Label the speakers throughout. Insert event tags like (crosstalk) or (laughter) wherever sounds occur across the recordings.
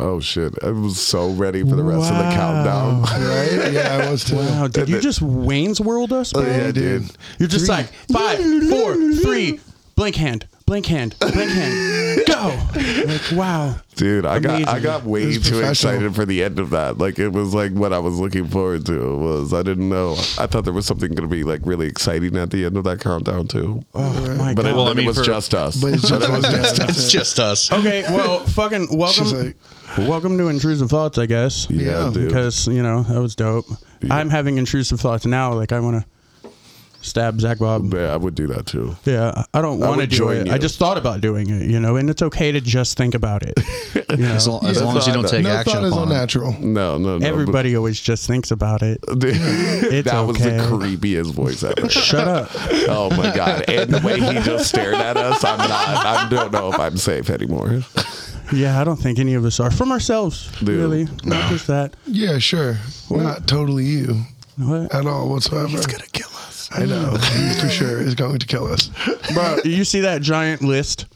Speaker 1: oh shit, I was so ready for the rest of the
Speaker 2: Wow.
Speaker 1: countdown.
Speaker 3: right? Yeah, I was too.
Speaker 2: Wow, did you just Wayne's World us?
Speaker 1: (laughs) Oh,
Speaker 2: bro?
Speaker 1: yeah, dude.
Speaker 2: You're just like five, four, three, blank hand, blank hand,
Speaker 1: (laughs)
Speaker 2: blank hand, go. Like wow,
Speaker 1: Dude, I got I
Speaker 2: Amazing.
Speaker 1: got way too
Speaker 3: professional.
Speaker 1: excited for the end of that. Like it was like what I was looking forward to. It was I didn't know. I thought there was something going to be like really exciting at the end of that countdown too.
Speaker 2: oh my
Speaker 1: But
Speaker 2: god.
Speaker 1: it,
Speaker 4: Well, I
Speaker 1: then
Speaker 4: mean,
Speaker 1: it was
Speaker 4: for-
Speaker 1: just us. (laughs)
Speaker 3: But it's
Speaker 1: Then it was just
Speaker 3: just,
Speaker 4: (laughs) It's just us.
Speaker 2: okay,
Speaker 1: (laughs)
Speaker 2: well, fucking welcome,
Speaker 3: She's like-
Speaker 2: welcome to intrusive thoughts, I guess.
Speaker 1: yeah,
Speaker 3: Yeah,
Speaker 1: dude.
Speaker 2: because you know that was dope. I'm having intrusive thoughts now. Like I want to stab Zach Bob.
Speaker 1: yeah, I would do that too.
Speaker 2: Yeah, I don't
Speaker 1: I
Speaker 2: want to
Speaker 1: would
Speaker 2: do
Speaker 1: join
Speaker 2: it.
Speaker 1: you.
Speaker 2: I just thought about doing it, you know, and it's okay to just think about
Speaker 1: (laughs)
Speaker 2: it. You know,
Speaker 4: As, long, as, long as you don't
Speaker 1: thought-
Speaker 4: take
Speaker 3: no
Speaker 4: action
Speaker 3: thought is
Speaker 4: upon it.
Speaker 3: unnatural.
Speaker 1: No, no, no. but- (laughs)
Speaker 2: everybody always just thinks about it.
Speaker 1: that was the
Speaker 2: okay.
Speaker 1: creepiest voice ever.
Speaker 2: Shut up.
Speaker 1: oh my god! And the way he just stared at us, I'm not. I don't know if I'm safe anymore.
Speaker 2: Yeah, I don't think any of us are from ourselves.
Speaker 1: Dude,
Speaker 2: really, not just that.
Speaker 3: Yeah, sure. Not totally you
Speaker 2: What?
Speaker 1: Uh,
Speaker 3: at all whatsoever.
Speaker 1: kill us.
Speaker 3: I know. He for sure is going to kill us.
Speaker 2: Bro, (laughs) you see that giant list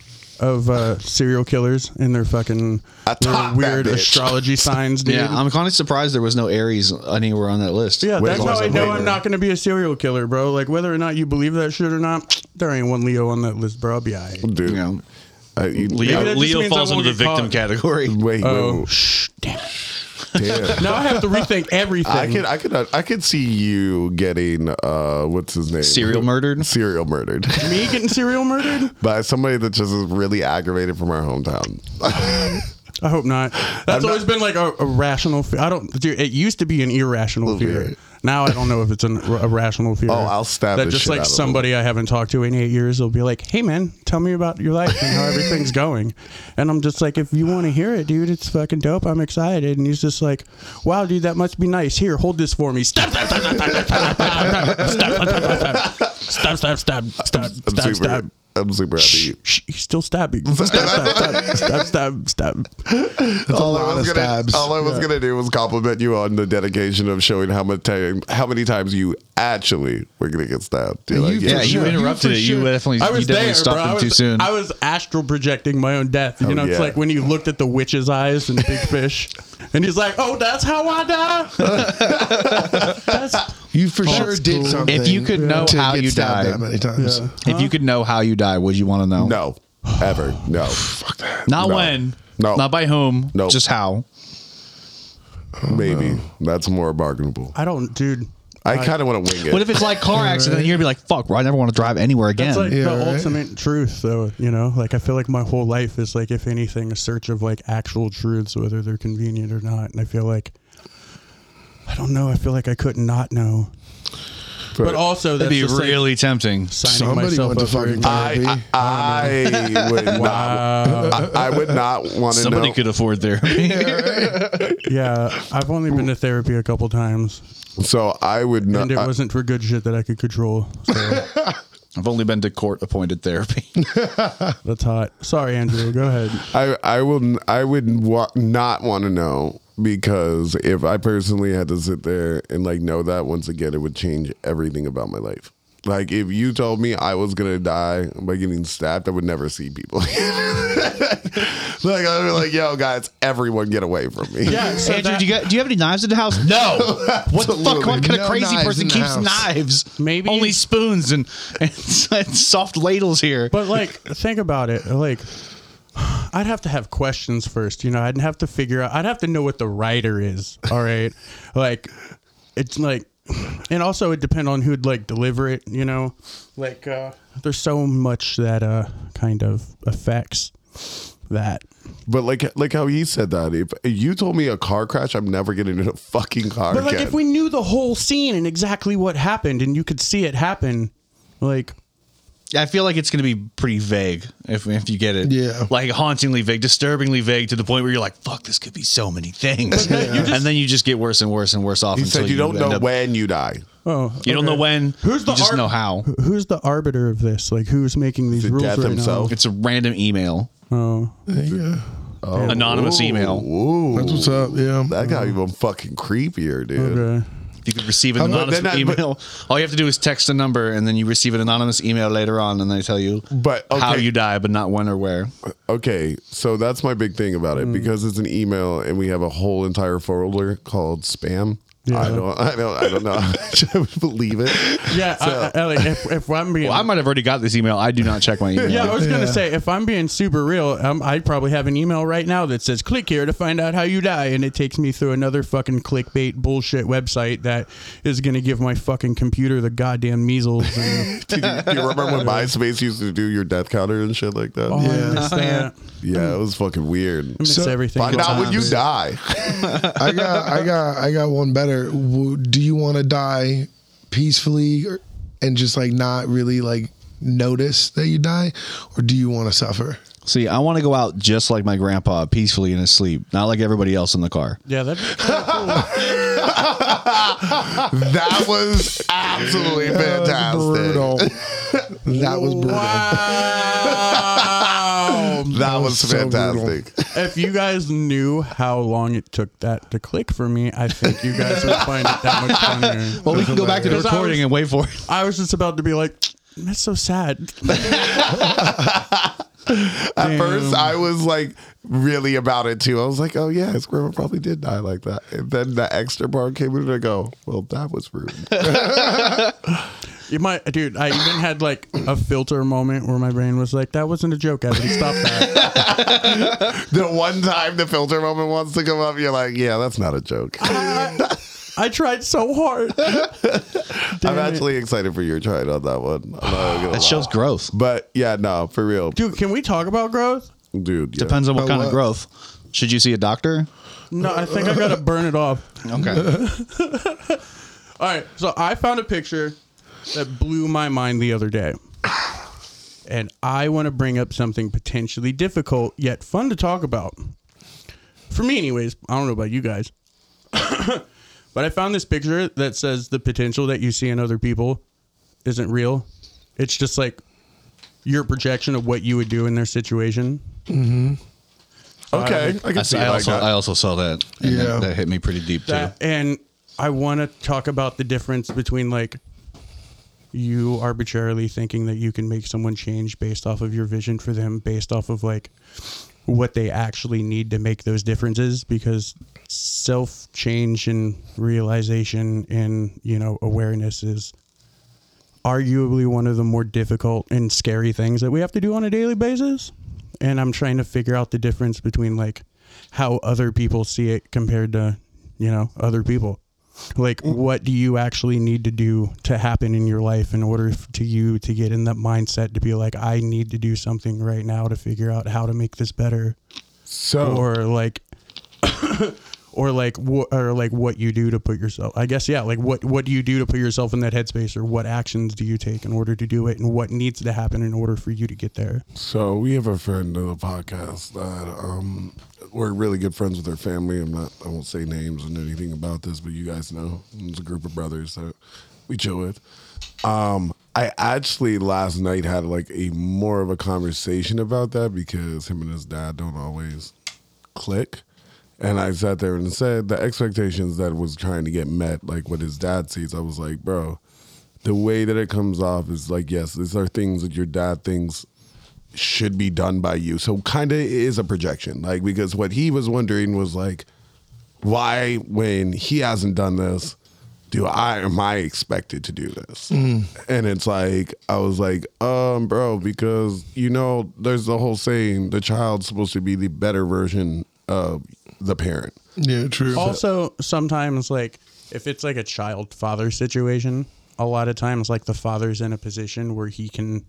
Speaker 2: of uh, serial killers and their fucking
Speaker 1: I
Speaker 2: little
Speaker 1: taught that
Speaker 2: weird
Speaker 1: bitch. (laughs)
Speaker 2: astrology signs, dude?
Speaker 4: Yeah, I'm kind of surprised there was no Aries anywhere on that list.
Speaker 2: Yeah,
Speaker 1: Wait,
Speaker 2: that's
Speaker 1: wait,
Speaker 2: how I
Speaker 1: wait,
Speaker 2: know
Speaker 1: wait.
Speaker 2: I'm not going to be a serial killer, bro. Like whether or not you believe that shit or not, there ain't one Leo on that list, bro. I'll be alright.
Speaker 1: Dude,
Speaker 4: You know,
Speaker 1: I, you,
Speaker 2: Maybe
Speaker 4: Leo,
Speaker 2: that just
Speaker 4: Leo
Speaker 2: means I
Speaker 4: falls
Speaker 2: won't
Speaker 4: into the
Speaker 2: get
Speaker 4: victim
Speaker 2: caught.
Speaker 4: category.
Speaker 1: wait,
Speaker 2: Oh,
Speaker 1: wait,
Speaker 2: shh, damn it. (laughs)
Speaker 1: damn.
Speaker 2: Now I have to rethink everything.
Speaker 1: (laughs) I could, I could, I could see you getting uh, what's his name?
Speaker 4: Serial murdered?
Speaker 1: Serial murdered (laughs)
Speaker 2: Me getting serial murdered?
Speaker 1: by somebody that just is really aggravated from our hometown.
Speaker 2: I hope not. That's always been like a, a rational fear. I don't. Dude, it used to be an irrational fear.
Speaker 1: bit.
Speaker 2: Now I don't know if it's an, a rational fear.
Speaker 1: Oh, I'll stab
Speaker 2: that.
Speaker 1: the
Speaker 2: just
Speaker 1: shit
Speaker 2: like
Speaker 1: out of
Speaker 2: somebody I haven't talked to in eight years will be like, "Hey, man, tell me about your
Speaker 1: (laughs)
Speaker 2: life and how everything's going." And I'm just like, "If you want to hear it, dude, it's fucking dope. I'm excited." And he's just like, "Wow, dude, that must be nice. Here, hold this for me. Stab, stab, stab, stab, stab, stab, stab, stab, stab, stab, stab, stab, stab,
Speaker 1: I'm
Speaker 2: stab,
Speaker 1: super.
Speaker 2: stab."
Speaker 1: I'm super happy.
Speaker 2: Shh, he's still
Speaker 1: (laughs)
Speaker 2: stabbing. Stab, stab, stab, stab, stab.
Speaker 3: That's
Speaker 1: all
Speaker 3: a
Speaker 1: I
Speaker 3: lot
Speaker 1: was
Speaker 3: of
Speaker 1: gonna,
Speaker 3: stabs.
Speaker 1: All I was gonna do was compliment you on the dedication of showing how much time, how many times you actually were gonna get stabbed. You're
Speaker 3: And
Speaker 1: like,
Speaker 3: you-
Speaker 2: (laughs)
Speaker 4: Yeah, you
Speaker 3: sure.
Speaker 4: interrupted
Speaker 3: You
Speaker 4: it.
Speaker 3: for sure.
Speaker 4: You definitely,
Speaker 2: I
Speaker 4: you
Speaker 2: was
Speaker 4: definitely
Speaker 2: there,
Speaker 4: stopped
Speaker 2: bro.
Speaker 4: him
Speaker 2: I was,
Speaker 4: too soon.
Speaker 2: I was astral projecting my own death. You
Speaker 1: Oh,
Speaker 2: know,
Speaker 1: yeah.
Speaker 2: it's like when you looked at the witch's eyes in
Speaker 4: (laughs)
Speaker 2: Big Fish, and he's like, "Oh, that's how I die."
Speaker 4: (laughs)
Speaker 2: that's,
Speaker 3: You for sure did
Speaker 2: cool.
Speaker 3: something.
Speaker 4: If you could know
Speaker 3: to
Speaker 4: how
Speaker 3: get
Speaker 4: you
Speaker 3: stabbed
Speaker 4: died.
Speaker 3: that many times.
Speaker 4: if you could know how you die, would you want to know?
Speaker 1: no, ever, (sighs) no.
Speaker 4: Not
Speaker 1: No.
Speaker 4: when.
Speaker 1: No.
Speaker 4: Not by whom.
Speaker 1: No.
Speaker 4: Just how.
Speaker 1: (sighs) Maybe that's more bargainable.
Speaker 2: I don't, dude.
Speaker 1: I kind of want to wing it.
Speaker 4: What if it's like car accident? You'd be like, fuck, bro, I never want to drive anywhere again.
Speaker 2: That's like
Speaker 3: Yeah,
Speaker 2: the
Speaker 3: right.
Speaker 2: ultimate truth, though. You know, like I feel like my whole life is like, if anything, a search of like actual truths, whether they're convenient or not. And I feel like, I don't know. I feel like I could not know, but, also that's
Speaker 4: That'd be
Speaker 2: just, like,
Speaker 4: really tempting.
Speaker 2: signing
Speaker 3: Somebody
Speaker 2: myself
Speaker 3: went to
Speaker 2: up for Uh,
Speaker 3: fucking
Speaker 1: I, I,
Speaker 3: therapy.
Speaker 1: I would
Speaker 2: (laughs)
Speaker 1: not. I, I would not want to
Speaker 4: Somebody
Speaker 1: know.
Speaker 4: could
Speaker 2: (laughs)
Speaker 4: afford therapy.
Speaker 2: Yeah, I've only been to therapy a couple times,
Speaker 1: So I would not.
Speaker 2: and it
Speaker 1: I-
Speaker 2: wasn't for good shit that I could control. So
Speaker 4: I've only been to court appointed therapy.
Speaker 2: that's hot. Sorry, Andrew. Go ahead.
Speaker 1: I I will n- I would wa- not want to know because if I personally had to sit there and like know that once again, it would change everything about my life. Like if you told me I was gonna die by getting stabbed, I would never see people. (laughs) like I'd be like, "Yo, guys, everyone get away from me!"
Speaker 2: Yeah, so
Speaker 4: Andrew,
Speaker 2: that-
Speaker 4: do, you got, do you have any knives in the house? No. (laughs) What the fuck? What kind
Speaker 3: No
Speaker 4: of crazy
Speaker 3: knives
Speaker 4: person
Speaker 3: in the
Speaker 4: keeps
Speaker 3: house.
Speaker 4: knives?
Speaker 2: Maybe-
Speaker 4: only spoons and, (laughs) and, soft ladles here.
Speaker 2: but like, think about it. Like, I'd have to have questions first. You know, I'd have to figure out. I'd have to know what the writer is. All right, like, it's like, and also it depend on who'd like deliver it. You know, like, uh, there's so much that uh kind of affects that.
Speaker 1: But like like how he said that, if you told me a car crash, I'm never getting in a fucking car.
Speaker 2: But like,
Speaker 1: again.
Speaker 2: if we knew the whole scene and exactly what happened, and you could see it happen, like,
Speaker 4: I feel like it's going to be pretty vague if, if you get it.
Speaker 3: Yeah.
Speaker 4: Like hauntingly vague, disturbingly vague to the point where you're like, fuck, this could be so many things. (laughs) and then you just get worse and worse and worse off
Speaker 1: he
Speaker 4: until
Speaker 1: said you don't
Speaker 4: end
Speaker 1: know
Speaker 4: up-
Speaker 1: when you die.
Speaker 2: oh,
Speaker 4: You don't know when.
Speaker 2: Who's the
Speaker 4: you just
Speaker 2: art-
Speaker 4: know how.
Speaker 2: who's the arbiter of this? Like, who's making these
Speaker 1: The
Speaker 2: rules
Speaker 1: death
Speaker 2: right
Speaker 1: himself.
Speaker 4: It's a random email,
Speaker 2: now? Oh,
Speaker 3: yeah.
Speaker 4: anonymous
Speaker 1: Ooh,
Speaker 4: email.
Speaker 1: Ooh,
Speaker 3: That's what's up. Yeah.
Speaker 1: That got even fucking creepier, dude.
Speaker 2: okay.
Speaker 4: You could receive an
Speaker 3: Um, but
Speaker 4: anonymous
Speaker 1: then I- but-
Speaker 4: email. All you have to do is text a number, and then you receive an anonymous email later on, and they tell you
Speaker 1: But,
Speaker 4: how
Speaker 1: okay.
Speaker 4: you die, but not when or where.
Speaker 1: Okay, so that's my big thing about it because it's an email and we have a whole entire folder called spam. I
Speaker 2: Yeah.
Speaker 1: don't, I don't, I don't know. I would believe it.
Speaker 2: Yeah, I, I, like if, if I'm being,
Speaker 1: (laughs)
Speaker 4: Well, I might have already got this email. I do not check my email.
Speaker 2: yeah, I was gonna
Speaker 3: Yeah.
Speaker 2: say if I'm being super real, um, I probably have an email right now that says click here to find out how you die, and it takes me through another fucking clickbait bullshit website that is gonna give my fucking computer the goddamn measles.
Speaker 3: (laughs)
Speaker 2: And,
Speaker 1: Do you, do you remember when MySpace used to do your death counter and shit like that?
Speaker 2: oh,
Speaker 3: Yeah.
Speaker 2: I miss that.
Speaker 1: Yeah, it was fucking weird.
Speaker 2: Miss
Speaker 3: So-
Speaker 2: everything.
Speaker 1: Find out when you
Speaker 2: Sometimes.
Speaker 1: die.
Speaker 3: I got, I got, I got one better. W- Do you want to die peacefully or, and just like not really like notice that you die, or do you want to suffer?
Speaker 4: See, I want to go out just like my grandpa, peacefully in his sleep, not like everybody else in the car.
Speaker 2: Yeah, that'd be kinda cool.
Speaker 1: That was absolutely fantastic.
Speaker 3: Brutal. (laughs) that was brutal.
Speaker 2: Wow.
Speaker 1: That was
Speaker 3: was so brutal.
Speaker 1: fantastic.
Speaker 2: Um, if you guys knew how long it took that to click for me, I think you guys would find it that much funnier.
Speaker 4: Well, we can go back to the
Speaker 2: Because I was-
Speaker 4: recording and wait for it.
Speaker 2: I was just about to be like, that's so sad.
Speaker 1: At first, I was like really about it too. I was like, oh yeah, his grandma probably did die like that. And then the extra bar came in and I go, well, that was rude. (laughs)
Speaker 2: You might, dude. I even had like a filter moment where my brain was like, "That wasn't a joke, Evan. Stop that."
Speaker 1: the one time the filter moment wants to come up, you're like, yeah, that's not a joke.
Speaker 2: I, I tried so hard. Damn
Speaker 1: I'm
Speaker 2: it.
Speaker 1: actually excited for your try on that one. I'm not gonna
Speaker 5: (sighs)
Speaker 1: lie.
Speaker 4: That shows growth.
Speaker 1: But yeah, no, for real, dude.
Speaker 2: dude. Can we talk about growth?
Speaker 1: yeah.
Speaker 4: Depends on what
Speaker 3: But
Speaker 4: kind of
Speaker 3: what-
Speaker 4: growth. Should you see a doctor?
Speaker 2: No, I think I gotta burn it off.
Speaker 4: Okay.
Speaker 2: All right, so I found a picture that blew my mind the other day. And I want to bring up something potentially difficult yet fun to talk about. For me, anyways, I don't know about you guys. (coughs) but I found this picture that says the potential that you see in other people isn't real. It's just like your projection of what you would do in their situation.
Speaker 1: Okay, I
Speaker 4: I,
Speaker 1: can
Speaker 4: s-
Speaker 1: see
Speaker 4: I
Speaker 1: it like uh,
Speaker 4: also,
Speaker 1: that.
Speaker 4: I also saw that. and
Speaker 3: Yeah.
Speaker 4: that. That hit me pretty deep, too.
Speaker 2: That, and I want to talk about the difference between like you arbitrarily thinking that you can make someone change based off of your vision for them, based off of like what they actually need to make those differences because self change and realization and you know awareness is arguably one of the more difficult and scary things that we have to do on a daily basis. And I'm trying to figure out the difference between like how other people see it compared to, you know, other people. Like, what do you actually need to do to happen in your life in order f- to you to get in that mindset to be like, I need to do something right now to figure out how to make this better,
Speaker 1: so (laughs)
Speaker 2: or like, (coughs) or like, wha- or like what you do to put yourself. I guess yeah. Like, what what do you do to put yourself in that headspace, or what actions do you take in order to do it, and what needs to happen in order for you to get there?
Speaker 1: So we have a friend of the podcast that um, we're really good friends with her family. I'm not, I won't say names and anything about this, but you guys know it's a group of brothers that we chill with. Um, I actually last night had like a more of a conversation about that because him and his dad don't always click. And I sat there and said the expectations that was trying to get met, like what his dad sees. I was like, bro, the way that it comes off is like, yes, these are things that your dad thinks should be done by you. So kind of is a projection, like because what he was wondering was like, why when he hasn't done this, do I am I expected to do this? And it's like I was like, um, bro, because you know, there's the whole saying the child's supposed to be the better version of the parent.
Speaker 3: Yeah, true.
Speaker 2: Also, sometimes like if it's like a child father situation, a lot of times like the father's in a position where he can,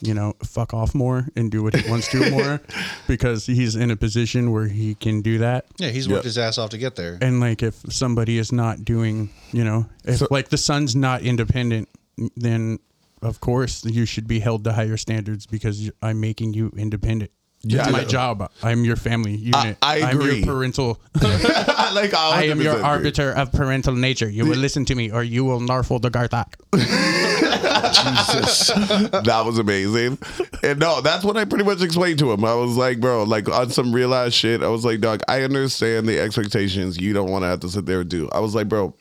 Speaker 2: you know, fuck off more and do what he wants to more because he's in a position where he can do that.
Speaker 4: yeah, he's
Speaker 1: worked his
Speaker 4: ass off to get there.
Speaker 2: And like if somebody is not doing, you know, if
Speaker 1: So-
Speaker 2: like the son's not independent, then of course you should be held to higher standards because I'm making you independent. Yeah,
Speaker 1: Yeah,
Speaker 2: it's
Speaker 1: I
Speaker 2: my
Speaker 1: know.
Speaker 2: job. I'm your family unit.
Speaker 1: I agree.
Speaker 2: I'm
Speaker 1: (laughs)
Speaker 2: your parental.
Speaker 1: like
Speaker 2: I am
Speaker 1: 100%
Speaker 2: your
Speaker 1: agree.
Speaker 2: arbiter of parental nature. You will listen to me, or you will narfle
Speaker 1: (laughs)
Speaker 2: the Garthok.
Speaker 1: that was amazing. And no, that's what I pretty much explained to him. I was like, bro, like on some real ass shit, I was like, dog, I understand the expectations you don't want to have to sit there and do. I was like, bro,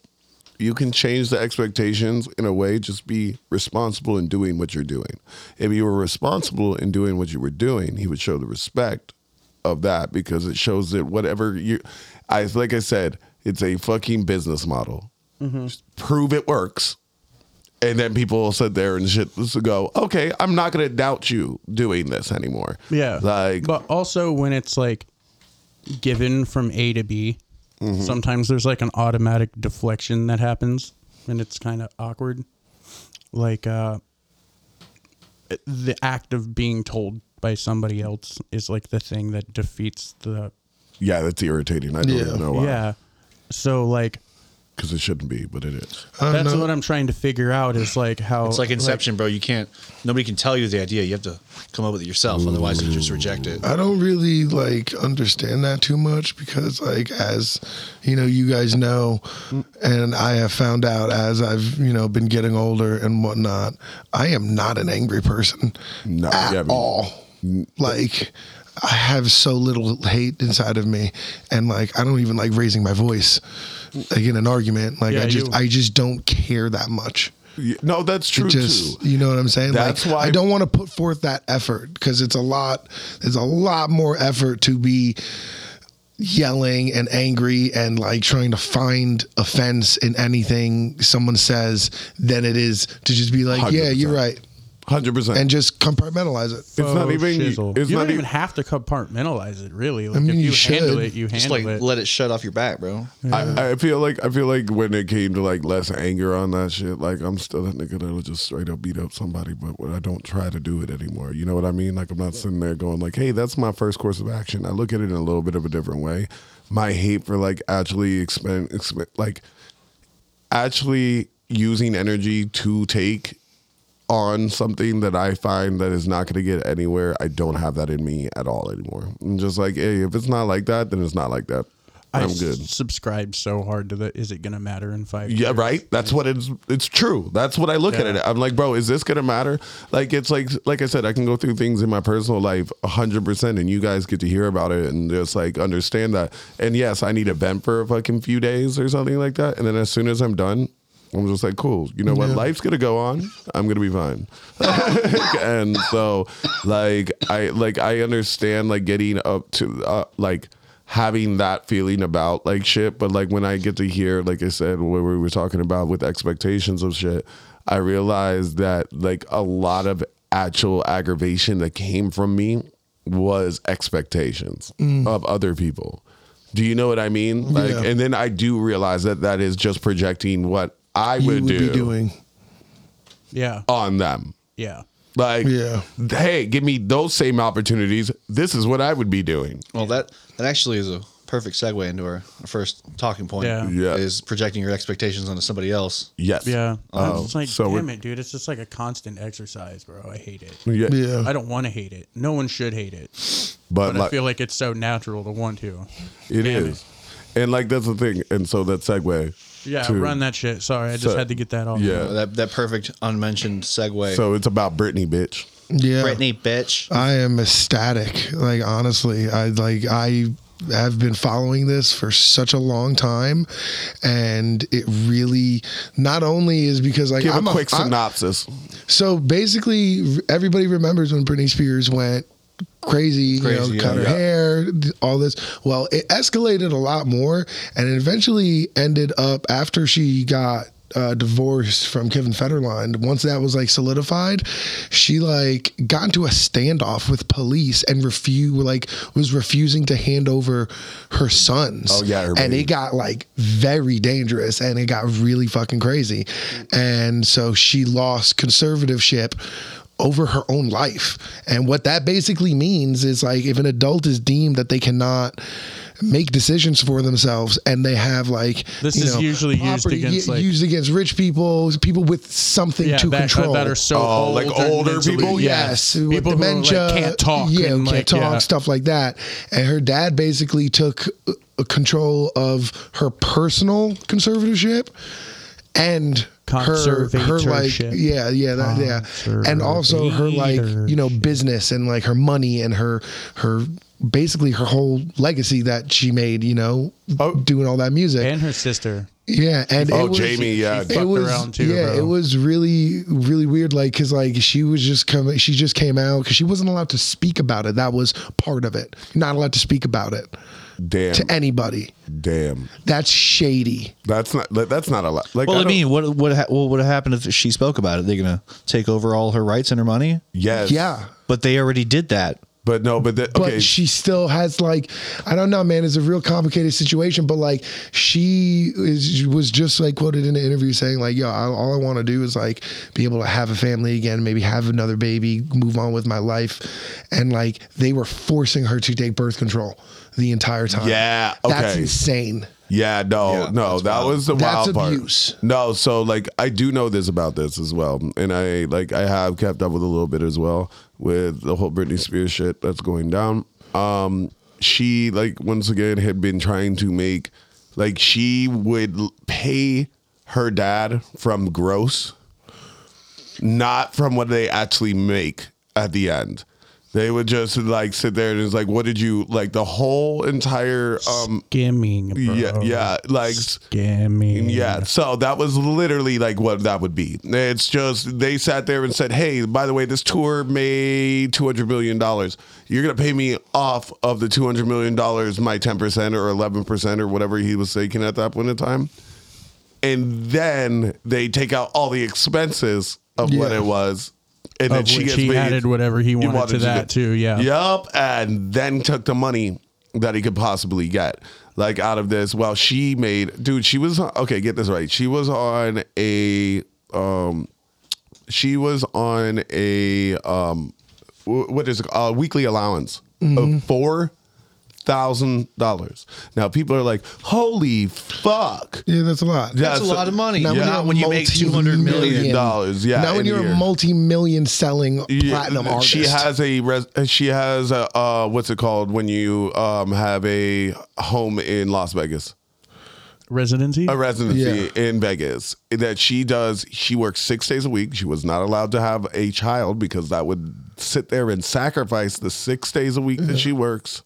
Speaker 4: You can change the expectations in a way. Just be responsible in doing what you're doing. If you were responsible in doing what you were doing, he would show the respect of that because it shows that whatever you, I like I said, it's a fucking business model.
Speaker 2: Mm-hmm.
Speaker 4: Just prove it works. And then people will sit there and shit just go, okay, I'm not gonna doubt you doing this anymore.
Speaker 2: Yeah.
Speaker 4: Like
Speaker 2: but also when it's like given from A to B,
Speaker 6: Mm-hmm.
Speaker 2: sometimes there's like an automatic deflection that happens and it's kind of awkward. Like uh the act of being told by somebody else is like the thing that defeats the
Speaker 4: yeah, that's irritating. I don't
Speaker 3: Yeah.
Speaker 6: Oh,
Speaker 4: know why.
Speaker 2: Yeah. So like
Speaker 4: Because it shouldn't be, but it is.
Speaker 3: I don't
Speaker 2: that's
Speaker 3: know.
Speaker 2: what I'm trying to figure out is like
Speaker 5: Oh,
Speaker 2: how
Speaker 6: It's like Inception, bro. You can't. Nobody can tell you the idea. You have to come up with it yourself. Otherwise, you just reject it.
Speaker 3: I don't really like understand that too much because like as you know you guys know and I have found out as I've you know been getting older and whatnot I am not an angry person
Speaker 4: No,
Speaker 3: at
Speaker 4: yeah, I mean-
Speaker 3: all like I have so little hate inside of me and like I don't even like raising my voice like in an argument like
Speaker 2: Yeah,
Speaker 3: I just
Speaker 2: you-
Speaker 3: I just don't care that much
Speaker 4: Yeah, No, that's true
Speaker 3: it just
Speaker 4: too.
Speaker 3: you know what I'm saying.
Speaker 4: That's
Speaker 3: like,
Speaker 4: why-
Speaker 3: I don't want to put forth that effort because it's a lot. There's a lot more effort to be yelling and angry and like trying to find offense in anything someone says than it is to just be like, yeah,
Speaker 4: 100%.
Speaker 3: you're right,
Speaker 4: Hundred percent.
Speaker 3: and just compartmentalize it.
Speaker 4: it's not even.
Speaker 2: oh, Shizzle.
Speaker 4: It's
Speaker 2: you
Speaker 4: not
Speaker 2: don't
Speaker 4: even.
Speaker 2: even have to compartmentalize it, really. Like,
Speaker 3: e mean,
Speaker 2: if you,
Speaker 3: you should.
Speaker 2: handle it, you
Speaker 5: Just
Speaker 2: handle
Speaker 5: like
Speaker 2: it.
Speaker 5: let it shut off your back, bro.
Speaker 4: I, I feel like I feel like when it came to like less anger on that shit, like I'm still that nigga that'll just straight up beat up somebody, but when I don't try to do it anymore. You know what I mean? Like I'm not sitting there going like, "Hey, that's my first course of action." I look at it in a little bit of a different way. My hate for like actually expend, expend like actually using energy to take on something that I find that is not going to get anywhere, I don't have that in me at all anymore. I'm just like, hey, if it's not like that, then it's not like that.
Speaker 2: I
Speaker 4: I'm good.
Speaker 2: s- subscribe so hard to the. Is it gonna matter in five?
Speaker 4: Yeah,
Speaker 2: years?
Speaker 4: right. That's what it's. It's true. That's what I look at
Speaker 2: Yeah.
Speaker 4: it. I'm like, bro, is this gonna matter? Like, it's like, like I said, I can go through things in my personal life, hundred percent, and you guys get to hear about it and just like understand that. And yes, I need a vent for a fucking few days or something like that. And then as soon as I'm done, I'm just like, cool. You know what? Life's gonna go on. I'm gonna be fine. and so, like, I like I understand like getting up to uh, like having that feeling about like shit. But like when I get to hear, like I said, what we were talking about with expectations of shit, I realized that like a lot of actual aggravation that came from me was expectations of other people. Do you know what I mean? Like,
Speaker 3: Mm. Yeah.
Speaker 4: and then I do realize that that is just projecting what I
Speaker 3: You
Speaker 4: would,
Speaker 3: would
Speaker 4: do
Speaker 3: be doing,
Speaker 2: Yeah,
Speaker 4: on them.
Speaker 2: yeah.
Speaker 4: Like,
Speaker 3: Yeah.
Speaker 4: hey, give me those same opportunities. This is what I would be doing.
Speaker 5: Well, that that actually is a perfect segue into our, our first talking point.
Speaker 2: Yeah.
Speaker 4: Yeah.
Speaker 5: is projecting your expectations onto somebody else.
Speaker 4: Yes.
Speaker 2: Yeah,
Speaker 4: Oh,
Speaker 2: it's like
Speaker 4: so
Speaker 2: damn
Speaker 4: we're-
Speaker 2: it, dude. It's just like a constant exercise, bro. I hate it.
Speaker 4: Yeah.
Speaker 3: yeah.
Speaker 2: I don't want to hate it. No one should hate it,
Speaker 4: But,
Speaker 2: but I
Speaker 4: like,
Speaker 2: feel like it's so natural to want to.
Speaker 4: It
Speaker 2: Damn
Speaker 4: is. And like that's the thing. And so that segue.
Speaker 2: Yeah,
Speaker 4: to-
Speaker 2: run that shit. Sorry, I just
Speaker 4: So-
Speaker 2: had to get that off.
Speaker 4: Yeah.
Speaker 5: That that perfect unmentioned segue.
Speaker 4: So it's about Britney, bitch.
Speaker 3: yeah.
Speaker 5: Brittany, bitch.
Speaker 3: I am ecstatic. Like honestly, I like I have been following this for such a long time, and it really not only is because like
Speaker 4: Give
Speaker 3: I'm
Speaker 4: a quick
Speaker 3: I-
Speaker 4: synopsis.
Speaker 3: so basically, everybody remembers when Britney Spears went crazy, you
Speaker 5: Crazy, yeah.
Speaker 3: know, cut her
Speaker 4: Yeah.
Speaker 3: hair, th- all this. Well, it escalated a lot more, and it eventually ended up after she got. Uh, divorced from Kevin Federline. Once that was like solidified, she like got into a standoff with police and refuse like was refusing to hand over her sons.
Speaker 4: Oh, yeah, her
Speaker 3: and
Speaker 4: baby.
Speaker 3: it got like very dangerous and it got really fucking crazy. And so she lost conservativeship over her own life. And what that basically means is like if an adult is deemed that they cannot make decisions for themselves and they have like
Speaker 2: This
Speaker 3: you
Speaker 2: is
Speaker 3: know,
Speaker 2: usually used
Speaker 3: property-
Speaker 2: against, like-
Speaker 3: used against rich people, people with something
Speaker 2: yeah,
Speaker 3: to
Speaker 2: that,
Speaker 3: control.
Speaker 2: that are so
Speaker 4: Oh,
Speaker 2: old
Speaker 4: like
Speaker 2: and
Speaker 4: older
Speaker 2: mentally-
Speaker 4: people?
Speaker 3: Yes, with
Speaker 2: people
Speaker 3: dementia,
Speaker 2: who like, can't talk.
Speaker 3: Yeah,
Speaker 2: and,
Speaker 3: can't
Speaker 2: like,
Speaker 3: talk,
Speaker 2: yeah.
Speaker 3: stuff like that. And her dad basically took uh, control of her personal conservatorship and her her like
Speaker 2: Conservatorship.
Speaker 3: yeah yeah that, yeah and also her like you know business and like her money and her her
Speaker 2: Oh,
Speaker 3: basically her whole legacy that she made you know doing all that music
Speaker 2: and her sister.
Speaker 3: Yeah, and
Speaker 4: Oh,
Speaker 3: it was,
Speaker 4: Jamie, yeah.
Speaker 2: She fucked around too,
Speaker 3: yeah,
Speaker 2: bro.
Speaker 3: it was really, really weird. Like, cause like she was just coming, she just came out because she wasn't allowed to speak about it. That was part of it. Not allowed to speak about it
Speaker 4: Damn,
Speaker 3: to anybody.
Speaker 4: damn.
Speaker 3: That's shady.
Speaker 4: That's not that- that's not a lot. Like,
Speaker 1: Well, I
Speaker 4: don't-
Speaker 1: mean,
Speaker 5: What what ha- what would have happened if she spoke about it? They're gonna take over all her rights and her money.
Speaker 4: yes,
Speaker 3: Yeah.
Speaker 5: But they already did that.
Speaker 4: but no, but that,
Speaker 3: But
Speaker 4: okay,
Speaker 3: she still has like, I don't know, man. It's a real complicated situation. But like, she is was just like quoted in an interview saying like, "Yo, I, all I want to do is like be able to have a family again, maybe have another baby, move on with my life." And like, they were forcing her to take birth control the entire time.
Speaker 4: Yeah,
Speaker 3: that's
Speaker 4: okay.
Speaker 3: insane.
Speaker 4: Yeah, no,
Speaker 5: Yeah,
Speaker 4: no,
Speaker 5: that's
Speaker 4: that
Speaker 5: wild.
Speaker 4: was the
Speaker 3: That's
Speaker 4: wild part.
Speaker 3: abuse.
Speaker 4: No, Oh, so like I do know this about this as well, and I like I have kept up with a little bit as well with the whole Britney Spears shit that's going down. Um, she like once again had been trying to make like she would l- pay her dad from gross not from what they actually make at the end. They would just like sit there and it's like, what did you like? The whole entire um
Speaker 2: Skimming, bro.
Speaker 4: yeah yeah like s-
Speaker 2: Skimming.
Speaker 4: yeah. So that was literally like what that would be. It's just they sat there and said, "Hey, by the way, this tour made two hundred million dollars. You're gonna pay me off of the two hundred million dollars, my ten percent or eleven percent or whatever he was taking at that point in time." And then they take out all the expenses of what
Speaker 3: Yeah.
Speaker 4: it was, and then
Speaker 2: Of
Speaker 4: she
Speaker 2: which
Speaker 4: gets
Speaker 2: he
Speaker 4: paid-
Speaker 2: added whatever he wanted, to
Speaker 4: do
Speaker 2: that too. Yeah.
Speaker 4: Yup. And then took the money that he could possibly get, like out of this. Well, she made, dude, she was, okay, get this right. She was on a, um, she was on a, um, wh- what is it, a weekly allowance of four thousand dollars. Now people are like, holy fuck.
Speaker 3: Yeah, that's a lot.
Speaker 4: Yeah,
Speaker 5: That's a
Speaker 4: so-
Speaker 5: lot of money.
Speaker 3: Now
Speaker 4: Yeah.
Speaker 3: you're
Speaker 4: Not
Speaker 3: a
Speaker 1: when you make
Speaker 3: multi-million-
Speaker 1: $200 million.
Speaker 4: Dollars, yeah,
Speaker 3: Now
Speaker 4: in
Speaker 3: when
Speaker 4: a
Speaker 3: you're
Speaker 4: year.
Speaker 3: a multi-million selling
Speaker 4: Yeah,
Speaker 3: platinum artist.
Speaker 4: She has a res- she has a uh, what's it called when you um, have a home in Las Vegas,
Speaker 2: Residency.
Speaker 4: a residency in Vegas that she does. She works six days a week. She was not allowed to have a child because that would sit there and sacrifice the six days a week that she works.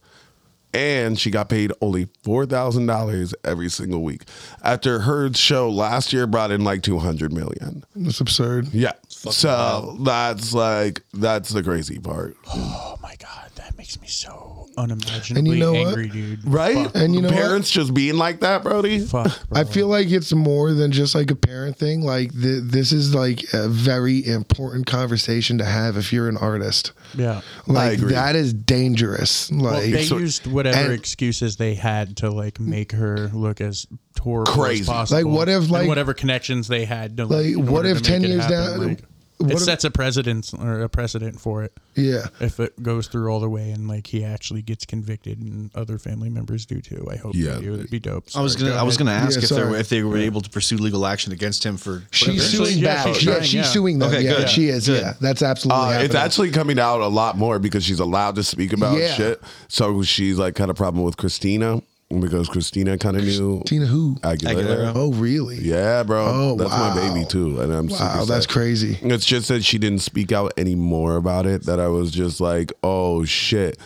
Speaker 4: And she got paid only four thousand dollars every single week. After her show last year brought in like two hundred million.
Speaker 3: That's absurd.
Speaker 4: Yeah. So that's like that's the crazy part.
Speaker 2: Oh my god, that makes me so unimaginably
Speaker 3: And you know what?
Speaker 2: angry, dude.
Speaker 4: Right?
Speaker 3: And you know what?
Speaker 4: parents just being like that, Brody.
Speaker 2: Fuck. Bro.
Speaker 3: I feel like it's more than just like a parent thing. Like th- this is like a very important conversation to have if you're an artist.
Speaker 2: yeah.
Speaker 3: Like
Speaker 4: agree.
Speaker 3: that is dangerous. Like
Speaker 2: Well, they
Speaker 4: so-
Speaker 2: used whatever
Speaker 3: and-
Speaker 2: excuses they had to like make her look as horrible
Speaker 4: Crazy.
Speaker 2: as possible.
Speaker 3: Like, what if,
Speaker 2: and
Speaker 3: like-
Speaker 2: whatever connections they had to
Speaker 3: Like,
Speaker 2: like, in
Speaker 3: what
Speaker 2: order
Speaker 3: if
Speaker 2: to
Speaker 3: 10
Speaker 2: make it
Speaker 3: years
Speaker 2: happen,
Speaker 3: down-
Speaker 2: like,
Speaker 3: what
Speaker 2: it
Speaker 3: if-
Speaker 2: sets a precedent or a precedent for it
Speaker 3: yeah.
Speaker 2: if it goes through all the way and like he actually gets convicted and other family members do too. I hope
Speaker 4: Yeah.
Speaker 2: they do. It'd be dope.
Speaker 1: I was
Speaker 2: Sorry,
Speaker 1: gonna
Speaker 2: go
Speaker 1: I was
Speaker 2: ahead.
Speaker 1: gonna ask
Speaker 3: Yeah,
Speaker 1: if they were,
Speaker 3: sorry.
Speaker 1: if they were able to pursue legal action against him for
Speaker 3: She's
Speaker 1: whatever.
Speaker 3: suing
Speaker 2: Yeah,
Speaker 3: back.
Speaker 2: she's
Speaker 3: yeah,
Speaker 2: trying,
Speaker 3: she's
Speaker 2: yeah.
Speaker 3: suing them.
Speaker 5: Okay,
Speaker 3: yeah,
Speaker 5: good.
Speaker 3: she is.
Speaker 5: Good.
Speaker 3: Yeah, that's absolutely.
Speaker 4: Uh, it's
Speaker 3: happening.
Speaker 4: actually coming out a lot more because she's allowed to speak about
Speaker 3: Yeah.
Speaker 4: shit. So she's like kind of problem with Christina because Christina kind of knew
Speaker 3: Tina who?
Speaker 1: Uh,
Speaker 4: Aguilera.
Speaker 5: Aguilera.
Speaker 3: Oh really?
Speaker 4: Yeah, bro.
Speaker 3: Oh,
Speaker 4: that's my
Speaker 3: wow.
Speaker 4: baby too, and I'm
Speaker 3: Wow,
Speaker 4: super
Speaker 3: that's
Speaker 4: sad.
Speaker 3: crazy.
Speaker 4: It's just that she didn't speak out any more about it. That I was just like, oh shit,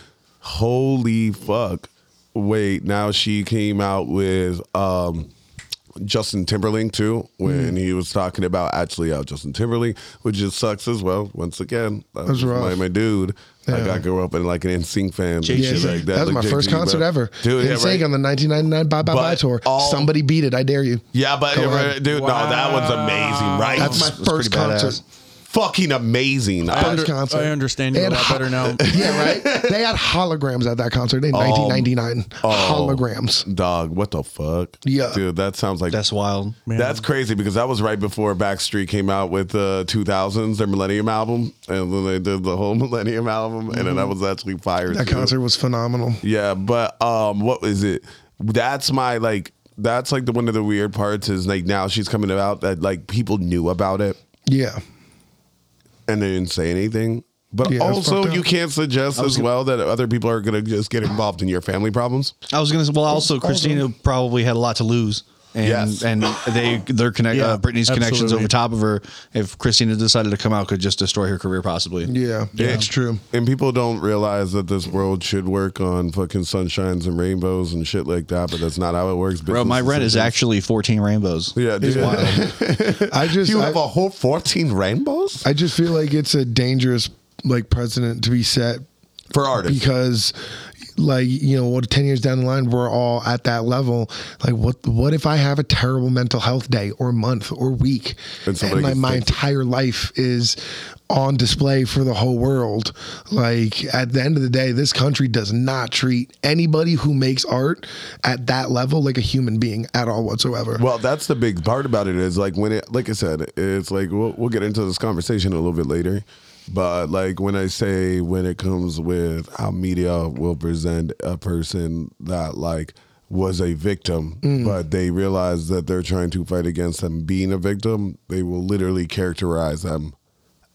Speaker 4: holy fuck. Wait, now she came out with um, Justin Timberlake too when he was talking about actually out Justin Timberlake, which just sucks as well. Once again, that was
Speaker 3: rough.
Speaker 4: my, my dude. Like
Speaker 3: Yeah.
Speaker 4: I grew up in like an NSYNC fan. and
Speaker 5: Yeah,
Speaker 4: shit
Speaker 5: yeah.
Speaker 4: like that.
Speaker 3: that was
Speaker 4: Like
Speaker 3: my
Speaker 4: JT,
Speaker 3: first
Speaker 4: bro.
Speaker 3: concert ever.
Speaker 4: Dude, yeah,
Speaker 3: NSYNC
Speaker 4: right?
Speaker 3: on the 1999 Bye Bye
Speaker 4: But
Speaker 3: Bye tour.
Speaker 4: all-
Speaker 3: Somebody beat it. I dare you.
Speaker 4: yeah, but
Speaker 3: Go on.
Speaker 4: dude, no, that one's amazing, right?
Speaker 3: That's my
Speaker 5: It was
Speaker 3: first
Speaker 5: pretty badass.
Speaker 3: concert.
Speaker 4: fucking amazing. I-
Speaker 2: I under-
Speaker 3: concert.
Speaker 2: I understand you a
Speaker 3: And
Speaker 2: lot
Speaker 3: ho-
Speaker 2: better now.
Speaker 3: Yeah,
Speaker 4: (laughs)
Speaker 3: right. they had holograms at that concert in
Speaker 4: Oh.
Speaker 3: 1999. holograms.
Speaker 4: Dog, what the fuck?
Speaker 3: Yeah.
Speaker 4: Dude, that sounds like
Speaker 5: That's wild.
Speaker 2: Man.
Speaker 4: that's crazy because that was right before Backstreet came out with the 2000s, their Millennium album. And then they did the whole (laughs) Millennium album. And then that was actually fire.
Speaker 3: Mm-hmm. That
Speaker 4: too.
Speaker 3: concert was phenomenal.
Speaker 4: Yeah, but um, what is it? That's my like. That's like the one of the weird parts is like now she's coming out that like people knew about it
Speaker 3: Yeah.
Speaker 4: and they didn't say anything. But
Speaker 3: Yeah, that's
Speaker 4: also,
Speaker 3: fucked up.
Speaker 4: you can't suggest as well that other people are gonna just get involved in your family problems.
Speaker 5: I was gonna. Well, also Christina probably had a lot to lose. and
Speaker 1: Yes.
Speaker 5: and they their connect
Speaker 2: Yeah,
Speaker 5: uh, Britney's connections
Speaker 2: absolutely.
Speaker 5: over top of her. If Christina decided to come out, could just destroy her career possibly.
Speaker 3: Yeah, that's true.
Speaker 1: And people don't realize that this world should work on fucking sunshines and rainbows and shit like that, but that's not how it works.
Speaker 5: Bro, my
Speaker 1: Business
Speaker 5: rent is
Speaker 1: simple.
Speaker 5: actually 14 rainbows.
Speaker 1: Yeah, dude.
Speaker 3: I just
Speaker 1: you
Speaker 3: I,
Speaker 1: have a whole 14 rainbows?
Speaker 3: I just feel like it's a dangerous like precedent to be set
Speaker 1: For artists.
Speaker 3: because like you know what 10 years down the line we're all at that level like what what if i have a terrible mental health day or month or week
Speaker 1: And
Speaker 3: and,
Speaker 1: somebody
Speaker 3: my,
Speaker 1: gets
Speaker 3: my
Speaker 1: fixed.
Speaker 3: entire life is on display for the whole world like at the end of the day this country does not treat anybody who makes art at that level like a human being at all whatsoever
Speaker 1: Well, that's the big part about it is like when it, like I said, it's like we'll, we'll get into this conversation a little bit later. But like when I say when it comes with how media will present a person that like was a victim,
Speaker 3: Mm.
Speaker 1: but they realize that they're trying to fight against them being a victim, they will literally characterize them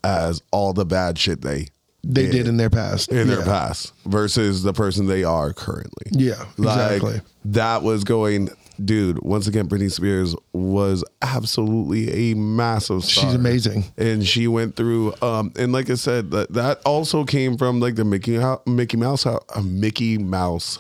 Speaker 1: as all the bad shit they
Speaker 3: they did in their past
Speaker 1: in their
Speaker 3: Yeah.
Speaker 1: past versus the person they are currently.
Speaker 3: Yeah,
Speaker 1: Like,
Speaker 3: exactly.
Speaker 1: That was going, dude. Once again, Britney Spears was absolutely a massive star.
Speaker 3: She's amazing.
Speaker 1: and she went through. Um, and like I said, that that also came from like the Mickey Ho- Mickey Mouse Ho- uh, Mickey Mouse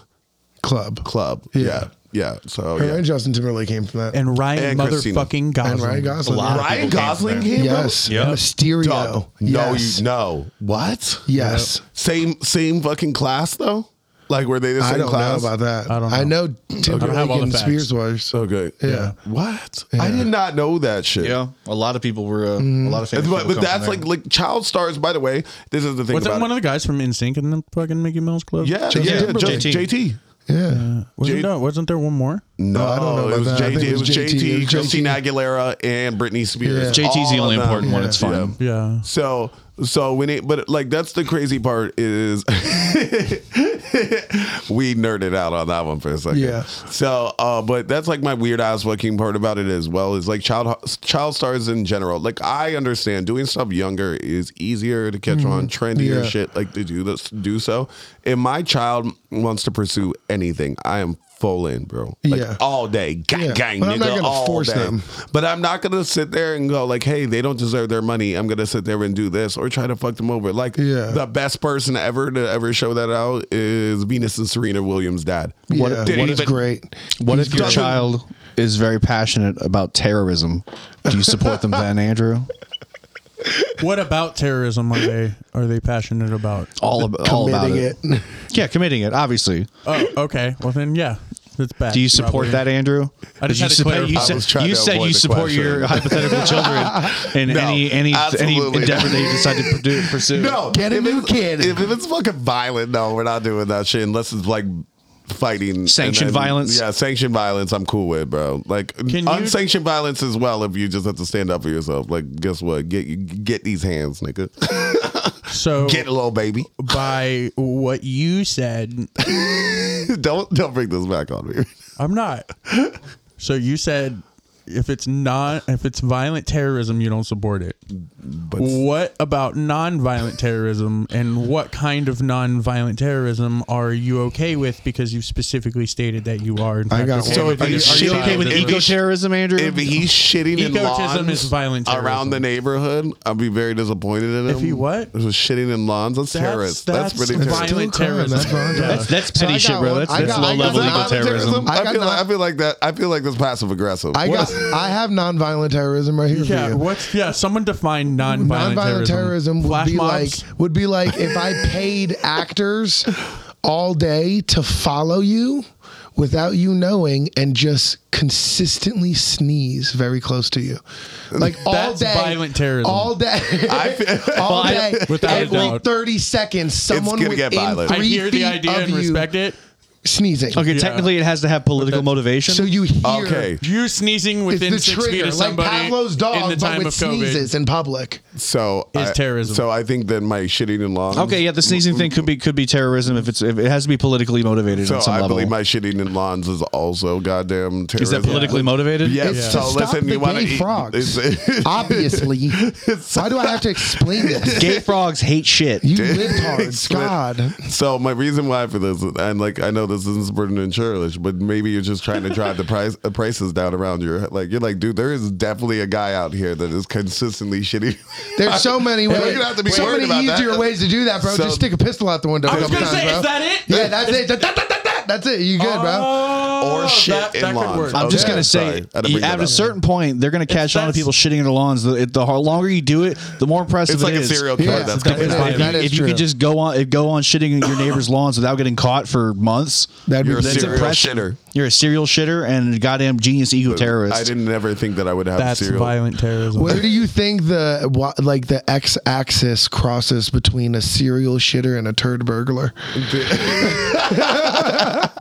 Speaker 3: club
Speaker 1: Club.
Speaker 3: Yeah.
Speaker 1: yeah, yeah. So
Speaker 3: her
Speaker 1: yeah.
Speaker 3: and justin timberlake came from that
Speaker 2: and Ryan
Speaker 1: And Christina.
Speaker 2: motherfucking Gosling.
Speaker 3: And Ryan Gosling.
Speaker 4: lot
Speaker 3: yeah.
Speaker 4: of people
Speaker 1: Ryan
Speaker 4: came from
Speaker 1: Gosling
Speaker 4: there.
Speaker 1: came
Speaker 3: Yes.
Speaker 1: from.
Speaker 4: Yep.
Speaker 3: Mysterio.
Speaker 1: Dog, No,
Speaker 3: yes.
Speaker 1: you no. What?
Speaker 3: Yes.
Speaker 1: Same same fucking class though. Like were they the same
Speaker 3: I don't
Speaker 1: class?
Speaker 3: know about that.
Speaker 2: I don't
Speaker 3: I
Speaker 2: know.
Speaker 3: know Tim
Speaker 2: don't have all the
Speaker 3: and
Speaker 2: facts.
Speaker 3: Spears was.
Speaker 1: So good.
Speaker 3: Yeah.
Speaker 1: What? I did not know that shit.
Speaker 5: Yeah, a lot of people were uh, a lot of
Speaker 1: And-
Speaker 5: famous
Speaker 1: But, but
Speaker 5: people come
Speaker 1: that's
Speaker 5: from
Speaker 1: like like child stars. By the way, this is the thing
Speaker 2: Wasn't
Speaker 1: about
Speaker 2: one
Speaker 1: it.
Speaker 2: of the guys from NSYNC in the fucking Mickey Mouse Club?
Speaker 1: yeah,
Speaker 3: Justin
Speaker 1: yeah,
Speaker 3: Timberlake.
Speaker 1: Justin- JT.
Speaker 3: Yeah.
Speaker 2: Wasn't,
Speaker 1: J-
Speaker 2: there, wasn't there one more?
Speaker 1: No,
Speaker 3: I don't know
Speaker 1: It
Speaker 3: about
Speaker 1: was
Speaker 3: that. I
Speaker 1: JT.
Speaker 3: think
Speaker 1: It was JT.
Speaker 3: It was
Speaker 1: Christina
Speaker 3: JT.
Speaker 1: Aguilera and Britney Spears.
Speaker 4: Yeah. JT 's the
Speaker 1: All
Speaker 4: only
Speaker 1: of them.
Speaker 4: important one. It's fine.
Speaker 2: Yeah.
Speaker 1: So so when it but like that's the crazy part is (laughs) we nerded out on that one for a second.
Speaker 3: Yeah.
Speaker 1: So uh but that's like my weird ass fucking part about it as well is like child child stars in general. Like I understand doing stuff younger is easier to catch on trendier
Speaker 3: Mm-hmm. Yeah.
Speaker 1: shit like to do this do so. If my child wants to pursue anything, I am full in, bro. Like
Speaker 3: Yeah.
Speaker 1: all day. Gang
Speaker 3: Yeah.
Speaker 1: gang
Speaker 3: But
Speaker 1: nigga
Speaker 3: I'm not gonna
Speaker 1: all
Speaker 3: force
Speaker 1: day.
Speaker 3: them.
Speaker 1: But I'm not gonna sit there and go like, "Hey, they don't deserve their money." I'm gonna sit there and do this or try to fuck them over. Like
Speaker 3: Yeah.
Speaker 1: the best person ever to ever show that out is Venus and Serena Williams' dad.
Speaker 3: What,
Speaker 1: did he
Speaker 3: what is
Speaker 1: even-
Speaker 3: great?
Speaker 5: What
Speaker 3: He's
Speaker 5: if your
Speaker 1: doesn't-
Speaker 3: great.
Speaker 5: child is very passionate about terrorism? Do you
Speaker 1: (laughs)
Speaker 5: support them then, Andrew?
Speaker 2: What about terrorism are they are they passionate about?
Speaker 5: All, ab- all about
Speaker 3: committing
Speaker 5: it. Yeah, committing it, obviously.
Speaker 2: Oh, okay. Well then, yeah, that's bad.
Speaker 5: Do you support that, Andrew?
Speaker 2: I just
Speaker 5: you
Speaker 2: had to clarify.
Speaker 5: you
Speaker 2: I
Speaker 1: was
Speaker 5: said
Speaker 1: trying
Speaker 5: you,
Speaker 1: to
Speaker 5: said
Speaker 1: avoid
Speaker 5: you
Speaker 1: the
Speaker 5: support your
Speaker 1: question.
Speaker 5: hypothetical
Speaker 1: (laughs)
Speaker 5: children in
Speaker 1: No,
Speaker 5: any any any
Speaker 1: absolutely
Speaker 5: endeavor
Speaker 1: not.
Speaker 5: they decide to produ-
Speaker 1: (laughs)
Speaker 5: pursue.
Speaker 1: No,
Speaker 3: Get a
Speaker 1: if
Speaker 3: new
Speaker 1: it's-
Speaker 3: kid.
Speaker 1: If, if it's fucking violent, no, we're not doing that shit unless it's like fighting and
Speaker 5: Sanctioned violence?
Speaker 1: Yeah, sanctioned violence. I'm cool with, bro. Like
Speaker 2: Can you-
Speaker 1: unsanctioned violence as well. If you just have to stand up for yourself, like guess what? Get get these hands,
Speaker 3: (laughs)
Speaker 1: nigga.
Speaker 2: So
Speaker 1: get a little baby. (laughs)
Speaker 2: by what you said,
Speaker 1: don't don't bring this back on me.
Speaker 2: I'm not. So you said if it's not if it's violent terrorism, you don't support it.
Speaker 1: But
Speaker 2: What about non-violent terrorism and what kind of non-violent terrorism are you okay with because you specifically stated that you are in fact,
Speaker 3: got
Speaker 2: okay
Speaker 3: one. So
Speaker 2: with-
Speaker 1: if
Speaker 2: are you-
Speaker 1: he's
Speaker 2: are you
Speaker 1: shit
Speaker 2: okay with
Speaker 1: If he-
Speaker 2: ego?
Speaker 5: Eco-terrorism, Andrew?
Speaker 1: if he's shitting in
Speaker 2: Egotism
Speaker 1: lawns
Speaker 2: is violent
Speaker 1: around
Speaker 2: terrorism.
Speaker 1: the neighborhood, I'd be very disappointed in him.
Speaker 2: If he what?
Speaker 1: Was shitting in lawns? That's,
Speaker 2: That's-
Speaker 1: terrorist. That's,
Speaker 2: that's
Speaker 1: really
Speaker 2: violent.
Speaker 1: terrorist.
Speaker 2: terrorism.
Speaker 3: That's,
Speaker 5: that's that's petty
Speaker 3: I
Speaker 5: shit,
Speaker 3: got
Speaker 5: bro.
Speaker 3: one.
Speaker 5: That's,
Speaker 3: I
Speaker 5: that's
Speaker 3: got-
Speaker 5: low
Speaker 3: I got
Speaker 5: level
Speaker 3: non-
Speaker 5: ego terrorism.
Speaker 1: I,
Speaker 3: I got
Speaker 1: feel like,
Speaker 3: non-
Speaker 1: I feel like that. I feel like that's passive aggressive.
Speaker 3: I got. I have nonviolent terrorism right here
Speaker 2: Yeah,
Speaker 3: for you.
Speaker 2: what's yeah? Someone define non-violent,
Speaker 3: Nonviolent terrorism, would
Speaker 2: Flash
Speaker 3: be
Speaker 2: mobs?
Speaker 3: like would be like
Speaker 2: (laughs)
Speaker 3: if I paid actors all day to follow you without you knowing and just consistently sneeze very close to you. Like all
Speaker 2: That's
Speaker 3: day
Speaker 2: violent terrorism.
Speaker 3: All
Speaker 2: (laughs)
Speaker 3: day (laughs) all
Speaker 5: Well, I-
Speaker 3: day
Speaker 2: without a
Speaker 3: every
Speaker 2: doubt.
Speaker 3: thirty seconds someone
Speaker 1: gonna
Speaker 3: within
Speaker 1: get violent.
Speaker 3: three
Speaker 2: I hear
Speaker 3: feet
Speaker 2: the idea
Speaker 3: of
Speaker 2: and
Speaker 3: you
Speaker 2: respect it.
Speaker 3: sneezing.
Speaker 5: Okay, technically it has to have political motivation.
Speaker 3: So you hear
Speaker 1: Okay,
Speaker 2: You sneezing within
Speaker 3: it's the
Speaker 2: six feet
Speaker 3: trigger,
Speaker 2: of
Speaker 3: like
Speaker 2: somebody
Speaker 3: Pavlov's dog,
Speaker 2: in the
Speaker 3: but
Speaker 2: time
Speaker 3: with
Speaker 2: of COVID.
Speaker 3: sneezes in public.
Speaker 1: so
Speaker 2: Is
Speaker 1: I-
Speaker 2: terrorism.
Speaker 1: So I think that my shitting in lawns.
Speaker 5: Okay, yeah, the sneezing thing could be could be terrorism if it's if it has to be politically motivated
Speaker 1: So
Speaker 5: on some
Speaker 1: I
Speaker 3: Oh.
Speaker 5: level.
Speaker 1: believe my shitting in lawns is also goddamn terrorism.
Speaker 5: Is that politically motivated?
Speaker 1: Yes.
Speaker 3: It's
Speaker 1: So
Speaker 3: to stop
Speaker 1: listen,
Speaker 3: the
Speaker 1: you want to
Speaker 3: gay
Speaker 1: eat
Speaker 3: frogs.
Speaker 1: it's- (laughs)
Speaker 3: Obviously, why do I have to explain this?
Speaker 5: Gay frogs hate shit.
Speaker 3: You libtards,
Speaker 1: Split.
Speaker 3: God.
Speaker 1: (laughs) So my reason why for this, and like I know this this is Brendan Churlish, but maybe you're just
Speaker 2: (laughs)
Speaker 1: trying to drive the price uh, prices down around your like you're like, dude, there is definitely a guy out here that is consistently shitty.
Speaker 3: There's so many
Speaker 1: We're
Speaker 3: ways.
Speaker 1: gonna have to be
Speaker 3: so
Speaker 1: worried
Speaker 3: many
Speaker 1: about that.
Speaker 3: easier ways to do that, bro.
Speaker 1: So-
Speaker 3: Just stick a pistol out the window.
Speaker 2: I was
Speaker 3: a couple
Speaker 2: gonna say,
Speaker 3: times,
Speaker 2: is
Speaker 3: bro.
Speaker 2: that it?
Speaker 3: Yeah, that's it. Da- da- da- da- da. That's it. You good, bro?
Speaker 1: (laughs)
Speaker 2: Oh,
Speaker 1: or shit
Speaker 2: that,
Speaker 1: in
Speaker 2: that
Speaker 1: lawns.
Speaker 2: could work.
Speaker 1: I'm
Speaker 5: I'm just
Speaker 1: Okay.
Speaker 5: gonna
Speaker 1: Sorry, I
Speaker 5: say,
Speaker 1: had to bring that
Speaker 5: at a
Speaker 1: up.
Speaker 5: certain point, they're gonna catch on to
Speaker 2: that's-
Speaker 5: people shitting in the lawns. The, the har- longer you do it, the more impressive
Speaker 1: It's like
Speaker 5: it
Speaker 1: a
Speaker 5: is.
Speaker 1: serial
Speaker 3: Yeah,
Speaker 1: killer that's coming
Speaker 3: it
Speaker 1: by.
Speaker 3: is. That
Speaker 5: if you
Speaker 3: true.
Speaker 5: could just go on, go on shitting in your neighbor's lawns without getting caught for months,
Speaker 3: That'd be
Speaker 1: You're a
Speaker 3: that's
Speaker 1: serial
Speaker 5: impressive.
Speaker 1: shitter.
Speaker 5: You're a serial shitter and a goddamn genius ego terrorist.
Speaker 1: I didn't ever think that I would have
Speaker 2: That's
Speaker 1: serial.
Speaker 2: violent terrorism.
Speaker 3: Where do you think the wa- like the x-axis crosses between a serial shitter and a turd burglar?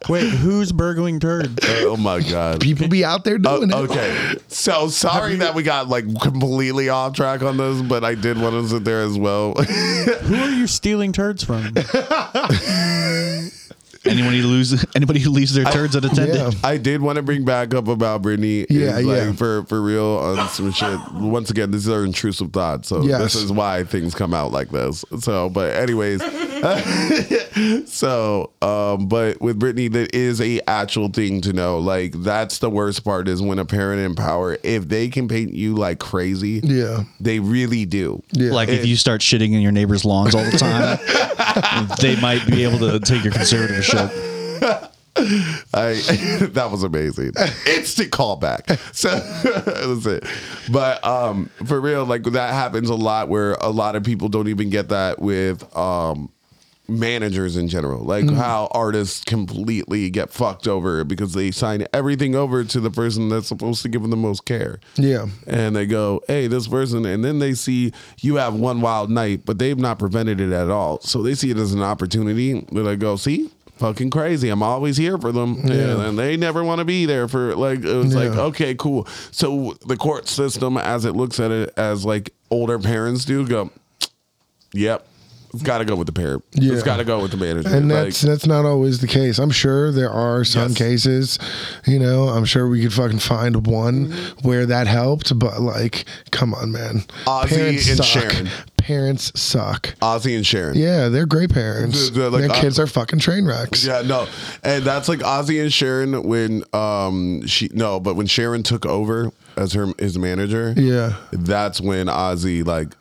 Speaker 2: Wait, who's burgling turd?
Speaker 1: (laughs) Oh my god.
Speaker 3: People be out there
Speaker 1: Oh,
Speaker 3: doing it.
Speaker 1: okay. So sorry that we got like completely off track on this, but I did want to sit there as well. (laughs)
Speaker 2: Who are you stealing turds from?
Speaker 5: Anyone who loses, anybody who leaves their turds unattended.
Speaker 3: Yeah.
Speaker 1: I did want to bring back up about Brittany. is,
Speaker 3: Yeah,
Speaker 1: like,
Speaker 3: yeah.
Speaker 1: For for real on some shit. Once again, these are intrusive thoughts, so
Speaker 3: Yes.
Speaker 1: this is why things come out like this. So, but anyways, (laughs) so um, but with Brittany, that is a actual thing to know. Like that's the worst part is when a parent in power, if they can paint you like crazy,
Speaker 3: Yeah.
Speaker 1: they really do.
Speaker 3: Yeah.
Speaker 5: Like if you start shitting in your neighbor's lawns all
Speaker 1: (laughs)
Speaker 5: the time, they might be able to take your conservatorship.
Speaker 1: I (laughs) that was amazing. Instant callback. (laughs) So that was it. But um for real, like that happens a lot where a lot of people don't even get that with um managers in general. Like
Speaker 2: Mm-hmm.
Speaker 1: how artists completely get fucked over because they sign everything over to the person that's supposed to give them the most care.
Speaker 3: Yeah.
Speaker 1: And they go, hey, this person, and then they see you have one wild night, but they've not prevented it at all. So they see it as an opportunity. They're like, go, see, fucking crazy. I'm always here for them. And, and they never want to be there for, like, it was like,
Speaker 3: Yeah.
Speaker 1: okay, cool. So the court system, as it looks at it, as like older parents do, go, yep. It's got to go with the parent.
Speaker 3: Yeah.
Speaker 1: It's got to go with the manager.
Speaker 3: And
Speaker 1: Like,
Speaker 3: that's that's not always the case. I'm sure there are some
Speaker 1: Yes.
Speaker 3: cases, you know. I'm sure we could fucking find one where that helped, but like, come on, man.
Speaker 1: Mm-hmm. Ozzy and Sharon.
Speaker 3: Parents suck.
Speaker 1: Ozzy and Sharon.
Speaker 3: Yeah, they're great parents.
Speaker 1: They're- they're like,
Speaker 3: Their
Speaker 1: uh,
Speaker 3: kids are fucking train wrecks.
Speaker 1: Yeah, no, and that's like Ozzy and Sharon when um she no, but when Sharon took over as her his manager,
Speaker 3: Yeah.
Speaker 1: that's when Ozzy like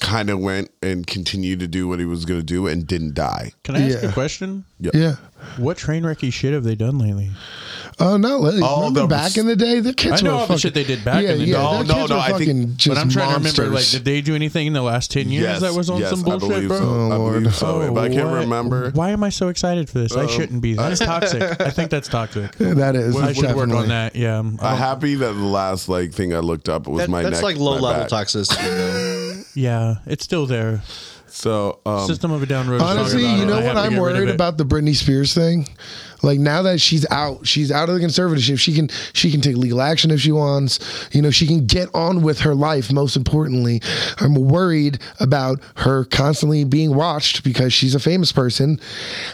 Speaker 1: kind of went and continued to do what he was gonna do and didn't die.
Speaker 2: Can I ask
Speaker 3: Yeah.
Speaker 2: a question?
Speaker 3: Yeah.
Speaker 2: What train wrecky shit have they done lately?
Speaker 3: Oh, not lately.
Speaker 1: Oh,
Speaker 3: Remember
Speaker 1: the-
Speaker 3: back in the day, the kids
Speaker 2: I know
Speaker 3: were
Speaker 2: all
Speaker 3: fucking,
Speaker 2: the shit they did back
Speaker 3: yeah,
Speaker 2: in the
Speaker 3: yeah,
Speaker 2: day.
Speaker 1: No,
Speaker 3: their
Speaker 1: no,
Speaker 3: kids
Speaker 1: no,
Speaker 3: were
Speaker 1: I think-
Speaker 3: fucking just
Speaker 2: But I'm trying
Speaker 3: monsters.
Speaker 2: to remember, like, did they do anything in the last 10 years that was on some
Speaker 1: I
Speaker 2: bullshit,
Speaker 1: believe
Speaker 2: bro?
Speaker 1: so. I
Speaker 3: Oh,
Speaker 1: believe
Speaker 3: Lord.
Speaker 1: so, but I can't
Speaker 2: What-
Speaker 1: remember.
Speaker 2: Why am I so excited for
Speaker 1: Uh,
Speaker 2: this? I shouldn't be. That's toxic.
Speaker 1: (laughs)
Speaker 2: I think that's toxic.
Speaker 3: that is.
Speaker 2: I should work
Speaker 3: definitely.
Speaker 2: on that. Yeah. I'm- I
Speaker 1: I'm
Speaker 2: don't-
Speaker 1: happy that the last like thing I looked up was my neck, my back.
Speaker 5: toxicity.
Speaker 2: yeah. It's still there.
Speaker 1: So um,
Speaker 2: System of a Down road. was talking
Speaker 3: Honestly,
Speaker 2: about
Speaker 3: you
Speaker 2: it. I
Speaker 3: know
Speaker 2: have
Speaker 3: what
Speaker 2: to
Speaker 3: I'm
Speaker 2: get rid of
Speaker 3: worried
Speaker 2: it.
Speaker 3: about the Britney Spears thing. Like now that she's out, she's out of the conservatorship. She can she can take legal action if she wants. You know, she can get on with her life. Most importantly, I'm worried about her constantly being watched because she's a famous person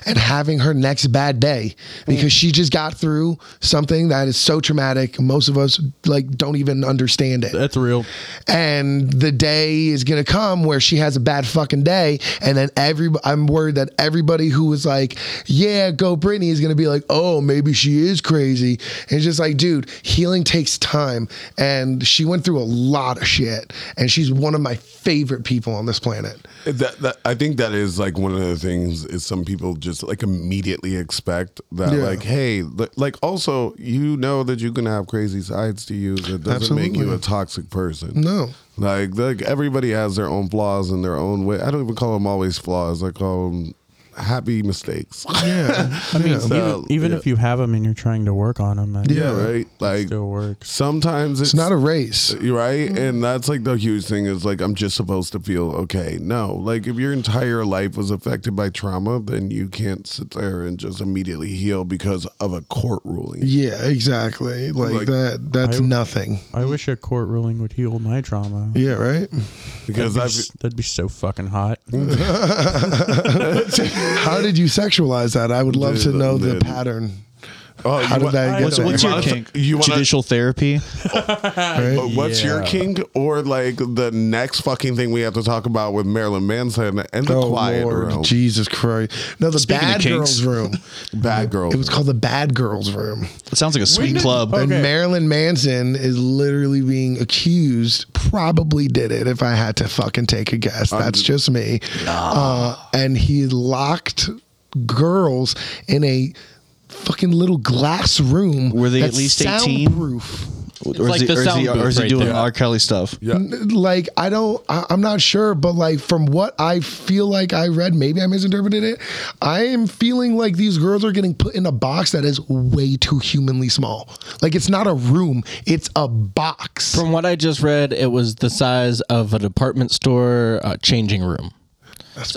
Speaker 3: and having her next bad day because she just got through something that is so traumatic. Most of us like don't even understand it
Speaker 2: That's real.
Speaker 3: and the day is gonna come where she has a bad fucking day, and then every I'm worried that everybody who was like, "Yeah, go Britney," is gonna be like, "Oh, maybe she is crazy." And it's just like, dude, healing takes time, and she went through a lot of shit, and she's one of my favorite people on this planet.
Speaker 1: That, that I think that is like one of the things is some people just like immediately expect that
Speaker 3: Yeah.
Speaker 1: like hey li- like also you know that you can have crazy sides to you that doesn't make you
Speaker 3: Absolutely.
Speaker 1: a toxic person
Speaker 3: No.
Speaker 1: like like everybody has their own flaws and their own way I don't even call them always flaws I call them happy
Speaker 3: (laughs)
Speaker 1: mistakes
Speaker 3: Yeah, I mean,
Speaker 1: So,
Speaker 2: even even
Speaker 1: yeah.
Speaker 2: if you have them and you're trying to work on them,
Speaker 1: yeah (laughs) right like
Speaker 2: still works.
Speaker 1: sometimes
Speaker 3: it's not Mm-hmm. a race.
Speaker 1: You're right and that's like the huge thing is like i'm just supposed to feel okay no like if your entire life was affected by trauma then you can't sit there and just immediately heal because of a court ruling
Speaker 3: Yeah, exactly. Like,
Speaker 1: Like-
Speaker 3: that. That's
Speaker 2: I-
Speaker 3: nothing.
Speaker 2: I wish a court ruling would heal my trauma.
Speaker 3: Yeah, right.
Speaker 1: because
Speaker 2: That'd
Speaker 1: i've
Speaker 2: be s- that'd be so fucking hot.
Speaker 3: How did you sexualize that? I would love to know the
Speaker 1: Dude.
Speaker 3: pattern.
Speaker 1: Oh,
Speaker 3: How
Speaker 1: you
Speaker 3: did
Speaker 1: want-
Speaker 3: I get
Speaker 5: What's,
Speaker 3: there?
Speaker 5: what's your
Speaker 1: Wanna-
Speaker 5: kink?
Speaker 1: you wanna-
Speaker 5: Judicial therapy?
Speaker 3: Right?
Speaker 1: But what's your kink? Or like the next fucking thing we have to talk about with Marilyn Manson and the quiet room,
Speaker 3: Oh, Jesus Christ! No, the
Speaker 4: Speaking of
Speaker 3: bad
Speaker 4: kinks.
Speaker 3: girls room.
Speaker 1: bad girl.
Speaker 3: It was called the bad girls room,
Speaker 5: It sounds like a sweet club.
Speaker 2: Okay.
Speaker 3: and Marilyn Manson is literally being accused. Probably did it. If I had to fucking take a guess, that's just me. Uh, and he locked girls in a fucking little glass room.
Speaker 5: Were they at
Speaker 3: that's
Speaker 5: least 18?
Speaker 3: soundproof.
Speaker 5: Or is,
Speaker 4: like
Speaker 5: he,
Speaker 4: the
Speaker 5: or is he,
Speaker 4: sound
Speaker 5: or is
Speaker 4: booth
Speaker 5: he
Speaker 4: right
Speaker 5: doing
Speaker 4: there.
Speaker 5: R. Kelly stuff?
Speaker 1: yeah.
Speaker 3: like I don't I, I'm not sure, but like from what I feel like I read, maybe I misinterpreted it. I am feeling like these girls are getting put in a box that is way too humanly small. Like it's not a room, it's a box.
Speaker 7: From what I just read, it was the size of a department store uh, changing room.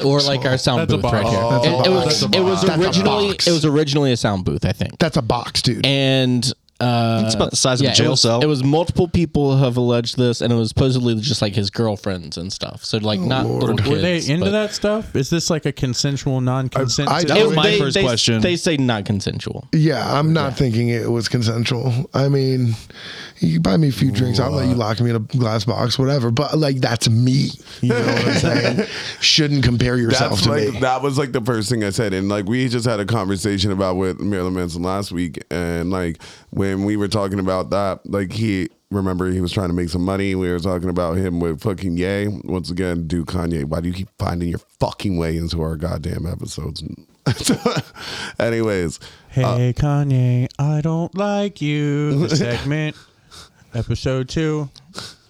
Speaker 7: or like our sound
Speaker 2: That's a
Speaker 7: booth right
Speaker 2: box.
Speaker 7: here.
Speaker 2: That's a
Speaker 7: it, it
Speaker 2: box.
Speaker 7: was,
Speaker 2: That's a
Speaker 7: it was
Speaker 3: box.
Speaker 7: originally
Speaker 3: That's
Speaker 7: it
Speaker 3: a
Speaker 7: was originally a sound booth, I think.
Speaker 3: That's a box, dude.
Speaker 7: And uh,
Speaker 5: It's about the size of a
Speaker 7: it
Speaker 5: jail
Speaker 7: was-
Speaker 5: cell.
Speaker 7: It was multiple people have alleged this, and it was supposedly just like his girlfriends and stuff. So
Speaker 3: Oh,
Speaker 7: like not little kids.
Speaker 2: Were they into
Speaker 7: but-
Speaker 2: that stuff? Is this like a consensual, non-consent?
Speaker 3: I- I-
Speaker 5: That
Speaker 7: It-
Speaker 5: was my
Speaker 7: they-
Speaker 5: first
Speaker 7: they-
Speaker 5: question.
Speaker 7: They say not consensual.
Speaker 3: yeah, I'm not thinking it was consensual. I mean, you buy me a few drinks, I'll let you lock me in a glass box, whatever. But like that's me. You know what I'm saying? Shouldn't compare yourself
Speaker 1: That's
Speaker 3: to
Speaker 1: like
Speaker 3: me.
Speaker 1: that was like the first thing I said, and like we just had a conversation about with Marilyn Manson last week, and like when we were talking about that, like he remember he was trying to make some money. We were talking about him with fucking Ye once again. Do Kanye? Why do you keep finding your fucking way into our goddamn episodes? (laughs) Anyways,
Speaker 2: hey Kanye, I don't like you. The segment, episode two.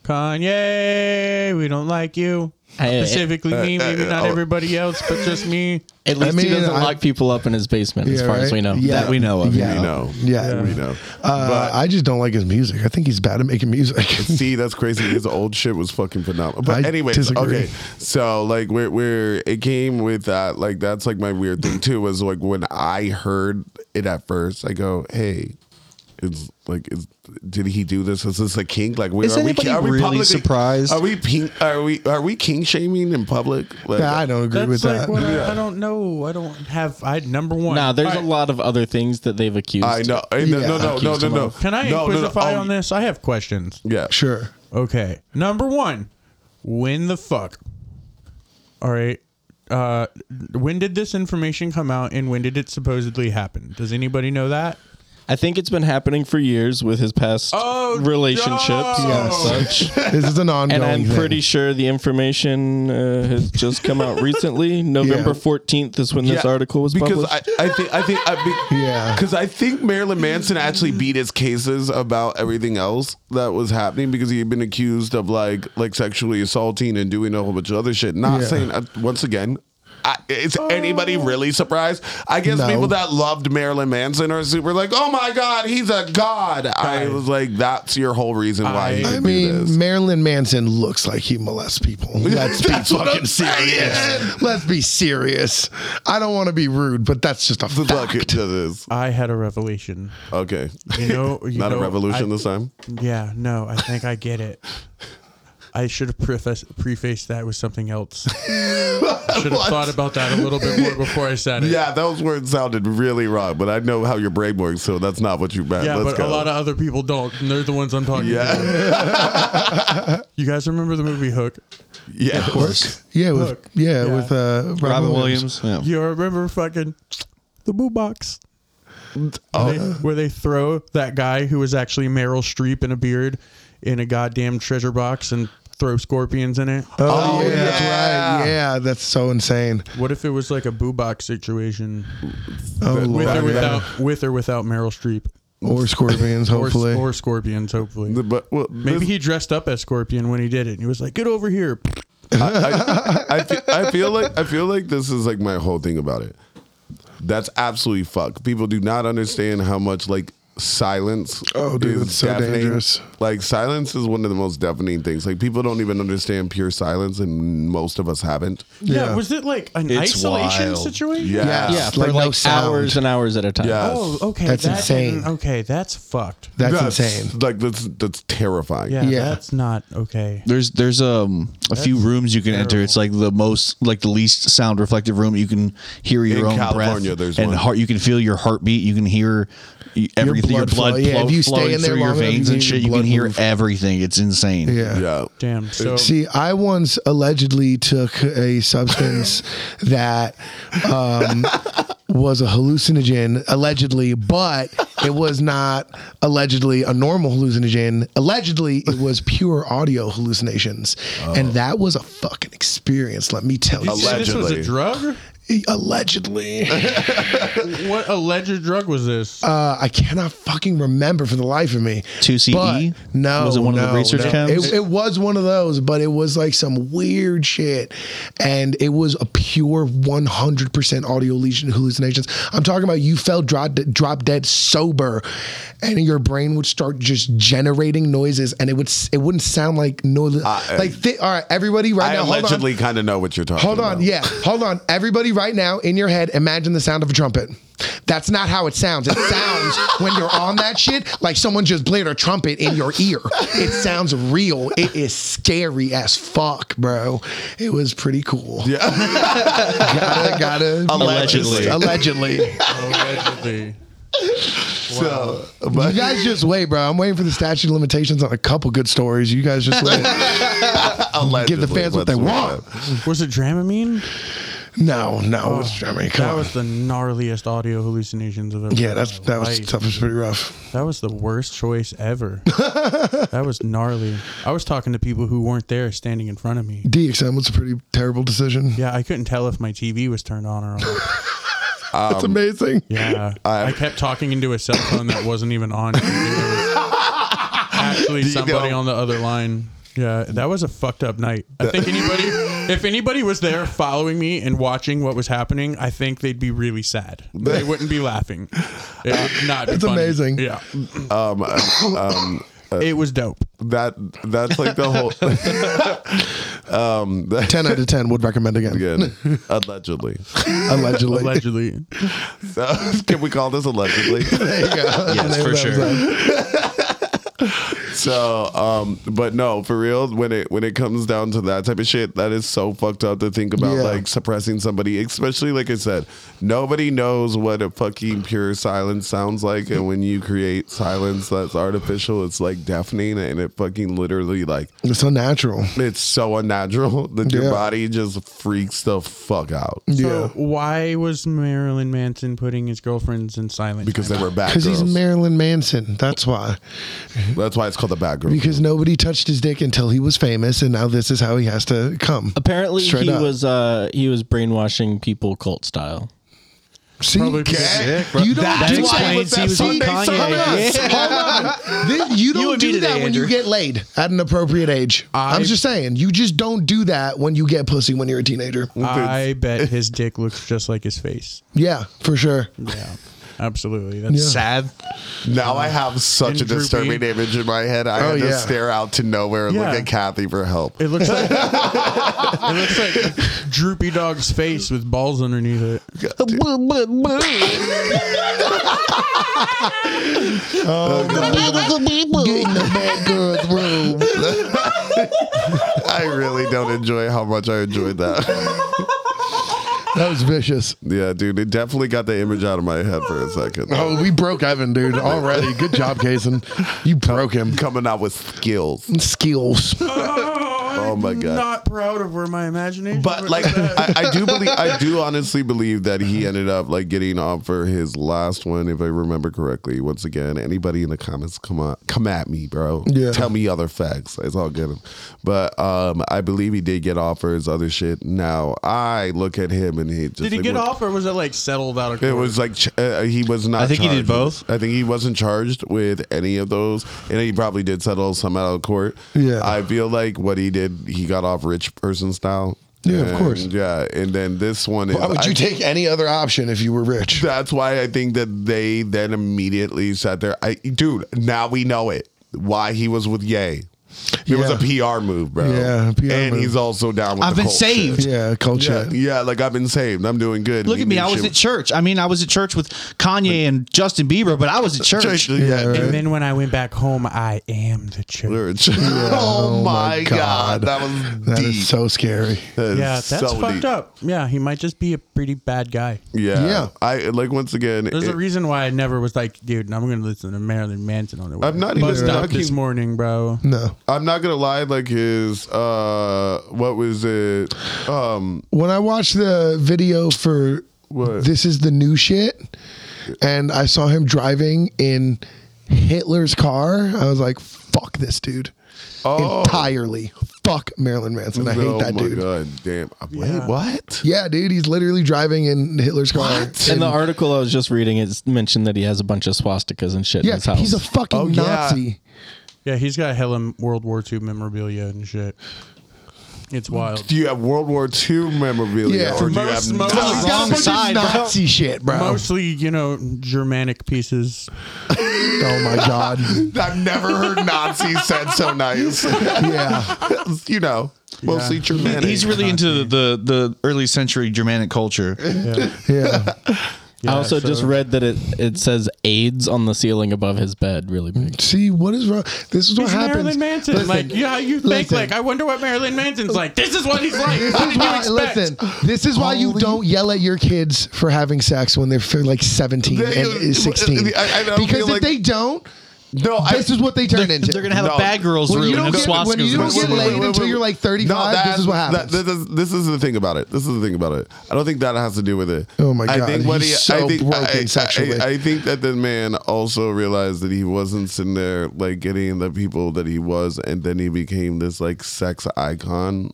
Speaker 2: Kanye, we don't like you.
Speaker 7: Hey,
Speaker 2: Specifically me, maybe not everybody else, but just me.
Speaker 7: At least
Speaker 3: mean,
Speaker 7: he doesn't
Speaker 3: I-
Speaker 7: lock people up in his basement, as
Speaker 3: Yeah,
Speaker 7: far as
Speaker 3: right?
Speaker 7: we know.
Speaker 3: Yeah.
Speaker 5: That we know of.
Speaker 1: we
Speaker 3: Yeah.
Speaker 1: know,
Speaker 3: Yeah.
Speaker 1: we know.
Speaker 3: Uh, I just don't like his music. I think he's bad at making music. (laughs)
Speaker 1: See, that's crazy. His old shit was fucking phenomenal. But
Speaker 3: I
Speaker 1: anyways,
Speaker 3: disagree.
Speaker 1: okay. So like we're we're it came with that. Like that's like my weird thing too, was like when I heard it at first, I go, Hey, it's like is did he do this? Is this a kink? Like we
Speaker 5: Is
Speaker 1: are
Speaker 5: anybody
Speaker 1: we are we
Speaker 5: really
Speaker 1: publicly-
Speaker 5: surprised?
Speaker 1: Are we pink are we are we king shaming in public? Like,
Speaker 3: Nah, I don't agree
Speaker 2: That's
Speaker 3: with
Speaker 2: like
Speaker 3: that.
Speaker 2: what I, I don't know. I don't have. I number one.
Speaker 7: Nah, there's
Speaker 2: All
Speaker 7: a
Speaker 2: right.
Speaker 7: lot of other things that they've accused.
Speaker 1: I know. I know- No,
Speaker 3: Yeah.
Speaker 1: no, no, no, no, no.
Speaker 2: Can I
Speaker 1: no, no, no.
Speaker 2: inquisify
Speaker 1: Oh,
Speaker 2: on this? I have questions.
Speaker 1: Yeah.
Speaker 3: Sure.
Speaker 2: Okay. Number one, when the fuck? All right. Uh, when did this information come out and when did it supposedly happen? Does anybody know that?
Speaker 7: I think it's been happening for years with his past
Speaker 2: Oh,
Speaker 7: relationships
Speaker 2: no.
Speaker 7: and
Speaker 2: Yes.
Speaker 3: (laughs)
Speaker 7: such.
Speaker 3: This is an ongoing
Speaker 7: And I'm
Speaker 3: thing.
Speaker 7: pretty sure the information uh, has just come out recently. November 14th is when this
Speaker 1: Yeah,
Speaker 7: article was
Speaker 1: because
Speaker 7: published.
Speaker 1: I, I think I think I be,
Speaker 3: (laughs) Yeah.
Speaker 1: because I think Marilyn Manson actually beat his cases about everything else that was happening because he had been accused of like like sexually assaulting and doing a whole bunch of other shit. Not
Speaker 3: Yeah. Oh.
Speaker 1: saying uh, once again. I, is anybody really surprised? I guess
Speaker 3: No.
Speaker 1: people that loved Marilyn Manson are super like, oh my god, he's a god. I was like, that's your whole reason why
Speaker 2: I-
Speaker 1: he
Speaker 3: I
Speaker 1: could do
Speaker 3: mean,
Speaker 1: this.
Speaker 3: Marilyn Manson looks like he molests people. Let's be
Speaker 1: That's what I'm
Speaker 3: fucking serious.
Speaker 1: saying.
Speaker 3: Let's be serious. I don't want to be rude, but that's just a
Speaker 1: Good luck
Speaker 3: fact.
Speaker 1: to this.
Speaker 2: I had a revelation.
Speaker 3: (laughs)
Speaker 1: Okay,
Speaker 2: You know, you
Speaker 1: not
Speaker 2: know,
Speaker 1: a revolution
Speaker 2: I-
Speaker 1: this time.
Speaker 2: Yeah, no, I think I get it. I should have preface, prefaced that with
Speaker 1: (laughs)
Speaker 2: something else. should have thought about that a little bit more before I said it.
Speaker 1: Yeah, those words sounded really wrong, but I know how your brain works, so that's not what you meant.
Speaker 2: Yeah,
Speaker 1: Let's
Speaker 2: but
Speaker 1: go.
Speaker 2: a lot of other people don't, and they're the ones I'm talking to.
Speaker 1: yeah, (laughs)
Speaker 2: You guys remember the movie Hook?
Speaker 1: yeah, of course.
Speaker 3: Yeah, with
Speaker 2: Look.
Speaker 3: yeah,
Speaker 2: Yeah.
Speaker 3: with uh, Robin,
Speaker 5: Robin
Speaker 3: Williams.
Speaker 5: Williams. Yeah.
Speaker 2: You remember fucking the boo box? Where
Speaker 1: Oh.
Speaker 2: they- where they throw that guy who was actually Meryl Streep in a beard in a goddamn treasure box and throw scorpions in it.
Speaker 3: Oh,
Speaker 1: Oh,
Speaker 3: yeah, that's
Speaker 1: yeah.
Speaker 3: right. Yeah, that's so insane.
Speaker 2: What if it was like a boo box situation
Speaker 3: Oh,
Speaker 2: with
Speaker 3: Lord.
Speaker 2: or without with or without Meryl Streep
Speaker 3: or scorpions,
Speaker 2: or,
Speaker 3: hopefully.
Speaker 2: or scorpions? Hopefully,
Speaker 1: The- (laughs) But well,
Speaker 2: maybe
Speaker 1: this-
Speaker 2: he dressed up as scorpion when he did it. And he was like, "Get over here!"
Speaker 1: I, I, I, feel, I feel like I feel like this is like my whole thing about it. That's absolutely fuck. People do not understand how much like silence.
Speaker 3: Oh, dude,
Speaker 1: is
Speaker 3: it's so dangerous.
Speaker 1: Like silence is one of the most deafening things. Like people don't even understand pure silence, and most of us haven't.
Speaker 2: Yeah.
Speaker 3: Yeah.
Speaker 2: was it like an
Speaker 4: It's
Speaker 2: isolation
Speaker 4: wild.
Speaker 2: situation?
Speaker 1: Yeah.
Speaker 7: yeah, for
Speaker 3: like
Speaker 7: like,
Speaker 3: no sound.
Speaker 7: hours and hours at a time.
Speaker 1: Yeah.
Speaker 2: Oh, okay.
Speaker 3: That's
Speaker 2: that didn't-
Speaker 3: insane.
Speaker 2: Okay, that's fucked.
Speaker 3: That's, insane.
Speaker 1: Like that's that's terrifying.
Speaker 2: Yeah,
Speaker 3: Yeah.
Speaker 2: that's not okay.
Speaker 5: There's there's um a few
Speaker 2: That's
Speaker 5: rooms you can enter.
Speaker 2: terrible.
Speaker 5: It's like the most like the least sound reflective room. You can hear your
Speaker 1: In
Speaker 5: own
Speaker 1: California,
Speaker 5: breath
Speaker 1: there's
Speaker 5: and
Speaker 1: one.
Speaker 5: heart. You can feel your heartbeat. You can hear y- everything. Your
Speaker 3: blood
Speaker 5: blood,
Speaker 3: flow. Yeah,
Speaker 5: flow-
Speaker 3: if you stay
Speaker 5: flowing
Speaker 3: in there
Speaker 5: through your
Speaker 3: long enough,
Speaker 5: veins
Speaker 3: you
Speaker 5: and
Speaker 3: hear your
Speaker 5: shit. You can
Speaker 3: blood
Speaker 5: hear
Speaker 3: move.
Speaker 5: everything. It's insane.
Speaker 3: Yeah.
Speaker 1: Yeah.
Speaker 2: Damn. So
Speaker 3: See, I once allegedly took a substance that um, was a hallucinogen, allegedly, but it was not allegedly a normal hallucinogen. Allegedly, it was pure audio hallucinations. And that was a fucking experience, let me tell
Speaker 2: you
Speaker 3: you.
Speaker 2: said this was a
Speaker 1: Allegedly.
Speaker 2: drug?
Speaker 3: allegedly.
Speaker 2: What alleged drug was this?
Speaker 3: Uh, I cannot fucking remember for the life of me.
Speaker 5: 2CE?
Speaker 3: But No.
Speaker 5: E? Was it one of the
Speaker 3: no,
Speaker 5: research
Speaker 3: no.
Speaker 5: chems?
Speaker 3: It, it was one of those, but it was like some weird shit. And it was a pure 100% audio lesion hallucinations. I'm talking about you fell drop, drop dead sober and your brain would start just generating noises and it would s- it wouldn't sound like noise.
Speaker 1: I-
Speaker 3: like thi- all right, everybody right
Speaker 1: I
Speaker 3: now hold on.
Speaker 1: allegedly kind of know what you're talking
Speaker 3: Hold
Speaker 1: about.
Speaker 3: on, yeah, hold on. Everybody, right now, in your head, imagine the sound of a trumpet. That's not how it sounds. It sounds when you're on that shit like someone just blared a trumpet in your ear. It sounds real. It is scary as fuck, bro. It was pretty cool. Yeah, (laughs) gotta, gotta
Speaker 5: Allegedly.
Speaker 3: allegedly.
Speaker 2: Allegedly.
Speaker 1: So,
Speaker 3: You
Speaker 1: but
Speaker 3: guys just wait, bro. I'm waiting for the statute of limitations on a couple good stories. You guys just wait. give the
Speaker 1: allegedly,
Speaker 3: fans what they
Speaker 1: let's
Speaker 3: want.
Speaker 1: look at it.
Speaker 2: Was it Dramamine?
Speaker 3: No, no. it's- I mean, come
Speaker 2: That
Speaker 3: on.
Speaker 2: was the gnarliest audio hallucinations I've ever.
Speaker 3: yeah,
Speaker 2: had
Speaker 3: that's
Speaker 2: in my
Speaker 3: that was
Speaker 2: life.
Speaker 3: tough. It was pretty rough.
Speaker 2: That was the worst choice
Speaker 3: (laughs)
Speaker 2: ever. that was gnarly. I was talking to people who weren't there, standing in front of me.
Speaker 3: DXM was a pretty terrible decision.
Speaker 2: Yeah, I couldn't tell if my TV was turned on or off.
Speaker 3: That's amazing.
Speaker 2: Yeah, I, kept talking into a cell phone that wasn't even on. It was actually, somebody
Speaker 1: know-
Speaker 2: on the other line. Yeah, that was a fucked up night. I think anybody, if anybody was there following me and watching what was happening, I think they'd be really sad. They wouldn't be laughing. It would not. Be
Speaker 3: That's
Speaker 2: funny.
Speaker 3: amazing.
Speaker 2: Yeah,
Speaker 1: Um, uh, um,
Speaker 2: it was dope.
Speaker 1: that that's like the whole.
Speaker 3: (laughs)
Speaker 1: um, that,
Speaker 3: 10 out of 10 would recommend again.
Speaker 1: again, allegedly.
Speaker 3: Allegedly. (laughs)
Speaker 2: Allegedly.
Speaker 1: So, (laughs) can we call this allegedly?
Speaker 3: There you go.
Speaker 4: Yes,
Speaker 3: Name
Speaker 4: for
Speaker 3: of
Speaker 4: sure.
Speaker 3: episode.
Speaker 1: So, um, but no, for real, when it when it comes down to that type of shit, that is so fucked up to think about,
Speaker 3: Yeah.
Speaker 1: like suppressing somebody, especially like I said, nobody knows what a fucking pure silence sounds like, and when you create silence that's artificial, it's like deafening, and it fucking literally like
Speaker 3: It's unnatural.
Speaker 1: it's so unnatural (laughs) that your
Speaker 3: Yeah.
Speaker 1: body just freaks the fuck out
Speaker 3: Yeah.
Speaker 2: So why was Marilyn Manson putting his girlfriends in silent?
Speaker 1: because
Speaker 2: time?
Speaker 1: they were bad
Speaker 3: Because
Speaker 1: girls.
Speaker 3: he's Marilyn Manson. That's why.
Speaker 1: That's why it's called the bad girl.
Speaker 3: Because nobody touched his dick until he was famous, and now this is how he has to come.
Speaker 7: Apparently,
Speaker 3: Straight
Speaker 7: he
Speaker 3: up.
Speaker 7: was uh, he was brainwashing people cult style.
Speaker 3: See,
Speaker 2: Probably because
Speaker 3: Cat,
Speaker 2: of his
Speaker 3: you don't
Speaker 5: That
Speaker 3: do
Speaker 5: explains
Speaker 3: that.
Speaker 5: he was
Speaker 3: See,
Speaker 5: with Kanye.
Speaker 3: hold on.
Speaker 5: Yeah.
Speaker 3: Hold on. This- you don't
Speaker 4: would be
Speaker 3: do that
Speaker 4: today,
Speaker 3: when you
Speaker 4: Andrew.
Speaker 3: get laid at an appropriate age. I, am
Speaker 2: I-
Speaker 3: just saying, you just don't do that when you get pussy when you're a teenager.
Speaker 2: I (laughs) bet his dick looks just like his face.
Speaker 3: Yeah, for sure.
Speaker 2: Yeah, (laughs) absolutely. That's
Speaker 4: Sad.
Speaker 1: Now I have such a
Speaker 2: and droopy.
Speaker 1: disturbing image in my head. I
Speaker 3: Oh,
Speaker 1: had to
Speaker 3: yeah.
Speaker 1: stare out to nowhere and
Speaker 2: Yeah.
Speaker 1: look at Kathy for help.
Speaker 2: it looks like it looks like droopy dog's face with balls underneath it.
Speaker 3: Uh, Get in the bad girl's room.
Speaker 1: I really don't enjoy how much I enjoyed that. (laughs)
Speaker 3: That was vicious.
Speaker 1: yeah, dude, it definitely got the image out of my head for a second.
Speaker 3: Oh, we broke Evan, dude, already. Good job, Kason. You broke him.
Speaker 1: Coming out with skills.
Speaker 3: Skills.
Speaker 1: Oh my god.
Speaker 2: Not proud of where my imagination.
Speaker 1: but
Speaker 2: went
Speaker 1: like
Speaker 2: with that.
Speaker 1: I, I do believe I (laughs) do honestly believe that he ended up like getting off for his last one, if I remember correctly. Once again, anybody in the comments come on come at me, bro.
Speaker 3: Yeah.
Speaker 1: Tell me other facts. It's all good. But um I believe he did get off for his other shit. Now I look at him and he just
Speaker 2: did he
Speaker 1: like,
Speaker 2: get
Speaker 1: look-
Speaker 2: off or was it like settled out of court?
Speaker 1: It was like ch- uh, he was not.
Speaker 4: I think he did
Speaker 1: charged.
Speaker 4: both.
Speaker 1: I think he wasn't charged with any of those, and he probably did settle some out of court.
Speaker 3: Yeah.
Speaker 1: I feel like what he did, he got off rich person style.
Speaker 3: Yeah, of course.
Speaker 1: And, yeah, and then this one is.
Speaker 3: Why would you
Speaker 1: I-
Speaker 3: take any other option if you were rich?
Speaker 1: That's why I think that they then immediately sat there. I, dude, now we know it. Why he was with Ye. It was a PR move, bro.
Speaker 3: Yeah, PR
Speaker 1: and
Speaker 3: move.
Speaker 1: he's also down with
Speaker 5: I've
Speaker 1: the
Speaker 5: been
Speaker 1: cult
Speaker 5: saved.
Speaker 1: shit.
Speaker 3: Yeah,
Speaker 1: Yeah,
Speaker 3: culture.
Speaker 1: yeah, like I've been saved. I'm doing good.
Speaker 5: Look
Speaker 1: We
Speaker 5: at me.
Speaker 1: need
Speaker 5: I was
Speaker 1: shit.
Speaker 5: at church. I mean, I was at church with Kanye and Justin Bieber, but I
Speaker 3: (laughs)
Speaker 5: was at
Speaker 1: (laughs)
Speaker 5: church.
Speaker 1: Yeah,
Speaker 3: right.
Speaker 2: And then when I went back home, I am the church.
Speaker 3: (laughs)
Speaker 1: lyrics. (laughs) oh, my god. that was
Speaker 3: That
Speaker 1: deep.
Speaker 3: is so scary.
Speaker 1: That is
Speaker 2: Yeah, that's
Speaker 1: so
Speaker 2: fucked
Speaker 1: deep.
Speaker 2: up. Yeah, he might just be a pretty bad guy.
Speaker 1: Yeah,
Speaker 3: Yeah.
Speaker 1: I like once again.
Speaker 2: There's
Speaker 1: it-
Speaker 2: a reason why I never was like, dude, I'm gonna listen to Marilyn Manson on the way.
Speaker 1: I'm not even
Speaker 2: buzzed up this
Speaker 1: talking-
Speaker 2: morning, bro.
Speaker 3: No.
Speaker 1: I'm not gonna lie. Like his, uh, what was it? Um,
Speaker 3: When I watched the video for
Speaker 1: What?
Speaker 3: This Is the New Shit, and I saw him driving in Hitler's car, I was like, fuck this dude. Entirely. Fuck Marilyn Manson. I hate
Speaker 1: oh
Speaker 3: that
Speaker 1: my
Speaker 3: dude.
Speaker 1: god, damn! Uh, Wait,
Speaker 2: Yeah.
Speaker 1: what?
Speaker 3: Yeah, dude, he's literally driving in Hitler's car.
Speaker 7: In the
Speaker 3: And-
Speaker 7: article I was just reading, it's mentioned that he has a bunch of swastikas and shit in
Speaker 3: yeah,
Speaker 7: his house.
Speaker 3: he's a fucking
Speaker 1: Oh, yeah.
Speaker 3: Nazi.
Speaker 2: Yeah, he's got hella World War II memorabilia and shit. It's wild.
Speaker 1: Do you have World War II memorabilia?
Speaker 3: Yeah.
Speaker 1: or do you
Speaker 2: Most-
Speaker 1: have
Speaker 2: most-
Speaker 3: No, he's got a bunch of
Speaker 5: side, bro.
Speaker 3: Nazi shit, bro.
Speaker 2: Mostly, you know, Germanic pieces.
Speaker 3: Oh my
Speaker 1: (laughs)
Speaker 3: god.
Speaker 1: I've never heard Nazi said
Speaker 3: (laughs)
Speaker 1: so nice.
Speaker 3: Yeah.
Speaker 1: (laughs) you know, mostly Germanic.
Speaker 4: He's really into the, the early century Germanic culture.
Speaker 3: Yeah.
Speaker 7: I also
Speaker 2: so-
Speaker 7: just read that it, it says AIDS on the ceiling above his bed, really big.
Speaker 3: See what is wrong? This is what
Speaker 2: He's
Speaker 3: happens.
Speaker 2: Marilyn Manson.
Speaker 3: Listen,
Speaker 2: like, yeah, you think
Speaker 3: listen.
Speaker 2: like I wonder what Marilyn Manson's like. This is what he's like.
Speaker 3: This
Speaker 2: What
Speaker 3: is
Speaker 2: did you
Speaker 3: why,
Speaker 2: expect?
Speaker 3: listen, this is why you don't yell at your kids for having sex when they're f- like 17
Speaker 1: They-
Speaker 3: and 16.
Speaker 1: I- I don't
Speaker 3: because
Speaker 1: feel
Speaker 3: if
Speaker 1: like-
Speaker 3: they don't,
Speaker 1: no. I,
Speaker 3: this is what they turn into.
Speaker 4: (laughs)
Speaker 5: They're gonna have
Speaker 1: No.
Speaker 5: a bad girls
Speaker 3: When you
Speaker 5: room
Speaker 3: don't
Speaker 5: and have
Speaker 3: get- when you
Speaker 5: swastikas.
Speaker 3: don't get
Speaker 5: room.
Speaker 3: laid- until you're, like, 35, this
Speaker 1: that-
Speaker 3: is what happens.
Speaker 1: That, this, is, this is the thing about it. This is the thing about it. I don't think that has to do with it.
Speaker 3: Oh my God, he's so broken
Speaker 1: I,
Speaker 3: sexually.
Speaker 1: I, I think that the man also realized that he wasn't sitting there like getting the people that he was, and then he became this like sex icon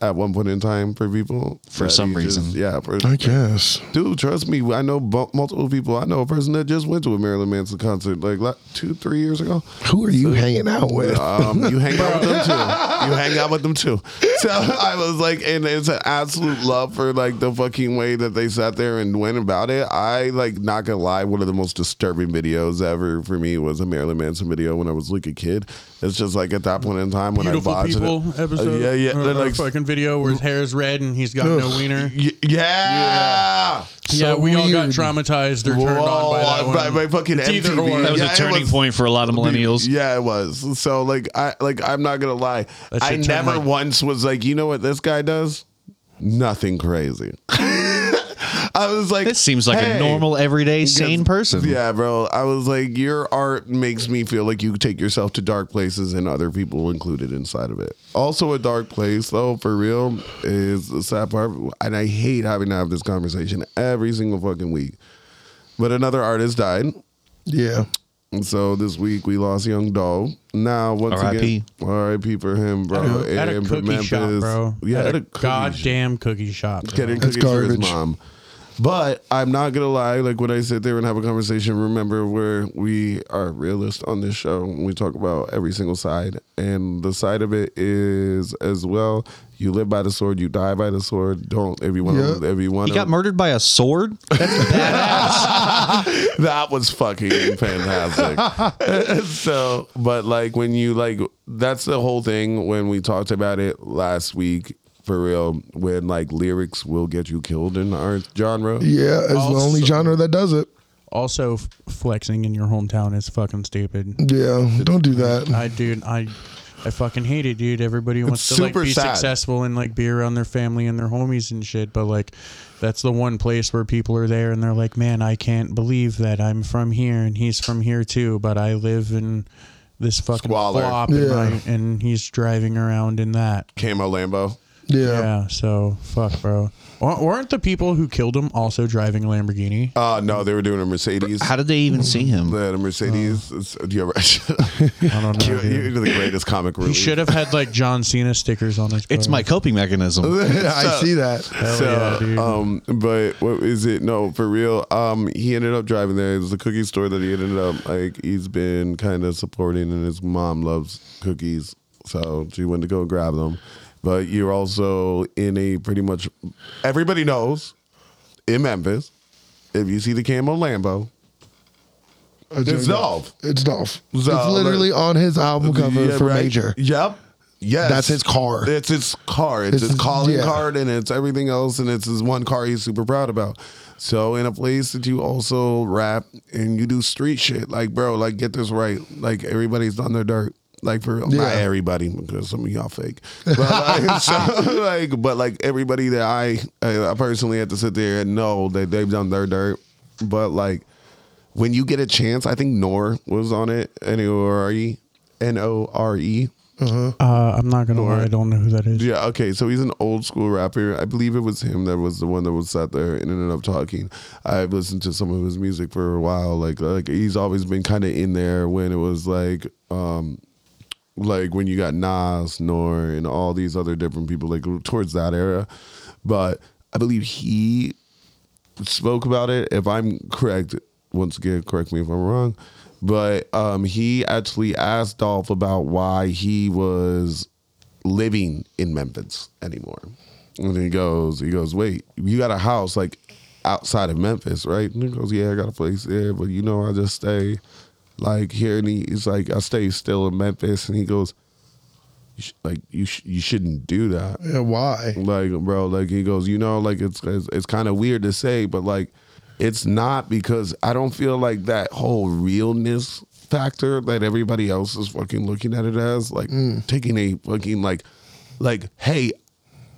Speaker 1: at one point in time for people
Speaker 4: For
Speaker 1: That
Speaker 4: some
Speaker 1: he just-
Speaker 4: reason.
Speaker 1: yeah. For,
Speaker 3: I guess.
Speaker 1: dude, trust me. I know bu- multiple people. I know a person that just went to a Marilyn Manson concert like, like two, three years ago.
Speaker 3: Who are you hanging out with?
Speaker 1: Um, you hang out with them too. You hang out with them too. So I was like, and it's an absolute love for like the fucking way that they sat there and went about it. I like not gonna lie, one of the most disturbing videos ever for me was a Marilyn Manson video when I was like a kid. It's just like at that point in time when
Speaker 2: Beautiful
Speaker 1: I watched
Speaker 2: people
Speaker 1: it. Uh,
Speaker 2: episode. Uh,
Speaker 1: yeah, yeah,
Speaker 2: Or,
Speaker 1: they're
Speaker 2: or
Speaker 1: like-
Speaker 2: fucking video where his hair is red and he's got no wiener.
Speaker 1: Y- yeah.
Speaker 2: yeah, we all got
Speaker 3: weird.
Speaker 2: traumatized or turned on by that
Speaker 1: Whoa,
Speaker 2: one.
Speaker 1: by- by fucking
Speaker 2: It's either
Speaker 1: MTV.
Speaker 2: or.
Speaker 4: That was
Speaker 1: Yeah,
Speaker 4: a
Speaker 1: it
Speaker 4: turning
Speaker 1: was-
Speaker 4: point for a lot of millennials.
Speaker 1: Yeah, it was. So like I like I'm not gonna lie.
Speaker 2: That
Speaker 1: I
Speaker 2: shit turned
Speaker 1: never
Speaker 2: my-
Speaker 1: once was like, you know what this guy does? Nothing crazy. (laughs) I was like,
Speaker 4: This seems like
Speaker 1: hey.
Speaker 4: a normal, everyday, sane person.
Speaker 1: Yeah, bro. I was like, your art makes me feel like you take yourself to dark places and other people included inside of it. Also, a dark place, though, for real, is the sad part. And I hate having to have this conversation every single fucking week. But another artist died.
Speaker 3: Yeah.
Speaker 1: And so this week we lost Young Doe. Now once
Speaker 4: R.I.P..
Speaker 1: again, R.I.P. for him, bro.
Speaker 2: at a
Speaker 1: And for
Speaker 2: cookie shop,
Speaker 1: Memphis.
Speaker 2: bro.
Speaker 1: Yeah,
Speaker 2: at, a,
Speaker 1: cookie shop.
Speaker 2: goddamn cookie shop. bro.
Speaker 1: getting
Speaker 3: That's
Speaker 1: cookies for his
Speaker 3: garbage.
Speaker 1: mom. But I'm not gonna lie. Like when I sit there and have a conversation, remember where we are realist on this show. We talk about every single side, and the side of it is as well. You live by the sword, you die by the sword. Don't if you want
Speaker 3: Yeah.
Speaker 1: to, if you want
Speaker 4: He got murdered by a sword?
Speaker 1: that was fucking
Speaker 3: (laughs)
Speaker 1: fantastic. (laughs) so, but like when you like, that's the whole thing when we talked about it last week for real. When like lyrics will get you killed in our genre.
Speaker 3: Yeah. It's the only genre that does it.
Speaker 2: Also, f- flexing in your hometown is fucking stupid.
Speaker 3: Yeah. Don't do that.
Speaker 2: I dude, I I fucking hate it, dude. Everybody wants to like
Speaker 1: super
Speaker 2: be
Speaker 1: sad.
Speaker 2: successful and like be around their family and their homies and shit, but like that's the one place where people are there and they're like, "Man, I can't believe that I'm from here and he's from here too, but I live in this fucking
Speaker 1: Squalor.
Speaker 2: flop and,
Speaker 3: Yeah.
Speaker 2: I- and he's driving around in that."
Speaker 1: Camo Lambo.
Speaker 3: Yeah.
Speaker 2: Yeah, so fuck, bro. Wa- Weren't the people who killed him also driving a Lamborghini?
Speaker 1: Uh, no, they were doing a Mercedes.
Speaker 4: How did they even see him?
Speaker 1: they had a
Speaker 3: Oh.
Speaker 1: Mercedes. It's- Do you ever?
Speaker 2: I don't know.
Speaker 1: you,
Speaker 2: dude.
Speaker 1: (laughs) you're the greatest comic
Speaker 2: He
Speaker 1: relief. (laughs)
Speaker 2: should have had like John Cena stickers on his.
Speaker 4: It's
Speaker 2: car.
Speaker 4: my coping mechanism.
Speaker 1: (laughs)
Speaker 3: I see that.
Speaker 2: Hell
Speaker 1: So,
Speaker 2: yeah, dude.
Speaker 1: um, but what is it? No, for real. Um, he ended up driving there. It was a cookie store that he ended up like. He's been kind of supporting, and his mom loves cookies, so she went to go grab them. but you're also in a pretty much everybody knows in Memphis. If you see the camo Lambo, It's Dolph.
Speaker 3: It's Dolph.
Speaker 1: Dolph.
Speaker 3: It's literally on his album cover
Speaker 1: yeah,
Speaker 3: for
Speaker 1: right?
Speaker 3: Major.
Speaker 1: Yep. Yes.
Speaker 3: That's his car.
Speaker 1: It's his car. It's,
Speaker 3: It's
Speaker 1: his
Speaker 3: his-
Speaker 1: calling
Speaker 3: yeah.
Speaker 1: card and it's everything else. And it's his one car he's super proud about. So, in a place that you also rap and you do street shit, like, bro, like, get this right. Like, everybody's done their dirt. Like, for real. Not
Speaker 3: Yeah.
Speaker 1: everybody, because some of y'all fake. But like, (laughs) so, like, but like everybody that I, I personally had to sit there and know that they've done their dirt. But like, when you get a chance, I think Nor was on it. N O R E. N O R E.
Speaker 2: Uh, I'm not gonna lie, I don't know who that is.
Speaker 1: Yeah, okay. So he's an old school rapper. I believe it was him that was the one that was sat there and ended up talking. I've listened to some of his music for a while. Like like he's always been kind of in there when it was like um like when you got Nas, Nor, and all these other different people like towards that era. But I believe he spoke about it. If I'm correct, once again, correct me if I'm wrong. But um, he actually asked Dolph about why he was living in Memphis anymore. And he goes, he goes, wait, you got a house like outside of Memphis, right? And he goes, yeah, I got a place there, but you know, I just stay like here. And he, he's like, I stay still in Memphis. And he goes, you sh- like you, sh- you shouldn't do that
Speaker 3: Yeah, why?
Speaker 1: like bro like he goes you know like it's it's, it's kind of weird to say but like it's not because i don't feel like that whole realness factor that everybody else is fucking looking at it as like taking a fucking like like hey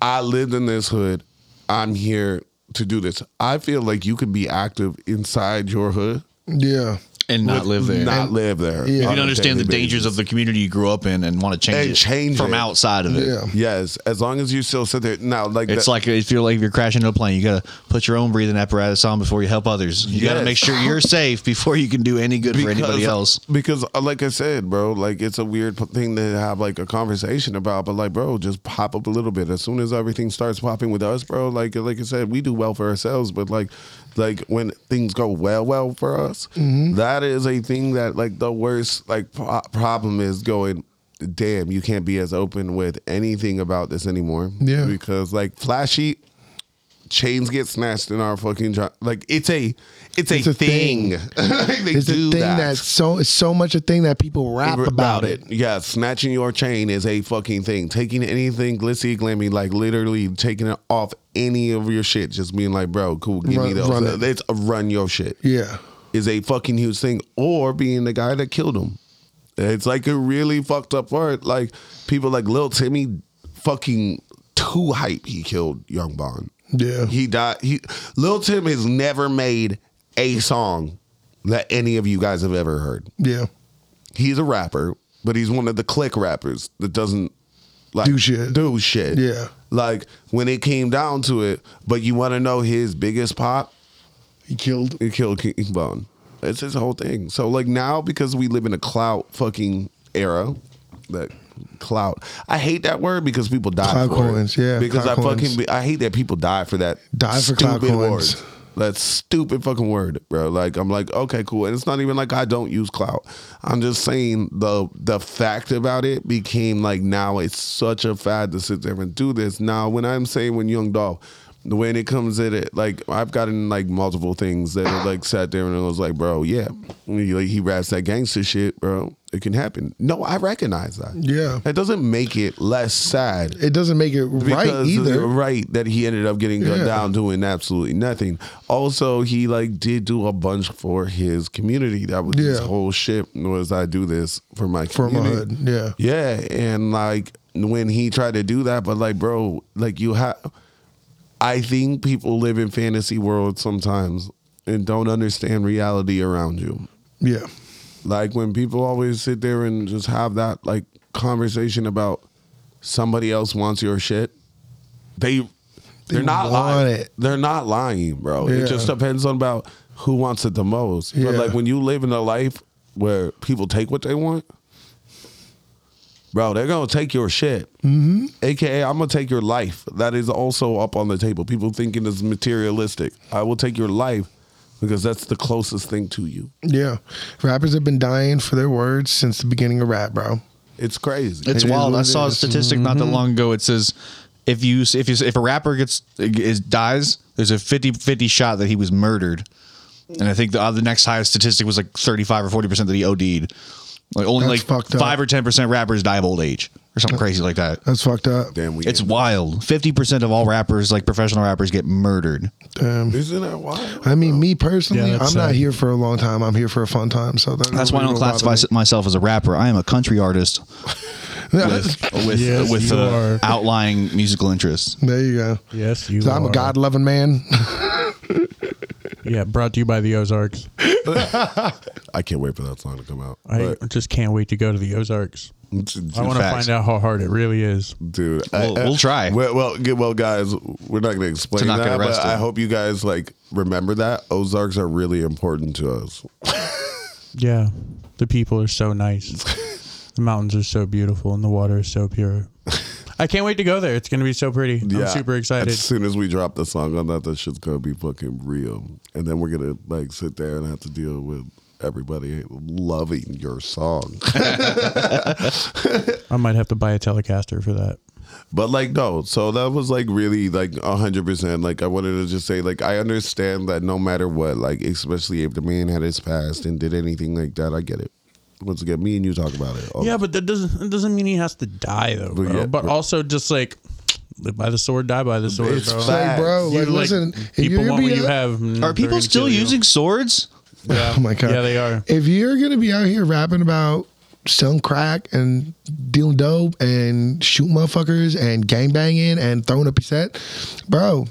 Speaker 1: i lived in this hood i'm here to do this i feel like you could be active inside your hood
Speaker 3: Yeah.
Speaker 4: and not live there.
Speaker 1: not live there
Speaker 3: You
Speaker 4: you
Speaker 1: on
Speaker 4: can
Speaker 1: a
Speaker 4: understand the
Speaker 1: daily basis.
Speaker 4: dangers of the community you grew up in and want to change
Speaker 1: And
Speaker 4: it
Speaker 1: change
Speaker 4: from
Speaker 1: it.
Speaker 4: outside of it.
Speaker 3: Yeah.
Speaker 1: yes as long as you still sit there now like
Speaker 4: It's
Speaker 1: that-
Speaker 4: like if you're like if you're crashing into a plane, you gotta put your own breathing apparatus on before you help others. You gotta
Speaker 1: Yes.
Speaker 4: make sure you're safe before you can do any good for anybody else.
Speaker 1: Because, uh, like I said, bro, like it's a weird p- thing to have like a conversation about, but like, bro, just pop up a little bit. As soon as everything starts popping with us, bro, like, like I said, we do well for ourselves, but like, like when things go well, well for us,
Speaker 3: Mm-hmm.
Speaker 1: that is a thing that like the worst like pro- problem is going. Damn, you can't be as open with anything about this anymore.
Speaker 3: Yeah.
Speaker 1: because like flashy chains get snatched in our fucking job. Like it's a, it's a,
Speaker 3: It's a
Speaker 1: thing.
Speaker 3: thing.
Speaker 1: (laughs) They
Speaker 3: It's a
Speaker 1: do
Speaker 3: thing that's so it's so much a thing that people rap
Speaker 1: r-
Speaker 3: about it.
Speaker 1: Yeah, snatching your chain is a fucking thing. Taking anything glitzy, glammy, like literally taking it off any of your shit, just being like, bro, cool, give me
Speaker 3: Run-
Speaker 1: those.
Speaker 3: run it.
Speaker 1: It's a run your shit
Speaker 3: Yeah.
Speaker 1: is a fucking huge thing, or being the guy that killed him. It's like a really fucked up part. Like people like Lil Timmy, fucking too hype. He killed Young Bond.
Speaker 3: Yeah.
Speaker 1: he died. He Lil Tim has never made a song that any of you guys have ever heard
Speaker 3: Yeah.
Speaker 1: he's a rapper, but he's one of the click rappers that doesn't like
Speaker 3: Do shit.
Speaker 1: Do shit.
Speaker 3: Yeah.
Speaker 1: Like when it came down to it, but you want to know his biggest pop?
Speaker 3: He killed
Speaker 1: It killed King Bone. It's his whole thing. So like now because we live in a clout fucking era, that clout. I hate that word because people die
Speaker 3: Clout
Speaker 1: for
Speaker 3: coins,
Speaker 1: it.
Speaker 3: yeah,
Speaker 1: Because I
Speaker 3: clout coins.
Speaker 1: fucking I hate that people die for that.
Speaker 3: Die for clout
Speaker 1: stupid
Speaker 3: coins.
Speaker 1: word. That stupid fucking word, bro. Like I'm like, okay, cool. And it's not even like I don't use clout. I'm just saying the the fact about it became like now it's such a fad to sit there and do this. Now when I'm saying when Young Dolph, when it comes in it, like I've gotten like multiple things that are, like sat there and it was like, bro, yeah. He, like, he raps that gangster shit, bro. It can happen. No, I recognize that.
Speaker 3: Yeah.
Speaker 1: That doesn't make it less sad
Speaker 3: it doesn't make it right
Speaker 1: because
Speaker 3: either.
Speaker 1: you're right that he ended up getting cut
Speaker 3: Yeah.
Speaker 1: down doing absolutely nothing. Also, he like did do a bunch for his community. That was his
Speaker 3: Yeah.
Speaker 1: whole shit was I do this for my
Speaker 3: for my
Speaker 1: community.
Speaker 3: hood. Yeah.
Speaker 1: Yeah, and like when he tried to do that, but like, bro, like you have. I think people live in fantasy worlds sometimes and don't understand reality around you.
Speaker 3: Yeah.
Speaker 1: Like when people always sit there and just have that like conversation about somebody else wants your shit, they, they are not
Speaker 3: want
Speaker 1: lying.
Speaker 3: it.
Speaker 1: They're not lying, bro. It
Speaker 3: Yeah.
Speaker 1: just depends on about who wants it the most. But
Speaker 3: Yeah.
Speaker 1: like when you live in a life where people take what they want, bro, they're gonna take your shit. Mm-hmm. AKA, I'm gonna take your life. That is also up on the table. People thinking it's materialistic. I will take your life because that's the closest thing to you.
Speaker 3: Yeah. Rappers have been dying for their words since the beginning of rap, bro.
Speaker 1: It's crazy.
Speaker 5: It's
Speaker 1: It is
Speaker 5: wild.
Speaker 1: what
Speaker 5: I
Speaker 1: it
Speaker 5: saw a
Speaker 1: is.
Speaker 5: statistic not that long ago. It says if you if you, if a rapper gets is dies, there's a 50-50 shot that he was murdered. And I think the uh, the next highest statistic was like thirty five or forty percent that he OD'd. Like only
Speaker 3: That's
Speaker 5: like
Speaker 3: fucked up.
Speaker 5: five or ten percent rappers die of old age or something crazy like that.
Speaker 3: That's fucked up.
Speaker 1: Damn, we
Speaker 5: It's wild. Fifty percent of all rappers, like professional rappers, get murdered.
Speaker 3: Damn.
Speaker 1: isn't that wild?
Speaker 3: I mean, me personally,
Speaker 2: Yeah,
Speaker 3: I'm
Speaker 2: that's
Speaker 3: not
Speaker 2: sad.
Speaker 3: here for a long time. I'm here for a fun time. So that
Speaker 5: That's why I don't
Speaker 3: really bother
Speaker 5: classify s- myself as a rapper. I am a country artist
Speaker 3: me.
Speaker 5: with with
Speaker 2: Yes,
Speaker 5: with
Speaker 2: you
Speaker 5: uh,
Speaker 2: are.
Speaker 5: outlying musical interests.
Speaker 3: (laughs) there you go.
Speaker 2: Yes, you.
Speaker 3: So I'm a
Speaker 2: are.
Speaker 3: God loving man. (laughs)
Speaker 2: Yeah, brought to you by the Ozarks.
Speaker 1: I can't wait for that song to come out.
Speaker 2: I just can't wait to go to the Ozarks. I want to
Speaker 5: Facts.
Speaker 2: find out how hard it really is.
Speaker 1: dude.
Speaker 5: We'll- we'll try.
Speaker 1: Well, well, g- well, guys, we're not going to explain
Speaker 5: To not get
Speaker 1: that, but
Speaker 5: arrested.
Speaker 1: I hope you guys like remember that Ozarks are really important to us.
Speaker 2: Yeah, the people are so nice. the mountains are so beautiful, and the water is so pure. I can't wait to go there. It's gonna be so pretty. I'm super excited.
Speaker 1: As soon as we drop the song on that, that shit's gonna be fucking real, and then we're gonna like sit there and have to deal with everybody loving your song.
Speaker 2: I might have to buy a Telecaster for that.
Speaker 1: But like no, so that was like really like a hundred percent. Like I wanted to just say, like I understand that no matter what, like especially if the man had his past and did anything like that, I get it. Once again, me and you talk about it. all
Speaker 2: Yeah, but that doesn't it doesn't mean he has to die though,
Speaker 1: But
Speaker 2: bro.
Speaker 1: yeah,
Speaker 2: but
Speaker 1: but-
Speaker 2: also just like live by the sword, die by the sword,
Speaker 1: It's
Speaker 2: bro.
Speaker 1: fact.
Speaker 3: Hey, bro,
Speaker 2: You,
Speaker 3: like,
Speaker 2: like,
Speaker 3: listen, if
Speaker 2: people
Speaker 3: you're
Speaker 2: want
Speaker 3: be
Speaker 2: what you
Speaker 3: out-
Speaker 2: have. and
Speaker 5: Are
Speaker 2: they're
Speaker 5: people
Speaker 2: gonna
Speaker 5: still
Speaker 2: kill you.
Speaker 5: using swords?
Speaker 2: Yeah.
Speaker 3: (laughs) Oh my God.
Speaker 2: Yeah, they are.
Speaker 3: if you're gonna be out here rapping about selling crack and dealing dope and shooting motherfuckers and gangbanging and throwing up your set, bro.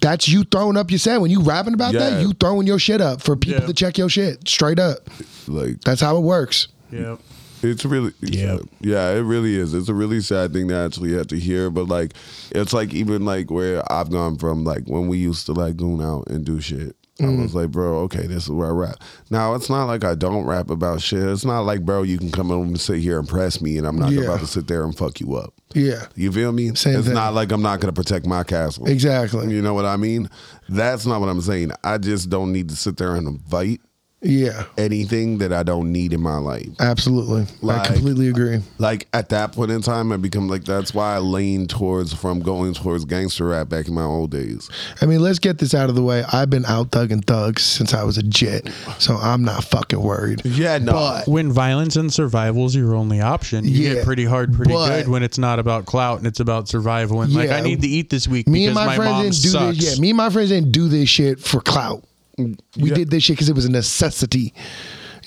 Speaker 3: That's you throwing up your set. When you rapping about
Speaker 1: Yeah.
Speaker 3: that, you throwing your shit up for people
Speaker 2: Yeah.
Speaker 3: to check your shit straight up.
Speaker 1: Like
Speaker 3: That's how it works.
Speaker 2: Yeah.
Speaker 1: It's really
Speaker 2: Yeah.
Speaker 1: yeah, yeah. It really is. It's a really sad thing to actually have to hear, but like, it's like even like where I've gone from, like when we used to like goon out and do shit.
Speaker 3: Mm.
Speaker 1: I was like, bro, okay, this is where I rap. Now it's not like I don't rap about shit. It's not like, bro, you can come over and sit here and press me, and I'm not
Speaker 3: Yeah.
Speaker 1: about to sit there and fuck you up.
Speaker 3: Yeah.
Speaker 1: You feel me?
Speaker 3: Same
Speaker 1: it's
Speaker 3: thing.
Speaker 1: not like I'm not going to protect my castle.
Speaker 3: Exactly.
Speaker 1: You know what I mean? That's not what I'm saying. I just don't need to sit there and invite
Speaker 3: Yeah.
Speaker 1: anything that I don't need in my life
Speaker 3: Absolutely. I
Speaker 1: Like-
Speaker 3: completely agree.
Speaker 1: like at that point in time, I become like that's why I lean towards from going towards gangster rap back in my old days.
Speaker 3: I mean, let's get this out of the way. I've been out thugging thugs since I was a jit, so I'm not fucking worried.
Speaker 1: Yeah, no,
Speaker 2: When violence and survival is your only option, you
Speaker 3: Yeah,
Speaker 2: get pretty hard pretty
Speaker 3: but-
Speaker 2: good when it's not about clout and it's about survival. And like,
Speaker 3: Yeah.
Speaker 2: I need to eat this week
Speaker 3: me
Speaker 2: because
Speaker 3: and my, friends
Speaker 2: mom
Speaker 3: didn't do
Speaker 2: sucks.
Speaker 3: this. Yeah, me and my friends didn't do this shit for clout. We
Speaker 1: Yeah.
Speaker 3: did this shit because it was a necessity.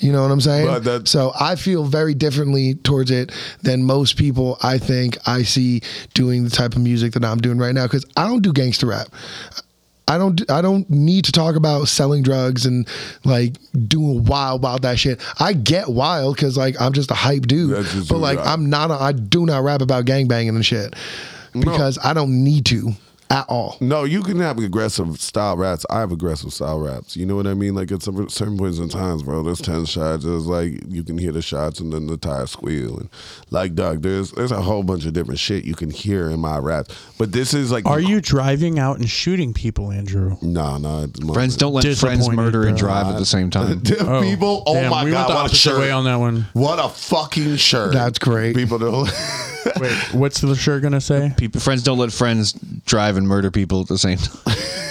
Speaker 3: You know what I'm saying?
Speaker 1: But that-
Speaker 3: so I feel very differently towards it than most people. I think I see doing the type of music that I'm doing right now because I don't do gangster rap. I don't. I don't need to talk about selling drugs and like doing wild, wild that shit. I get wild because like I'm just a hype dude.
Speaker 1: That's just
Speaker 3: But
Speaker 1: who
Speaker 3: like
Speaker 1: you are.
Speaker 3: I'm not. A, I do not rap about gangbanging and shit because I don't need to at all.
Speaker 1: no, you can have aggressive style raps. I have aggressive style raps. You know what I mean? Like at some, certain points in times, bro, there's ten shots. There's like you can hear the shots and then the tires squeal and like dog. There's there's a whole bunch of different shit you can hear in my raps. But this is like
Speaker 2: Are you driving out and shooting people, Andrew?
Speaker 1: No, no, at the moment.
Speaker 5: Friends don't let friends
Speaker 2: Disappointed,
Speaker 5: murder and
Speaker 2: bro.
Speaker 5: drive at the same time.
Speaker 1: people. Oh
Speaker 2: Damn,
Speaker 1: my
Speaker 2: we went
Speaker 1: god,
Speaker 2: the
Speaker 1: what a
Speaker 2: opposite
Speaker 1: shirt!
Speaker 2: way on that one.
Speaker 1: what a fucking shirt!
Speaker 3: That's great.
Speaker 1: People don't. (laughs)
Speaker 2: Wait, what's the shirt gonna say?
Speaker 5: People, friends don't let friends drive and murder people at the same time. (laughs)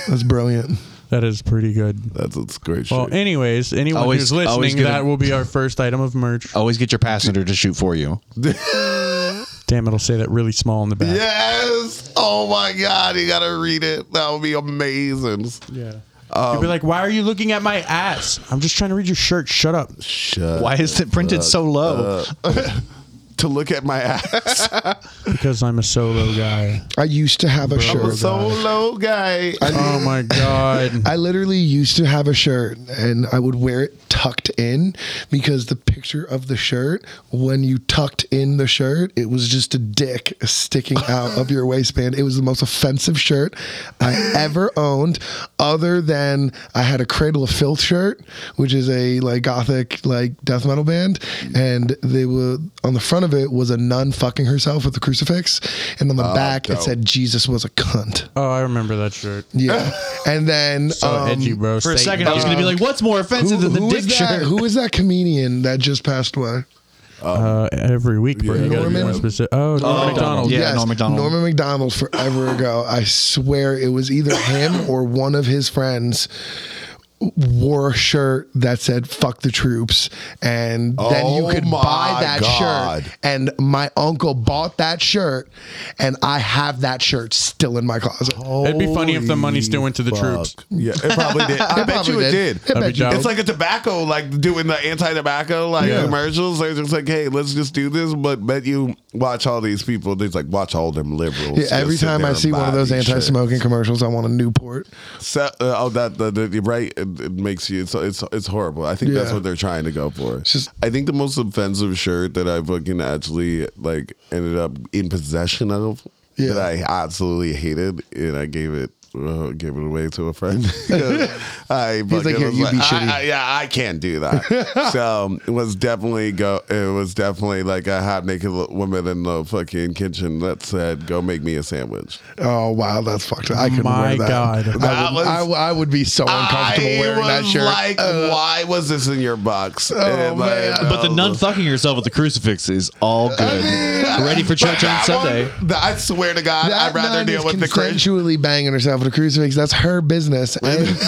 Speaker 3: That's brilliant.
Speaker 2: That is pretty good.
Speaker 1: That's a great shirt.
Speaker 2: Well, anyways, anyone
Speaker 5: Always-
Speaker 2: who's
Speaker 5: always Oh.
Speaker 2: listening,
Speaker 5: gonna-
Speaker 2: that will be our first item of merch.
Speaker 5: Always get your passenger to shoot for
Speaker 4: (laughs)
Speaker 5: you.
Speaker 2: Damn, it'll say that really small in the back.
Speaker 1: Yes. Oh my God. You got to read it. That would be amazing.
Speaker 2: Yeah. You'll be like, why are you looking at my ass? Um, I'm just trying to read your shirt. Shut up.
Speaker 1: Shut
Speaker 5: Why is it printed so low?
Speaker 1: to look at my ass.
Speaker 2: Because I'm a solo guy.
Speaker 3: I used to have a
Speaker 1: I'm a
Speaker 3: shirt.
Speaker 1: solo guy.
Speaker 2: Oh my god.
Speaker 3: I literally used to have a shirt and I would wear it tucked in because the picture of the shirt, when you tucked in the shirt, it was just a dick sticking out of your waistband. It was the most offensive shirt I ever owned, other than I had a Cradle of Filth shirt, which is a like gothic like death metal band. And they were on the front of it was a nun fucking herself with a crucifix. And on the back it
Speaker 1: dope.
Speaker 3: said Jesus was a cunt.
Speaker 2: Oh, I remember that shirt.
Speaker 3: Yeah. And then
Speaker 2: So
Speaker 3: um,
Speaker 2: edgy, bro.
Speaker 5: For
Speaker 2: Satan.
Speaker 5: a second, I was going to be like, "What's more offensive
Speaker 3: who,
Speaker 5: than the
Speaker 3: who
Speaker 5: dick
Speaker 3: is that,
Speaker 5: shirt?"
Speaker 3: who is that comedian that just passed away?
Speaker 2: uh, every week. Bro.
Speaker 1: yeah.
Speaker 2: You gotta be more
Speaker 3: Norman?
Speaker 2: specific. Oh, Norman McDonald.
Speaker 5: Yeah, Norm Macdonald.
Speaker 3: Norman
Speaker 1: (laughs)
Speaker 3: McDonald forever ago. I swear it was either him or one of his friends wore a shirt that said "fuck the troops," and then you
Speaker 1: Oh
Speaker 3: could
Speaker 1: my
Speaker 3: buy that
Speaker 1: God.
Speaker 3: shirt. And my uncle bought that shirt, and I have that shirt still in my closet.
Speaker 1: Oh,
Speaker 2: It'd be funny if the money still went to the
Speaker 1: Fuck.
Speaker 2: troops.
Speaker 1: Yeah, it probably did. I
Speaker 3: It
Speaker 1: bet
Speaker 3: probably
Speaker 1: you it
Speaker 3: did.
Speaker 1: did.
Speaker 3: It bet
Speaker 2: That'd be
Speaker 3: you
Speaker 2: dope.
Speaker 3: did.
Speaker 1: It's like a tobacco, like doing the anti-tobacco like
Speaker 3: Yeah.
Speaker 1: commercials. They're just like, hey, let's just do this, but bet you watch all these people. There's like watch all them liberals.
Speaker 3: Yeah, every
Speaker 1: just sit
Speaker 3: time
Speaker 1: there
Speaker 3: I
Speaker 1: and
Speaker 3: see one
Speaker 1: buy
Speaker 3: of those
Speaker 1: these shirts.
Speaker 3: anti-smoking commercials, I want a Newport.
Speaker 1: So, uh, oh, that the, the, right. It, it makes you. It's it's it's horrible. I think that's
Speaker 3: Yeah.
Speaker 1: what they're trying to go for.
Speaker 3: just-
Speaker 1: I think the most offensive shirt that I fucking actually like ended up in possession of
Speaker 3: Yeah.
Speaker 1: that I absolutely hated, and I gave it. Uh, gave it away to a friend. (laughs)
Speaker 3: (laughs)
Speaker 1: 'Cause I fucking
Speaker 3: like, "Here,
Speaker 1: was
Speaker 3: you be shitty."
Speaker 1: I, I, yeah, I can't do
Speaker 3: (laughs)
Speaker 1: that. so it was definitely go. It was definitely like a hot naked l- woman in the fucking kitchen that said, "Go make me a sandwich."
Speaker 3: Oh wow, that's fucked. up. I could
Speaker 2: My
Speaker 3: wear that.
Speaker 2: God.
Speaker 1: That
Speaker 3: I would,
Speaker 1: was-
Speaker 3: I, I would be so uncomfortable
Speaker 1: I
Speaker 3: wearing that
Speaker 1: was
Speaker 3: shirt.
Speaker 1: Like,
Speaker 3: Uh,
Speaker 1: why was this in your box? Oh
Speaker 3: man.
Speaker 4: But the nun fucking herself with the crucifix is all good. Ready for church on Sunday.
Speaker 1: I swear to God,
Speaker 3: that
Speaker 1: I'd rather
Speaker 3: nun
Speaker 1: deal
Speaker 3: is
Speaker 1: with the Christian.
Speaker 3: consensually banging herself with a crucifix. That's her business. And if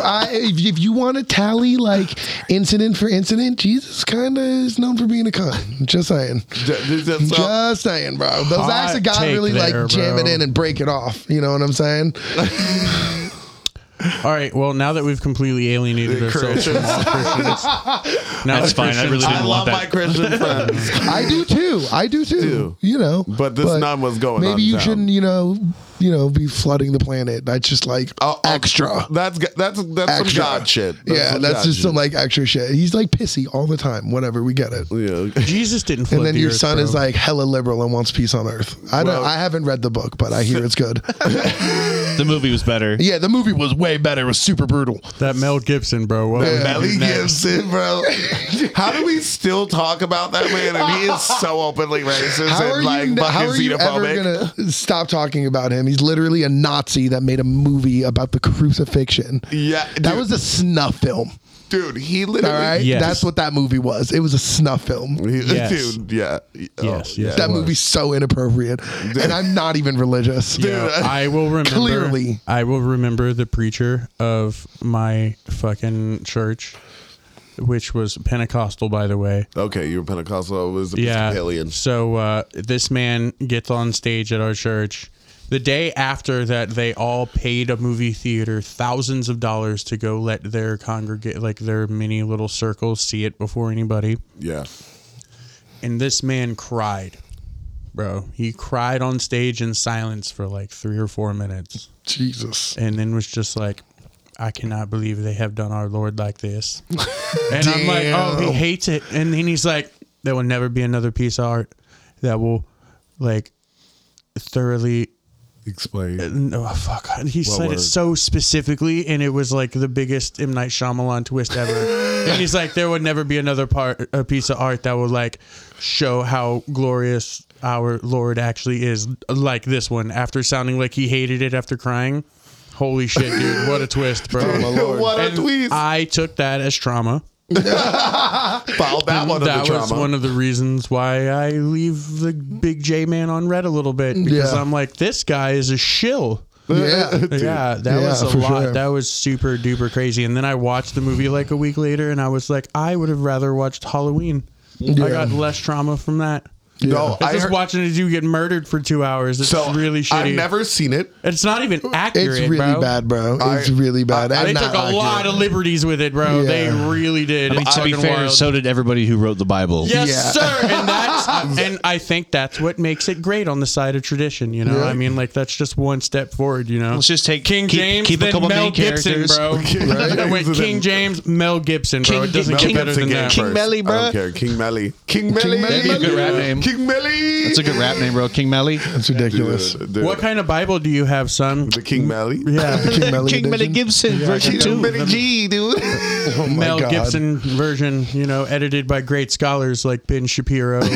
Speaker 3: I, if, if you want to tally like incident for incident, Jesus kind of is known for being a cunt. Just saying. Just saying, bro. Those
Speaker 2: Hot
Speaker 3: acts of God
Speaker 2: take
Speaker 3: really like
Speaker 2: there,
Speaker 3: jam it
Speaker 2: bro.
Speaker 3: in and break it off. You know what I'm saying?
Speaker 2: All right. Well, now that we've completely alienated ourselves from all Christians, now that
Speaker 4: That's fine. I
Speaker 2: Christians-
Speaker 4: really
Speaker 1: I
Speaker 4: didn't
Speaker 1: love
Speaker 4: want
Speaker 1: my
Speaker 4: that.
Speaker 1: Christian friends.
Speaker 3: I do too. I do too.
Speaker 1: Do.
Speaker 3: You know,
Speaker 1: But this nun was going
Speaker 3: Maybe you
Speaker 1: unsound.
Speaker 3: shouldn't, you know, you know, be flooding the planet. That's just like
Speaker 1: Oh, oh,
Speaker 3: extra.
Speaker 1: That's g- that's that's some
Speaker 3: extra
Speaker 1: God shit.
Speaker 3: yeah,
Speaker 1: some
Speaker 3: that's
Speaker 1: God
Speaker 3: just some
Speaker 1: shit.
Speaker 3: like extra shit. He's like pissy all the time. Whatever, we get it. (laughs)
Speaker 1: Yeah.
Speaker 2: Jesus didn't.
Speaker 3: And
Speaker 2: flood
Speaker 3: then
Speaker 2: the
Speaker 3: your
Speaker 2: earth,
Speaker 3: son
Speaker 2: bro.
Speaker 3: is like hella liberal and wants peace on earth. I don't.
Speaker 1: Well-
Speaker 3: I haven't read the book, but I hear
Speaker 1: (laughs)
Speaker 3: it's good.
Speaker 4: The movie was better.
Speaker 3: yeah, the movie was way better. It was super brutal.
Speaker 2: that Mel Gibson, bro. What would
Speaker 3: Yeah.
Speaker 2: you
Speaker 1: Melly
Speaker 2: do next?
Speaker 1: Gibson,
Speaker 3: (laughs)
Speaker 1: bro. How do we still talk about that man? And he is
Speaker 3: (laughs)
Speaker 1: so openly racist
Speaker 3: How are
Speaker 1: and like
Speaker 3: you? How
Speaker 1: fucking
Speaker 3: are you ever
Speaker 1: xenophobic.
Speaker 3: gonna stop talking about him? He's literally a Nazi that made a movie about the crucifixion.
Speaker 1: yeah,
Speaker 3: That
Speaker 1: dude,
Speaker 3: was a snuff film.
Speaker 1: dude. He
Speaker 3: All
Speaker 1: literally
Speaker 3: right,
Speaker 2: Yes.
Speaker 3: that's what that movie was. It was a snuff film.
Speaker 1: He- (laughs)
Speaker 2: Yes.
Speaker 1: Dude, yeah. Yes,
Speaker 2: yes, yes.
Speaker 3: that
Speaker 2: it was.
Speaker 3: movie's so inappropriate, and I'm not even religious.
Speaker 2: Yo, I will remember.
Speaker 3: uh, Clearly.
Speaker 2: I will remember the preacher of my fucking church, which was Pentecostal, by the way.
Speaker 1: Okay, you were Pentecostal. It was
Speaker 2: yeah.
Speaker 1: Episcopalian.
Speaker 2: So uh, this man gets on stage at our church. The day after that, they all paid a movie theater thousands of dollars to go let their congregate, like their mini little circles, see it before anybody.
Speaker 1: Yeah.
Speaker 2: And this man cried, bro. He cried on stage in silence for like three or four minutes,
Speaker 3: Jesus.
Speaker 2: and then was just like, "I cannot believe they have done our Lord like
Speaker 3: (laughs)
Speaker 2: this." And I'm like, oh, he
Speaker 3: Damn.
Speaker 2: hates it. And then he's like, there will never be another piece of art that will, like, thoroughly.
Speaker 1: Explain.
Speaker 2: No, oh, fuck. He said it
Speaker 1: word?
Speaker 2: so specifically, and it was like the biggest M Night Shyamalan twist ever. and he's like, there would never be another part, a piece of art that would like show how glorious our Lord actually is, like this one. After sounding like he hated it after crying, holy shit, dude! What a twist, bro!
Speaker 1: (laughs) What a
Speaker 2: And
Speaker 1: tweet.
Speaker 2: I took that as trauma.
Speaker 1: Filed that one
Speaker 2: that
Speaker 1: of the
Speaker 2: was (laughs)
Speaker 1: trauma.
Speaker 2: one of the reasons why I leave the big J man on red a little bit because
Speaker 3: Yeah.
Speaker 2: I'm like, this guy is a shill.
Speaker 3: Yeah.
Speaker 2: yeah, that
Speaker 3: Yeah,
Speaker 2: was a
Speaker 3: for
Speaker 2: lot.
Speaker 3: sure.
Speaker 2: That was super duper crazy. And then I watched the movie like a week later, and I was like, I would have rather watched Halloween. I got less trauma from that.
Speaker 1: no,
Speaker 2: It's
Speaker 1: I
Speaker 2: just
Speaker 1: heard,
Speaker 2: watching a dude get murdered for two hours. It's
Speaker 1: so
Speaker 2: really shitty.
Speaker 1: I've never seen it.
Speaker 2: it's not even accurate.
Speaker 3: It's really
Speaker 2: bro.
Speaker 3: bad, bro. It's
Speaker 1: I-
Speaker 3: really bad.
Speaker 1: I-
Speaker 3: and
Speaker 2: They
Speaker 3: not
Speaker 2: took a
Speaker 3: accurate.
Speaker 2: lot of liberties with it, bro.
Speaker 3: Yeah.
Speaker 2: They really did.
Speaker 4: I mean,
Speaker 2: It's
Speaker 4: to be
Speaker 2: fucking
Speaker 4: fair,
Speaker 2: wild.
Speaker 4: so did everybody who wrote the Bible.
Speaker 2: Yes,
Speaker 3: Yeah.
Speaker 2: sir. And that's and I think that's what makes it great on the side of tradition. You know, I mean, like that's just one step forward. You know,
Speaker 4: Let's just take-
Speaker 2: King
Speaker 4: keep-
Speaker 2: James,
Speaker 4: keep a
Speaker 2: then
Speaker 4: couple
Speaker 2: Mel
Speaker 4: main
Speaker 2: Gibson,
Speaker 4: characters.
Speaker 2: bro. (laughs) I went King James, Mel Gibson, bro. it doesn't
Speaker 1: Mel
Speaker 2: get better
Speaker 1: Gibson came
Speaker 2: than that.
Speaker 1: first.
Speaker 5: Melly,
Speaker 1: I
Speaker 5: bruh.
Speaker 1: don't care. King Melly. King Melly.
Speaker 3: Melly.
Speaker 5: That'd be a good rap name.
Speaker 1: King Melly.
Speaker 5: That's a good rap name, bro. King Melly.
Speaker 3: It's ridiculous.
Speaker 1: Dude, dude.
Speaker 2: What kind of Bible do you have, son?
Speaker 1: The King Melly.
Speaker 2: Yeah,
Speaker 3: King Melly.
Speaker 5: King Melly
Speaker 3: edition.
Speaker 5: Gibson, version
Speaker 1: King
Speaker 5: two.
Speaker 1: Melly G, dude.
Speaker 3: Oh my
Speaker 2: Mel
Speaker 3: God.
Speaker 2: Gibson version. You know, edited by great scholars like Ben Shapiro. and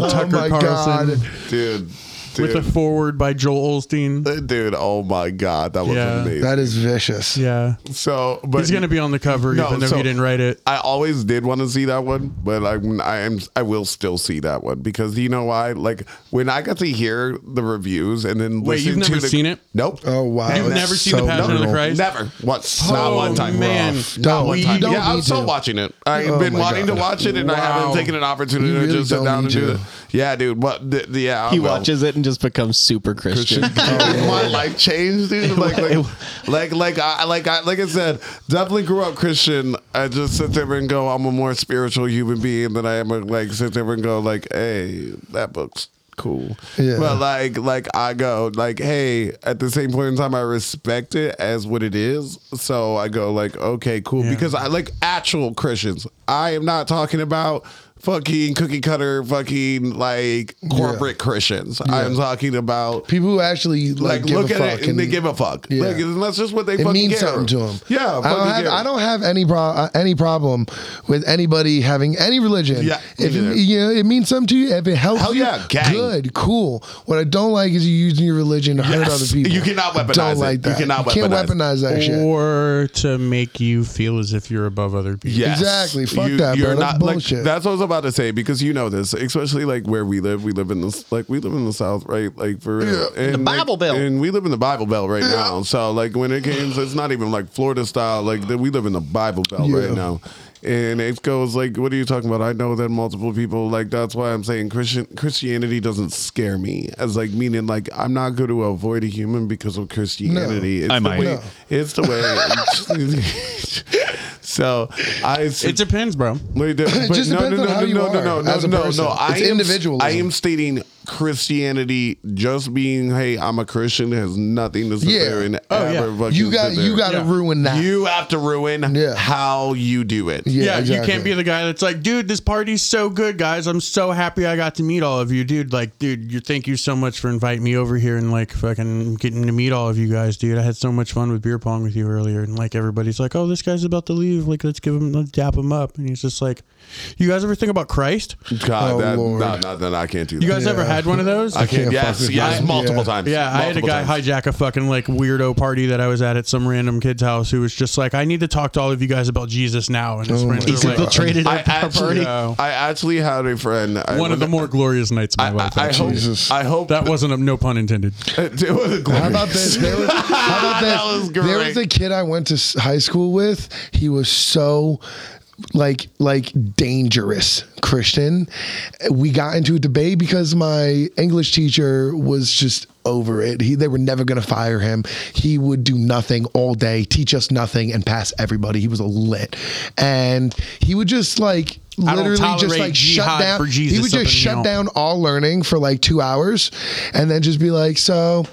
Speaker 3: Oh
Speaker 2: Tucker
Speaker 3: my
Speaker 2: Carlson.
Speaker 3: God.
Speaker 1: Dude.
Speaker 2: with a forward by Joel Olstein.
Speaker 1: Dude, oh my god, that was
Speaker 2: Yeah.
Speaker 1: amazing.
Speaker 3: That is vicious.
Speaker 2: Yeah,
Speaker 1: so, but
Speaker 2: he's gonna be on the cover
Speaker 1: No,
Speaker 2: even though
Speaker 1: so-
Speaker 2: he didn't write it.
Speaker 1: I always did want to see that one, but I, I am I will still see that one because you know why? Like when I got to hear the reviews and then
Speaker 2: Wait,
Speaker 1: listen
Speaker 2: you've
Speaker 1: to
Speaker 2: never
Speaker 1: the-
Speaker 2: seen it?
Speaker 1: Nope.
Speaker 3: Oh wow!
Speaker 2: You've
Speaker 3: it's
Speaker 2: never seen The Passion of the
Speaker 3: brutal.
Speaker 2: Christ? Oh,
Speaker 1: Never once. not one time.
Speaker 2: man.
Speaker 1: Rough.
Speaker 3: Don't.
Speaker 1: Not one
Speaker 3: You
Speaker 1: time.
Speaker 3: don't
Speaker 1: yeah, I'm
Speaker 3: need
Speaker 1: still
Speaker 3: to.
Speaker 1: watching it. I've
Speaker 3: Oh
Speaker 1: been
Speaker 3: my
Speaker 1: wanting
Speaker 3: God.
Speaker 1: to watch it, and I
Speaker 2: Wow.
Speaker 1: haven't taken an opportunity
Speaker 3: You
Speaker 1: to
Speaker 3: really
Speaker 1: just sit
Speaker 3: don't
Speaker 1: down and
Speaker 3: need
Speaker 1: do
Speaker 3: to.
Speaker 1: it. Yeah, dude. But th- yeah, I
Speaker 7: He
Speaker 1: will.
Speaker 7: watches it and just becomes super Christian.
Speaker 3: (laughs)
Speaker 1: my life changed, dude. Like, like, like, like, I, like, I, like I said, definitely grew up Christian. I just sit there and go, I'm a more spiritual human being than I am. a- Like, sit there and go, like, hey, that book's cool.
Speaker 3: Yeah.
Speaker 1: But like, like, I go, like, hey. At the same point in time, I respect it as what it is. So I go, like, okay, cool,
Speaker 2: Yeah.
Speaker 1: because I like actual Christians. I am not talking about. Fucking cookie cutter, fucking like corporate Christians. I'm talking about
Speaker 3: People who actually
Speaker 1: like,
Speaker 3: like, give
Speaker 1: look
Speaker 3: a
Speaker 1: at
Speaker 3: fuck
Speaker 1: it and, they give a fuck.
Speaker 3: Yeah.
Speaker 1: Like, and that's just what they
Speaker 3: it
Speaker 1: fucking
Speaker 3: means
Speaker 1: care.
Speaker 3: something to them.
Speaker 1: Yeah,
Speaker 3: I don't,
Speaker 1: fucking
Speaker 3: have,
Speaker 1: care.
Speaker 3: I don't have any pro, uh, any problem with anybody having any religion.
Speaker 1: Yeah,
Speaker 3: if
Speaker 1: me
Speaker 3: it,
Speaker 1: neither.
Speaker 3: you know, it means something to you. If it helps
Speaker 1: Hell
Speaker 3: you,
Speaker 1: yeah, gang.
Speaker 3: good, cool. What I don't like is you using your religion to hurt
Speaker 1: Yes.
Speaker 3: other people.
Speaker 1: You cannot
Speaker 3: I
Speaker 1: weaponize
Speaker 3: Don't
Speaker 1: it.
Speaker 3: like
Speaker 1: You
Speaker 3: that.
Speaker 1: cannot
Speaker 3: can't
Speaker 1: weaponize
Speaker 3: weaponize that shit.
Speaker 2: Or to make you feel as if you're above other people.
Speaker 1: Yes.
Speaker 3: Exactly. Fuck that, bro. That's
Speaker 1: like,
Speaker 3: bullshit.
Speaker 1: that's what I was about to say because you know this, especially like where we live. We live in this, like we live in the South, right? Like for real. And, the
Speaker 5: Bible Belt.
Speaker 1: and we live in the Bible Belt right now. So like when it comes, it's not even like Florida style. Like the, we live in the Bible Belt
Speaker 3: Yeah.
Speaker 1: right now. And it goes like, what are you talking about? I know that multiple people like. That's why I'm saying Christian Christianity doesn't scare me as like meaning like I'm not going to avoid a human because of Christianity. It's
Speaker 4: I
Speaker 1: the
Speaker 4: might.
Speaker 1: way-
Speaker 4: No.
Speaker 1: It's the
Speaker 3: (laughs)
Speaker 1: way. so I.
Speaker 2: It depends, bro.
Speaker 3: (laughs)
Speaker 1: Wait, there-
Speaker 3: It
Speaker 1: but
Speaker 3: just
Speaker 1: no,
Speaker 3: depends
Speaker 1: no,
Speaker 3: on
Speaker 1: no,
Speaker 3: how
Speaker 1: no,
Speaker 3: you
Speaker 1: no, no,
Speaker 3: are
Speaker 1: no, no,
Speaker 3: as a
Speaker 1: no,
Speaker 3: person.
Speaker 1: no. I
Speaker 3: It's
Speaker 1: am,
Speaker 3: individualism.
Speaker 1: I am stating Christianity just being, hey, I'm a Christian has nothing to sit
Speaker 3: Yeah.
Speaker 1: there and
Speaker 2: Oh, yeah.
Speaker 1: ever fucking
Speaker 3: You got
Speaker 1: sit there.
Speaker 3: you got to
Speaker 2: Yeah.
Speaker 3: ruin that.
Speaker 1: You have to ruin
Speaker 3: Yeah.
Speaker 1: how you do it.
Speaker 3: yeah,
Speaker 2: Yeah, you
Speaker 3: exactly.
Speaker 2: can't be the guy that's like, dude, this party's so good, guys. I'm so happy I got to meet all of you, dude. Like, dude, you thank you so much for inviting me over here and like fucking getting to meet all of you guys, dude. I had so much fun with beer pong with you earlier, and like everybody's like, oh, this guy's about to leave. Like, let's give him, let's dap him up, and he's just like, you guys ever think about Christ?
Speaker 1: God,
Speaker 3: Oh,
Speaker 1: that,
Speaker 3: Lord.
Speaker 1: no, no, no, I can't do that.
Speaker 2: You guys ever had one of those?
Speaker 1: I can't.
Speaker 3: can't fuck
Speaker 1: Yes,
Speaker 3: with
Speaker 1: yes,
Speaker 3: that.
Speaker 1: multiple
Speaker 3: Yeah.
Speaker 1: times.
Speaker 2: Yeah, I had a
Speaker 1: Multiple
Speaker 2: guy
Speaker 1: times.
Speaker 2: hijack a fucking like weirdo party that I was at at some random kid's house who was just like, I need to talk to all of you guys about Jesus now. And his
Speaker 3: Oh
Speaker 2: friends
Speaker 3: my
Speaker 2: were
Speaker 3: God.
Speaker 2: like,
Speaker 5: infiltrated
Speaker 1: I
Speaker 5: our
Speaker 1: actually,
Speaker 5: party.
Speaker 2: party.
Speaker 1: I actually had a friend. I
Speaker 2: one of the
Speaker 1: went-
Speaker 2: more glorious nights of my
Speaker 1: I, I,
Speaker 2: life.
Speaker 1: I
Speaker 2: actually.
Speaker 1: hope. I hope
Speaker 2: that wasn't a no pun intended.
Speaker 1: (laughs) it was
Speaker 3: How about
Speaker 1: glorious.
Speaker 3: this? There
Speaker 2: (laughs)
Speaker 3: was, how about this?
Speaker 1: (laughs) That was great.
Speaker 3: There was a kid I went to s- high school with. He was so like like dangerous Christian. We got into a debate because my English teacher was just over it. He, they were never going to fire him. He would do nothing all day, teach us nothing, and pass everybody. He was a lit, and he would just like
Speaker 2: I don't
Speaker 3: literally just
Speaker 2: tolerate
Speaker 3: like shut
Speaker 2: jihad
Speaker 3: down.
Speaker 2: for
Speaker 3: he
Speaker 2: Jesus
Speaker 3: would
Speaker 2: up in
Speaker 3: just shut
Speaker 2: here.
Speaker 3: down down all learning for like two hours and then just be like, so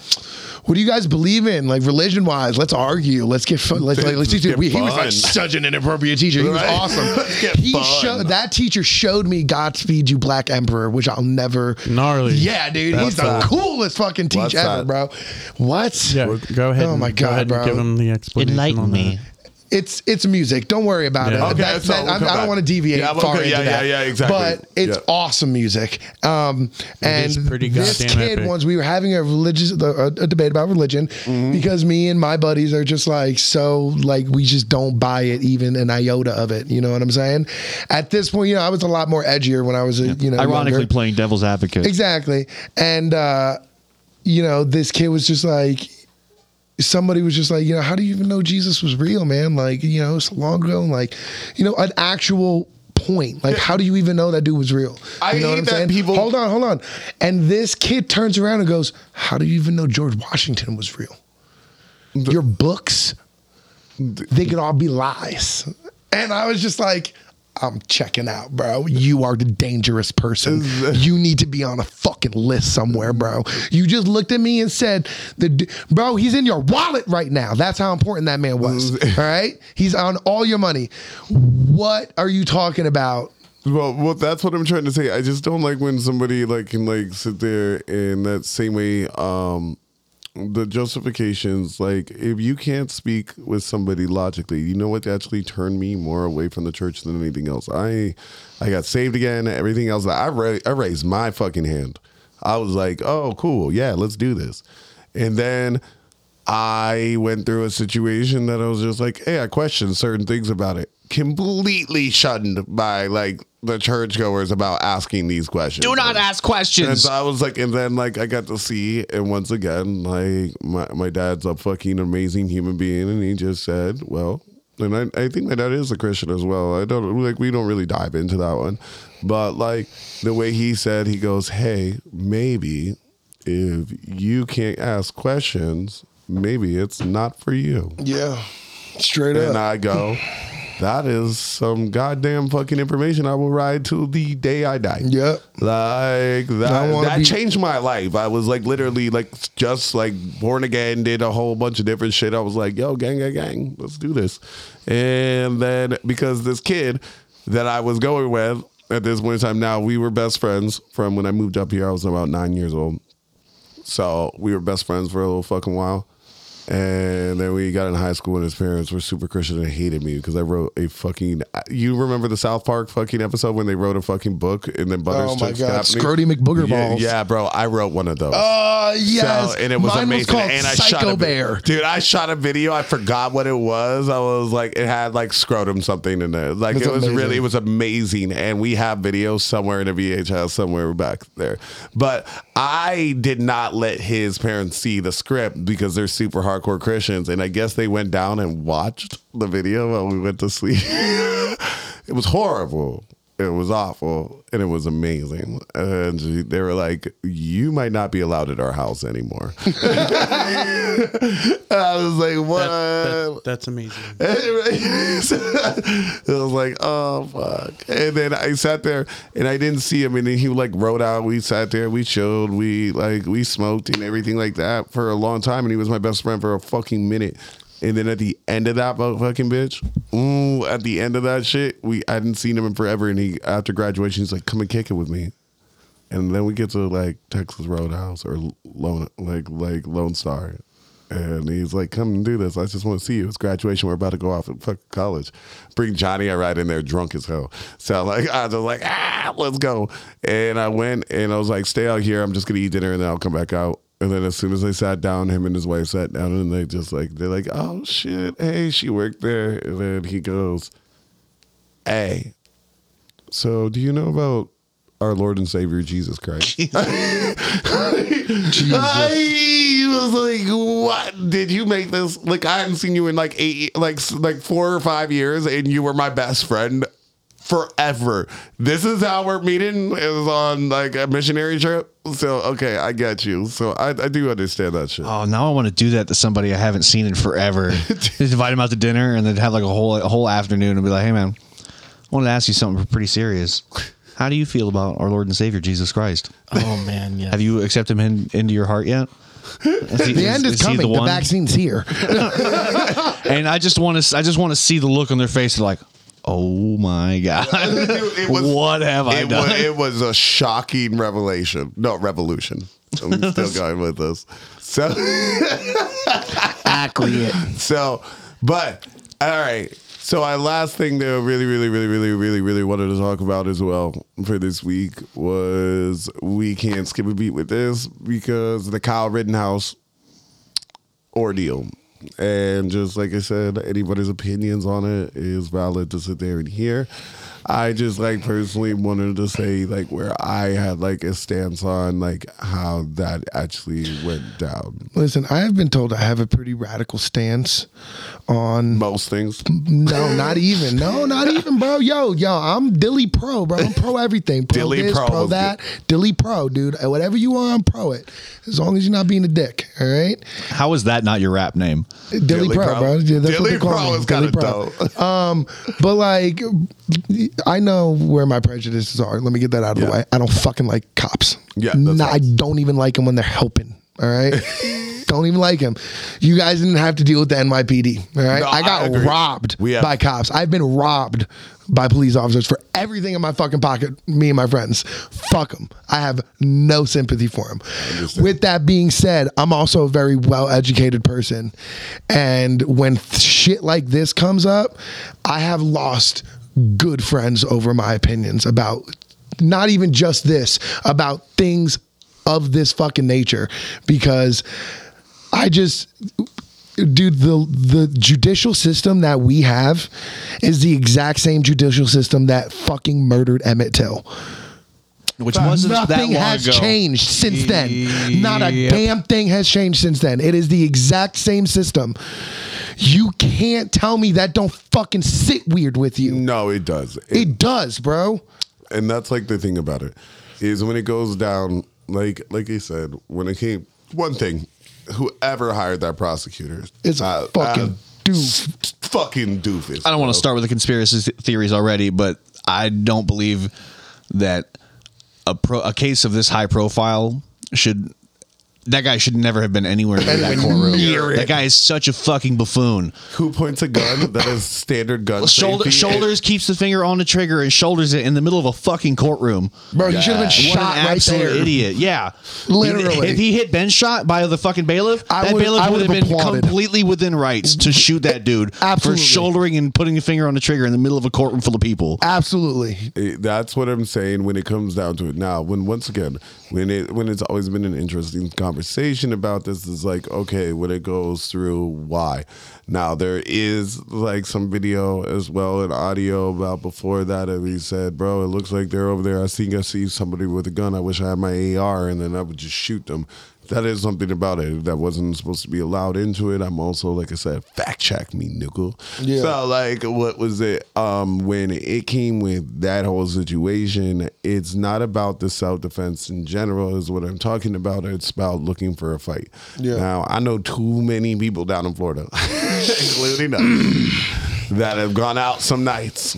Speaker 3: what do you guys believe in? Like religion wise, let's argue. Let's get fun. Let's, like, let's
Speaker 1: Let's
Speaker 3: do
Speaker 1: get
Speaker 3: we, He was
Speaker 1: fun.
Speaker 3: like such an inappropriate teacher. He
Speaker 1: Right.
Speaker 3: was
Speaker 1: (laughs) Let's
Speaker 3: awesome.
Speaker 1: get
Speaker 3: He
Speaker 1: fun.
Speaker 3: showed that teacher showed me Godspeed You Black Emperor, which I'll never.
Speaker 2: Gnarly.
Speaker 3: Yeah, dude.
Speaker 1: What's
Speaker 3: he's the
Speaker 1: that?
Speaker 3: coolest fucking teach
Speaker 1: What's
Speaker 3: ever,
Speaker 1: that?
Speaker 3: bro. What?
Speaker 2: Yeah, go ahead.
Speaker 3: Oh my
Speaker 2: and- go
Speaker 3: God,
Speaker 2: ahead
Speaker 3: bro.
Speaker 2: And give him the explanation. on that.
Speaker 3: it's it's music. Don't worry about
Speaker 2: Yeah.
Speaker 3: it.
Speaker 1: Okay,
Speaker 3: That-
Speaker 1: so
Speaker 3: that-
Speaker 1: we'll
Speaker 3: I,
Speaker 1: come
Speaker 3: I
Speaker 1: back.
Speaker 3: don't want to deviate
Speaker 1: Yeah,
Speaker 3: far
Speaker 1: okay,
Speaker 3: into
Speaker 1: yeah,
Speaker 3: that.
Speaker 1: yeah, yeah, exactly.
Speaker 3: But it's
Speaker 1: Yeah.
Speaker 3: awesome music. Um, and
Speaker 2: is pretty
Speaker 3: this
Speaker 2: goddamn
Speaker 3: kid
Speaker 2: epic.
Speaker 3: once we were having a religious a, a debate about religion
Speaker 1: Mm-hmm.
Speaker 3: because me and my buddies are just like so like we just don't buy it even an iota of it. You know what I'm saying? At this point, you know, I was a lot more edgier when I was a you know
Speaker 5: Ironically,
Speaker 3: younger.
Speaker 5: playing devil's advocate.
Speaker 3: Exactly. And uh, you know, this kid was just like somebody was just like, you know, how do you even know Jesus was real, man? Like, you know, it's long ago and like, you know, an actual point. Like, how do you even know that dude was real?
Speaker 1: I
Speaker 3: you know
Speaker 1: hate that people-
Speaker 3: Hold on, hold on. And this kid turns around and goes, How do you even know George Washington was real? Your books, they could all be lies. And I was just like, I'm checking out, bro. You are the dangerous person. (laughs) You need to be on a fucking list somewhere, bro. You just looked at me and said, "The d- bro, he's in your wallet right now." That's how important that man was. (laughs) All right, he's on all your money. What are you talking about?
Speaker 1: Well, well, that's what I'm trying to say. I just don't like when somebody like can like sit there in that same way. Um, the justifications, like if you can't speak with somebody logically, you know what actually turned me more away from the church than anything else. I, I got saved again. Everything else, I ra- I raised my fucking hand. I was like, oh, cool. Yeah, let's do this. And then I went through a situation that I was just like, hey, I questioned certain things about it. Completely shunned by like the churchgoers about asking these questions.
Speaker 4: Do not ask
Speaker 1: And
Speaker 4: questions.
Speaker 1: so I was like, and then like I got to see, and once again, like my, my dad's a fucking amazing human being, and he just said, well, and I, I think my dad is a Christian as well. I don't like we don't really dive into that one, but like the way he said, he goes, hey, maybe if you can't ask questions, maybe it's not for you.
Speaker 3: Yeah. Straight
Speaker 1: And
Speaker 3: up.
Speaker 1: I go, that is some goddamn fucking information I will ride till the day I die.
Speaker 3: Yep.
Speaker 1: Like
Speaker 3: I
Speaker 1: that,
Speaker 3: wanna
Speaker 1: that
Speaker 3: be-
Speaker 1: changed my life. I was like literally like just like born again, did a whole bunch of different shit. I was like, yo, gang, gang, gang, let's do this. And then because this kid that I was going with at this point in time now, we were best friends from when I moved up here. I was about nine years old. So we were best friends for a little fucking while. And then we got in high school, and his parents were super Christian and hated me because I wrote a fucking. You remember the South Park fucking episode when they wrote a fucking book and then Butters
Speaker 3: Oh my
Speaker 1: took
Speaker 3: God,
Speaker 1: Stepney?
Speaker 3: Scrody McBooger
Speaker 1: yeah,
Speaker 3: balls.
Speaker 1: Yeah, bro, I wrote one of those.
Speaker 3: Uh,
Speaker 1: So,
Speaker 3: yes.
Speaker 1: and it was
Speaker 3: Mine
Speaker 1: amazing.
Speaker 3: was called
Speaker 1: and I
Speaker 3: Psycho
Speaker 1: shot a, vi-
Speaker 3: Bear.
Speaker 1: dude. I shot a video. I forgot what it was. I was like, it had like scrotum something in it. Like
Speaker 3: That's
Speaker 1: it was
Speaker 3: amazing.
Speaker 1: really, it was amazing. And we have videos somewhere in a VHS somewhere back there. But I did not let his parents see the script because they're super hardcore Christians, and I guess they went down and watched the video while we went to sleep. (laughs) it was horrible. It was awful and it was amazing. And they were like, You might not be allowed at our house anymore. I was like, What?
Speaker 2: That-
Speaker 1: Uh,
Speaker 2: that- that's amazing.
Speaker 1: (laughs) I was like, oh fuck. And then I sat there and I didn't see him. And then he like rode out. We sat there, we chilled, we like we smoked and everything like that for a long time. And he was my best friend for a fucking minute. And then at the end of that mo- fucking bitch, ooh, at the end of that shit, we I hadn't seen him in forever. And he after graduation, he's like, come and kick it with me. And then we get to like Texas Roadhouse or Lone like like Lone Star. And he's like, come and do this. I just want to see you. It's graduation. We're about to go off and fuck college. Bring Johnny I ride in there drunk as hell. So like I was like, ah, let's go. And I went and I was like, stay out here. I'm just gonna eat dinner and then I'll come back out. And then as soon as they sat down, him and his wife sat down and they just like they're like, Oh shit, hey, she worked there. And then he goes, Hey, so do you know about our Lord and Savior Jesus Christ? I was like, "What did you make this? Like, I hadn't seen you in like eight, like s- like four or five years, and you were my best friend forever. This is how we're meeting is on like a missionary trip. So okay, I get you. So I, I do understand that shit.
Speaker 5: Oh, now I want to do that to somebody I haven't seen
Speaker 3: (laughs)
Speaker 5: in forever. Just invite them out to dinner and then have like a whole a whole afternoon and be like, "Hey, man, I wanted to ask you something pretty serious. How do you feel about our Lord and Savior Jesus Christ?
Speaker 7: Oh man, yeah.
Speaker 5: Have you accepted him in, into your
Speaker 3: (laughs)
Speaker 5: heart yet?" Is he-
Speaker 3: The end is,
Speaker 5: he
Speaker 3: coming. The,
Speaker 5: one?
Speaker 3: vaccine's here.
Speaker 5: (laughs) and I just want to I just want to see the look on their face like, "Oh my
Speaker 3: (laughs)
Speaker 5: (laughs) god,
Speaker 1: It was-
Speaker 5: what have I
Speaker 1: it was,
Speaker 5: done?"
Speaker 1: it was a shocking revelation. No revolution. I'm still
Speaker 5: (laughs)
Speaker 1: going with this. So. (laughs)
Speaker 7: Accurate.
Speaker 1: So, but all right. So my last thing that I really, really, really, really, really, really wanted to talk about as well for this week was we can't skip a beat with this because the Kyle Rittenhouse ordeal. And just like I said, anybody's opinions on it is valid to sit there and hear. I just like personally wanted to say like where I had like a stance on like how that actually went down.
Speaker 3: Listen, I have been told I have a pretty radical stance on
Speaker 1: Most things.
Speaker 3: No, not even. No, not even, bro. Yo, yo, I'm Dilly Pro, bro. I'm pro everything. Pro
Speaker 1: Dilly
Speaker 3: this,
Speaker 1: Pro
Speaker 3: pro,
Speaker 1: was
Speaker 3: that. Dilly Pro, dude. Uh, Whatever you are, I'm pro it. As long as you're not being a dick, all right?
Speaker 5: How is that not your rap name?
Speaker 3: Dilly, Pro, bro. Yeah, that's what
Speaker 1: Dilly
Speaker 3: they call
Speaker 1: Pro
Speaker 3: me.
Speaker 1: is kind
Speaker 3: Dilly
Speaker 1: of dope. (laughs)
Speaker 3: Um, but like, I know where my prejudices are. Let me get that out of
Speaker 1: Yeah.
Speaker 3: the way. I don't fucking like cops.
Speaker 1: Yeah, that's
Speaker 3: no,
Speaker 1: facts.
Speaker 3: I don't even like them when they're helping.
Speaker 1: (laughs)
Speaker 3: All right, don't even like them. You guys didn't have to deal with the NYPD. All right,
Speaker 1: No,
Speaker 3: I
Speaker 1: I
Speaker 3: got
Speaker 1: agree.
Speaker 3: robbed
Speaker 1: We have-
Speaker 3: by cops. I've been robbed by police officers for everything in my fucking pocket. Me and my friends. Fuck them. I have no sympathy for them. With that being said, I'm also a very well educated person, and when th- shit like this comes up, I have lost good friends over my opinions about not even just this about things of this fucking nature because I just dude the the judicial system that we have is the exact same judicial system that fucking murdered Emmett Till.
Speaker 5: which wasn't that
Speaker 3: Nothing
Speaker 5: long
Speaker 3: has
Speaker 5: ago.
Speaker 3: changed since then. Not a damn thing has changed since then. It is the exact same system. You can't tell me that don't fucking sit weird with you.
Speaker 1: No, it does. It,
Speaker 3: It does, bro.
Speaker 1: and that's like the thing about it is when it goes down. Like like I said, when it came, one thing, whoever hired that prosecutor
Speaker 3: It's a fucking doof.
Speaker 1: s- fucking doofus.
Speaker 5: I don't
Speaker 1: bro.
Speaker 5: want to start with the conspiracy th- theories already, but I don't believe that a pro, a case of this high profile should that guy should never have been anywhere near that courtroom. That guy is such a fucking buffoon.
Speaker 1: Who points a gun
Speaker 5: (laughs)
Speaker 1: that is standard gun
Speaker 5: Shoulder,
Speaker 1: safety?
Speaker 5: shoulders keeps the finger on the trigger and shoulders it in the middle of a fucking courtroom.
Speaker 3: Bro, he should have been
Speaker 5: What
Speaker 3: shot
Speaker 5: an
Speaker 3: right
Speaker 5: absolute
Speaker 3: there.
Speaker 5: idiot! Yeah,
Speaker 3: Literally.
Speaker 5: If he hit Ben shot by the fucking bailiff,
Speaker 3: I
Speaker 5: that
Speaker 3: would- I
Speaker 5: bailiff would
Speaker 3: would've
Speaker 5: have been
Speaker 3: applauded.
Speaker 5: completely within rights to shoot that dude for
Speaker 3: Absolutely.
Speaker 5: shouldering and putting a finger on the trigger in the middle of a courtroom full of people.
Speaker 3: Absolutely.
Speaker 1: It- that's what I'm saying when it comes down to it. Now, when once again, when it when it's always been an interesting conversation about this is like, okay, when it goes through, why? Now there is like some video as well and audio about before that, and he said, "Bro, it looks like they're over there. I think I see somebody with a gun. I wish I had my AR, and then I would just shoot them." That is something about it that wasn't supposed to be allowed into it. I'm also, like I said, fact check me, nickel.
Speaker 3: Yeah.
Speaker 1: So like what was it um when it came with that whole situation it's not about the self-defense in general is what i'm talking about it's about looking for a fight
Speaker 3: Yeah.
Speaker 1: now i know too many people down in florida (laughs) including us that have gone out some nights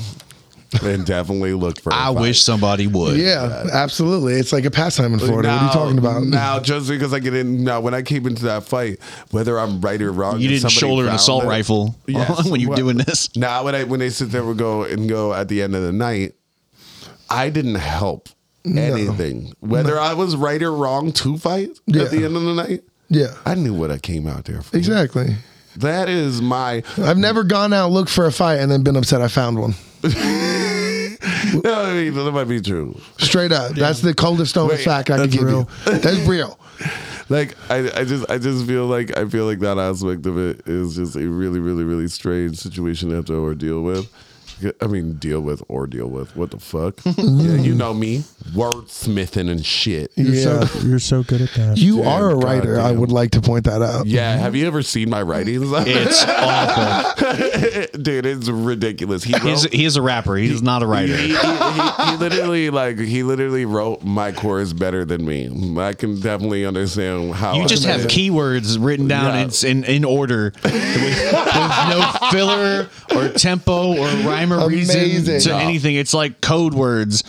Speaker 1: and definitely looked for a
Speaker 5: I
Speaker 1: fight.
Speaker 5: wish somebody would.
Speaker 3: Yeah, absolutely. It's like a pastime in Florida. what are you talking about?
Speaker 1: Now, just because I get in, now when I came into that fight, whether I'm right or wrong,
Speaker 5: You
Speaker 1: if
Speaker 5: didn't
Speaker 1: somebody
Speaker 5: shoulder an
Speaker 1: found
Speaker 5: assault
Speaker 1: it-
Speaker 5: rifle
Speaker 1: (laughs) Yes.
Speaker 5: (laughs) when you're
Speaker 1: Well,
Speaker 5: doing this.
Speaker 1: Now when I when they sit there and go and go at the end of the night, I didn't help anything. Whether I was right or wrong to fight
Speaker 3: Yeah.
Speaker 1: at the end of the night,
Speaker 3: Yeah,
Speaker 1: I knew what I came out there for.
Speaker 3: exactly.
Speaker 1: That is my (laughs)
Speaker 3: I've never gone out looked for a fight and then been upset I found one.
Speaker 1: no, I mean, that might be true.
Speaker 3: Straight up, that's the coldest stone
Speaker 1: Wait,
Speaker 3: fact I could
Speaker 1: that's
Speaker 3: give
Speaker 1: real.
Speaker 3: you.
Speaker 1: (laughs)
Speaker 3: That's real.
Speaker 1: like I, I just I just feel like I feel like that aspect of it is just a really really really strange situation to have to ordeal with. I mean, deal with or deal with what the fuck? yeah, you know me, wordsmithing and shit.
Speaker 3: Yeah,
Speaker 2: You're so good at that.
Speaker 3: you
Speaker 1: Damn,
Speaker 3: are a writer. I
Speaker 1: goddamn.
Speaker 3: would like to point that out.
Speaker 1: Yeah, have you ever seen my writings? (laughs)
Speaker 5: (laughs) It's awful.
Speaker 1: Dude, it's ridiculous. He wrote,
Speaker 5: He's, he is a rapper. He's not a writer.
Speaker 1: he, he, he- he literally like he literally wrote my chorus better than me. I can definitely understand how
Speaker 5: You just have keywords written down
Speaker 1: Yeah.
Speaker 5: in, in in (laughs) order. With, with no filler or tempo or rhyme or reason
Speaker 3: Amazing.
Speaker 5: to
Speaker 3: No.
Speaker 5: anything. It's like code words.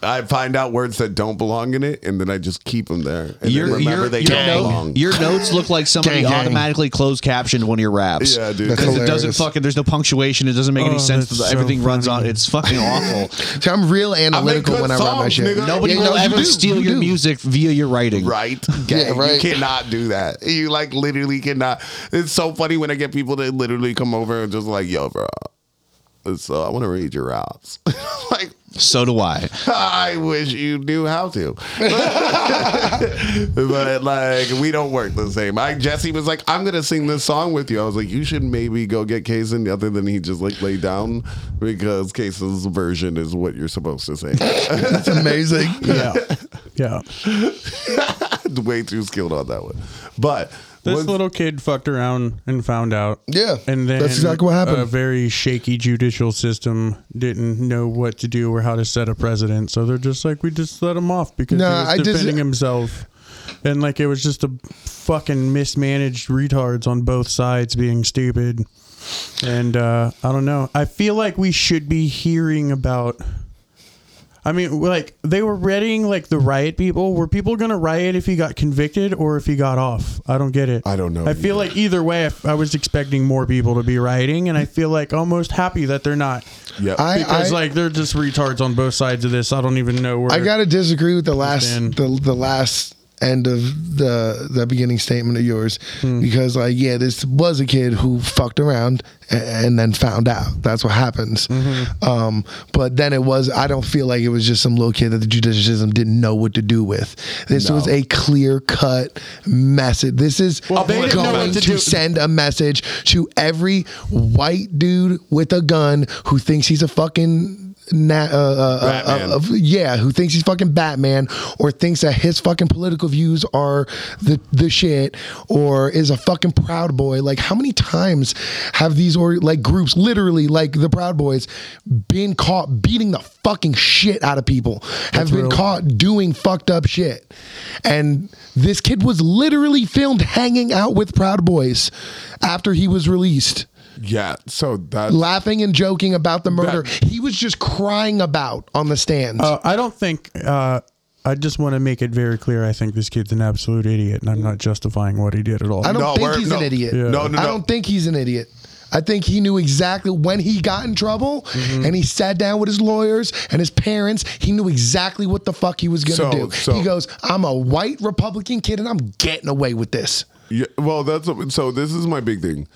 Speaker 1: I find out words that don't belong in it, and then I just keep them there. And
Speaker 5: Your,
Speaker 1: then remember
Speaker 5: your,
Speaker 1: they
Speaker 5: your,
Speaker 1: don't
Speaker 5: note-
Speaker 1: belong.
Speaker 5: your notes look like somebody
Speaker 3: Gang, gang.
Speaker 5: automatically closed captioned one of your raps.
Speaker 1: Yeah, dude.
Speaker 3: That's
Speaker 5: Because it doesn't
Speaker 3: hilarious.
Speaker 5: fucking. There's no punctuation. It doesn't make any
Speaker 2: Oh,
Speaker 5: sense.
Speaker 2: that's
Speaker 5: that
Speaker 2: so
Speaker 5: everything runs on.
Speaker 2: funny.
Speaker 5: It's
Speaker 1: (laughs)
Speaker 5: fucking awful.
Speaker 3: See, I'm real analytical
Speaker 1: good
Speaker 3: when I write my
Speaker 1: songs,
Speaker 3: shit.
Speaker 1: nigga.
Speaker 5: Nobody
Speaker 1: Yeah,
Speaker 5: will
Speaker 1: no, you
Speaker 5: ever
Speaker 1: do,
Speaker 5: steal
Speaker 1: you
Speaker 5: your
Speaker 1: do.
Speaker 5: music via your writing.
Speaker 1: right? Gang.
Speaker 3: right.
Speaker 1: You cannot do that. You like literally cannot. It's so funny when I get people that literally come over and just like, yo, bro. So I want to read your raps. (laughs) like,
Speaker 5: So do I.
Speaker 1: I wish you knew how to. (laughs) but like, we don't work the same. I Jesse was like, I'm gonna sing this song with you. I was like, you should maybe go get Kason other than he just like laid down because Kason's version is what you're supposed to sing.
Speaker 3: It's
Speaker 5: (laughs)
Speaker 3: amazing.
Speaker 2: Yeah.
Speaker 1: (laughs)
Speaker 2: Yeah.
Speaker 1: Way too skilled on that one. But
Speaker 2: This
Speaker 1: once-
Speaker 2: little kid fucked around and found out.
Speaker 3: Yeah,
Speaker 2: And then
Speaker 3: that's exactly what happened.
Speaker 2: A very shaky judicial system didn't know what to do or how to set a precedent. So they're just like, we just let him off because
Speaker 3: Nah,
Speaker 2: he
Speaker 3: I
Speaker 2: was
Speaker 3: just-
Speaker 2: defending himself. And like it was just a fucking mismanaged retards on both sides being stupid. And uh, I don't know. I feel like we should be hearing about. I mean, like they were readying like the riot people. Were people gonna riot if he got convicted or if he got off? I don't get it.
Speaker 1: I don't know
Speaker 2: I feel like either way, I f- I was expecting more people to be rioting, and I feel like almost happy that they're not
Speaker 1: yeah,
Speaker 3: I,
Speaker 2: because
Speaker 3: I,
Speaker 2: like they're just retards on both sides of this. I don't even know where.
Speaker 3: I gotta disagree with the last
Speaker 2: Dan.
Speaker 3: the, the last end of the the beginning statement of yours because like yeah this was a kid who fucked around and, and then found out that's what happens um but then it was i don't feel like it was just some little kid that the judicial system didn't know what to do with this was a clear cut message this is
Speaker 2: Well, they
Speaker 3: going
Speaker 2: didn't know what
Speaker 3: to,
Speaker 2: to do.
Speaker 3: send a message to every white dude with a gun who thinks he's a fucking na- uh, uh, uh,
Speaker 1: Batman.
Speaker 3: uh, uh, yeah, who thinks he's fucking Batman or thinks that his fucking political views are the the shit or is a fucking proud boy. Like how many times have these or like groups literally like the Proud Boys been caught beating the fucking shit out of people? have been caught doing fucked up shit. And this kid was literally filmed hanging out with Proud Boys after he was released
Speaker 1: Yeah. So that
Speaker 3: laughing and joking about the murder
Speaker 1: That-
Speaker 3: he was just crying about on the stand.
Speaker 2: Uh, I don't think. Uh, I just want to make it very clear. I think this kid's an absolute idiot, and I'm not justifying what he did at all.
Speaker 3: I don't
Speaker 1: No,
Speaker 3: think
Speaker 1: we're-
Speaker 3: he's
Speaker 1: no.
Speaker 3: an idiot.
Speaker 1: Yeah. No, no,
Speaker 3: I
Speaker 1: no.
Speaker 3: don't think he's an idiot. I think he knew exactly when he got in trouble
Speaker 1: Mm-hmm.
Speaker 3: and he sat down with his lawyers and his parents. He knew exactly what the fuck he was going
Speaker 1: So-
Speaker 3: to do.
Speaker 1: so-
Speaker 3: he goes, I'm a white Republican kid and I'm getting away with this.
Speaker 1: Yeah, well, that's so. This is my big thing.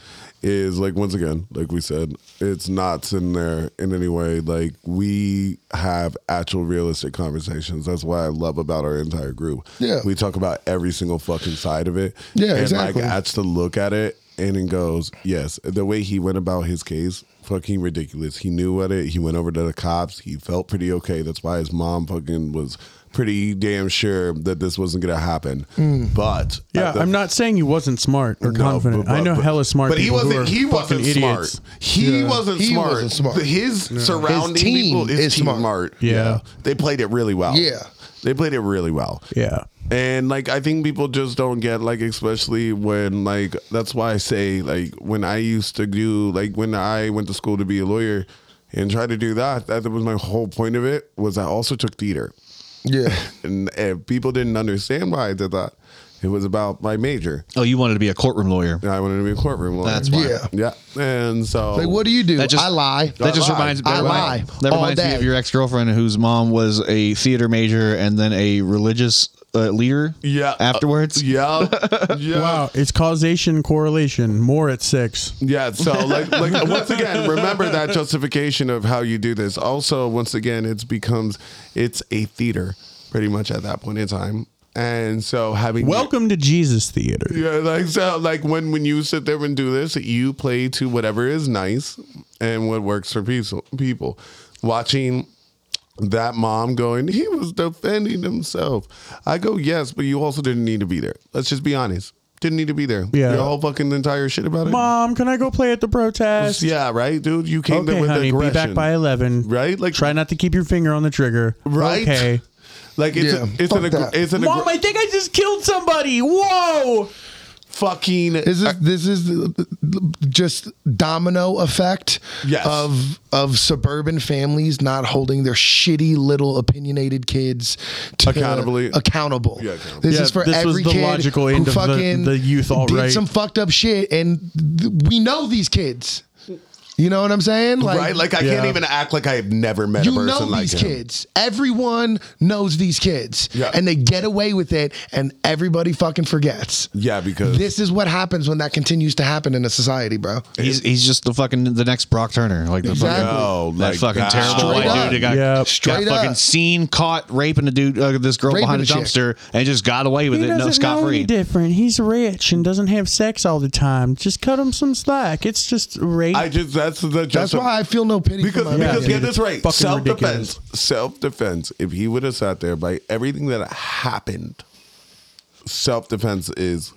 Speaker 1: Is like once again, like we said, it's not sitting there in any way. Like we have actual realistic conversations. That's what I love about our entire group.
Speaker 3: Yeah.
Speaker 1: we talk about every single fucking side of it.
Speaker 3: Yeah,
Speaker 1: and
Speaker 3: exactly.
Speaker 1: Like that's to look at it and it goes, yes, the way he went about his case, fucking ridiculous. He knew what it. He went over to the cops. He felt pretty okay. That's why his mom fucking was pretty damn sure that this wasn't gonna happen.
Speaker 3: Mm.
Speaker 1: But at
Speaker 2: yeah,
Speaker 1: the
Speaker 2: I'm not saying he wasn't smart or
Speaker 1: no,
Speaker 2: confident.
Speaker 1: but-
Speaker 2: I know
Speaker 1: but-
Speaker 2: hella smart.
Speaker 1: But he
Speaker 2: people who
Speaker 1: wasn't.
Speaker 2: are
Speaker 1: He
Speaker 2: fucking
Speaker 1: wasn't
Speaker 2: idiots.
Speaker 1: smart. He wasn't
Speaker 3: He
Speaker 1: smart.
Speaker 3: wasn't smart.
Speaker 1: The- His surrounding
Speaker 3: His team
Speaker 1: people. His
Speaker 3: is
Speaker 1: team
Speaker 3: smart.
Speaker 2: Yeah.
Speaker 1: they played it really well.
Speaker 3: Yeah.
Speaker 1: they played it really well.
Speaker 2: Yeah.
Speaker 1: And like I think people just don't get like especially when like that's why I say like when I used to do like when I went to school to be a lawyer and tried to do that that was my whole point of it was I also took theater
Speaker 3: Yeah.
Speaker 1: and, and people didn't understand why I did that it was about my major
Speaker 4: Oh, you wanted to be a courtroom lawyer.
Speaker 1: and I wanted to be a courtroom lawyer
Speaker 4: That's why.
Speaker 3: Yeah.
Speaker 1: yeah and so
Speaker 3: Like, what do you do?
Speaker 4: That just-
Speaker 3: I lie.
Speaker 1: I
Speaker 4: That just
Speaker 1: lied.
Speaker 4: reminds me.
Speaker 3: I
Speaker 4: That
Speaker 3: lie
Speaker 4: reminds, that
Speaker 3: all
Speaker 4: reminds me
Speaker 3: day.
Speaker 4: of your
Speaker 5: ex girlfriend whose mom was a theater major and then a religious uh, leader.
Speaker 1: yeah (laughs)
Speaker 3: (laughs)
Speaker 5: Afterwards?
Speaker 1: yeah yeah
Speaker 2: Wow, it's causation correlation. More at six.
Speaker 1: Yeah, so like, like once again, remember that justification of how you do this. Also, once again, it's becomes it's a theater pretty much at that point in time, and so having
Speaker 2: Welcome to Jesus Theater.
Speaker 1: yeah, like so, like when when you sit there and do this, you play to whatever is nice and what works for people. People watching that mom going, he was defending himself. I go, yes, but you also didn't need to be there. Let's just be honest, didn't need to be there.
Speaker 2: Yeah.
Speaker 1: your whole fucking entire shit about it.
Speaker 2: Mom, can I go play at the protest?
Speaker 1: Yeah, right, dude. You came there
Speaker 2: Okay,
Speaker 1: with
Speaker 2: honey,
Speaker 1: aggression.
Speaker 2: be back by eleven.
Speaker 1: Right? Like-
Speaker 2: try not to keep your finger on the trigger.
Speaker 1: Right?
Speaker 2: Okay.
Speaker 1: Like it's
Speaker 3: Yeah,
Speaker 1: it's an
Speaker 3: fuck
Speaker 1: aggr-
Speaker 3: that.
Speaker 1: it's an aggr-
Speaker 2: I think I just killed somebody. Whoa.
Speaker 1: fucking
Speaker 3: This is this is the- the- just domino effect
Speaker 1: Yes.
Speaker 3: of of suburban families not holding their shitty little opinionated kids to
Speaker 1: Accountably-
Speaker 3: accountable.
Speaker 1: Yeah, accountable.
Speaker 3: This
Speaker 2: Yeah,
Speaker 3: is for
Speaker 2: this was
Speaker 3: every
Speaker 2: the
Speaker 3: kid
Speaker 2: logical
Speaker 3: who
Speaker 2: end of the-
Speaker 3: fucking
Speaker 2: the youth
Speaker 3: did
Speaker 2: alt-right.
Speaker 3: some fucked up shit, and th- we know these kids. You know what I'm saying?
Speaker 1: right. Like I can't
Speaker 2: Yeah.
Speaker 1: even act like I've never met a
Speaker 3: you
Speaker 1: person
Speaker 3: know
Speaker 1: like
Speaker 3: these
Speaker 1: him.
Speaker 3: kids. Everyone knows these kids,
Speaker 1: Yeah.
Speaker 3: and they get away with it, and everybody fucking forgets.
Speaker 1: Yeah, because
Speaker 3: This is what happens when that continues to happen in a society, bro.
Speaker 5: He's he's just the fucking the next Brock Turner. Like the
Speaker 3: Exactly.
Speaker 5: fucking,
Speaker 1: no, oh, like
Speaker 5: that fucking terrible
Speaker 3: Straight
Speaker 5: white
Speaker 3: up.
Speaker 5: dude that got,
Speaker 2: Yep.
Speaker 3: Straight
Speaker 5: got fucking
Speaker 3: up.
Speaker 5: seen caught raping a dude uh, this girl
Speaker 3: Raping a
Speaker 5: behind a
Speaker 3: chick.
Speaker 5: dumpster and just got away with
Speaker 2: He
Speaker 5: it.
Speaker 2: doesn't
Speaker 5: No scot
Speaker 2: know any
Speaker 5: free.
Speaker 2: different. He's rich and doesn't have sex all the time. Just cut him some slack. It's just rape.
Speaker 1: I just that's the just
Speaker 3: That's why I feel no pity
Speaker 1: because
Speaker 3: for my
Speaker 1: because
Speaker 3: man.
Speaker 1: get this right,
Speaker 2: Fucking
Speaker 1: self defense,
Speaker 2: ridiculous.
Speaker 1: self defense. If he would have sat there by everything that happened, self defense is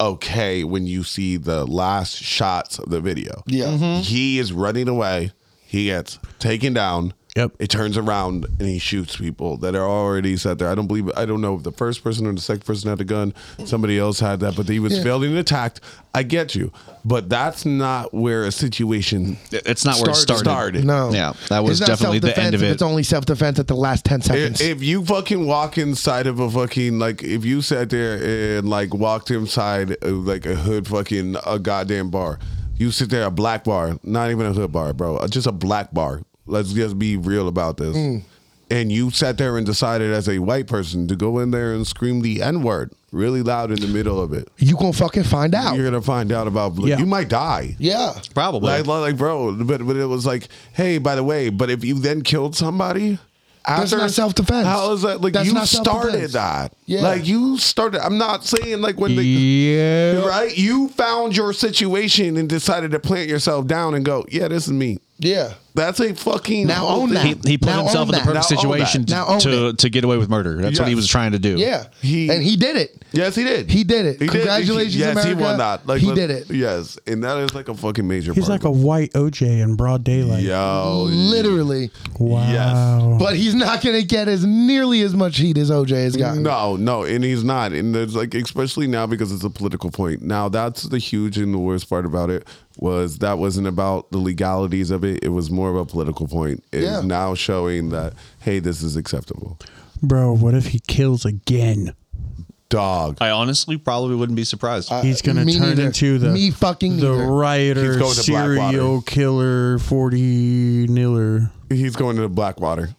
Speaker 1: okay when you see the last shots of the video.
Speaker 3: Yeah.
Speaker 2: Mm-hmm.
Speaker 3: Mhm.
Speaker 1: he is running away. He gets taken down.
Speaker 2: Yep.
Speaker 1: It turns around and he shoots people that are already sat there. I don't believe. I don't know if the first person or the second person had a gun. Somebody else had that, but he was failing and attacked. I get you, but that's not where a situation
Speaker 5: It's not where it started.
Speaker 3: No,
Speaker 5: Yeah, that was
Speaker 3: It's not
Speaker 5: definitely the
Speaker 3: self-defense
Speaker 5: end of
Speaker 3: if
Speaker 5: it.
Speaker 3: It's only self defense at the last ten seconds.
Speaker 1: If, if you fucking walk inside of a fucking like, if you sat there and like walked inside of like a hood fucking a goddamn bar, you sit there a uh, black bar, not even a hood bar, bro, just a black bar. Let's just be real about this. and you sat there and decided as a white person to go in there and scream the N word really loud in the middle of it,
Speaker 3: You gonna fucking find out.
Speaker 1: you're gonna find out about.
Speaker 2: Yeah.
Speaker 1: You might die.
Speaker 3: yeah.
Speaker 5: Probably.
Speaker 1: Like, like, bro, but but it was like, hey, by the way, but if you then killed somebody.
Speaker 3: That's
Speaker 1: after-
Speaker 3: not self-defense.
Speaker 1: How is that? Like
Speaker 3: That's
Speaker 1: you
Speaker 3: not
Speaker 1: started
Speaker 3: self-defense.
Speaker 1: that.
Speaker 3: Yeah.
Speaker 1: Like you started. I'm not saying like when the
Speaker 5: yeah.
Speaker 1: right? You found your situation and decided to plant yourself down and go, yeah, this is me.
Speaker 3: Yeah.
Speaker 1: That's a fucking
Speaker 3: Now own that.
Speaker 4: He, he put
Speaker 3: Now
Speaker 4: himself in
Speaker 3: own
Speaker 4: the
Speaker 3: that.
Speaker 4: perfect
Speaker 1: Now own that.
Speaker 4: situation
Speaker 3: Now
Speaker 4: to,
Speaker 3: own
Speaker 4: to, to get away with murder. That's what he
Speaker 1: Yes.
Speaker 4: was trying to do.
Speaker 3: Yeah.
Speaker 1: He-
Speaker 3: and he did it.
Speaker 1: Yes, he did.
Speaker 3: He did it. Congratulations,
Speaker 1: yes,
Speaker 3: America.
Speaker 1: he won that. Like,
Speaker 3: He
Speaker 1: let's-
Speaker 3: did it.
Speaker 1: Yes, and that is like a fucking major.
Speaker 2: He's like
Speaker 1: part
Speaker 2: a white OJ in broad daylight.
Speaker 5: Oh,
Speaker 1: yo.
Speaker 3: Literally.
Speaker 2: Wow.
Speaker 3: But he's not gonna get as nearly as much heat as OJ has gotten.
Speaker 1: No, no, and he's not. And there's like, especially now because it's a political point. Now that's the huge and the worst part about it was that wasn't about the legalities of it. It was more of a political point. It's
Speaker 3: Yeah.
Speaker 1: now showing that hey, this is acceptable.
Speaker 2: Bro, what if he kills again?
Speaker 1: Dog,
Speaker 4: I honestly
Speaker 5: Probably wouldn't be surprised.
Speaker 2: He's gonna
Speaker 3: Uh, me
Speaker 2: turn
Speaker 3: neither.
Speaker 2: into the
Speaker 3: Me fucking
Speaker 2: the
Speaker 3: neither.
Speaker 1: He's
Speaker 2: rioter,
Speaker 1: going to
Speaker 2: serial
Speaker 1: Blackwater.
Speaker 2: killer, forty niller.
Speaker 1: he's going to Blackwater.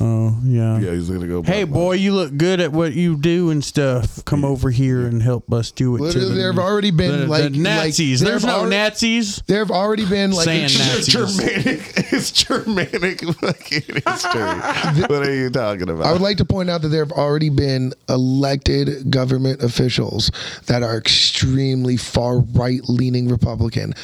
Speaker 2: Oh yeah.
Speaker 1: Yeah, he's gonna go.
Speaker 2: Hey
Speaker 1: Blackwater.
Speaker 2: boy, you look good at what you do and stuff. Come over here and help us do it. to
Speaker 3: Literally,
Speaker 2: the-
Speaker 3: there have already been
Speaker 2: the-
Speaker 3: like
Speaker 2: the Nazis.
Speaker 3: Like,
Speaker 2: There's
Speaker 3: have
Speaker 2: no
Speaker 3: alre-
Speaker 2: Nazis.
Speaker 3: There have already been like
Speaker 2: Saying
Speaker 3: ex-
Speaker 2: Nazis. (laughs)
Speaker 1: Germanic. (laughs) It's Germanic (laughs) fucking
Speaker 3: (laughs)
Speaker 1: history. what are you talking about?
Speaker 3: I would like to point out that there have already been elected government officials that are extremely far right leaning Republican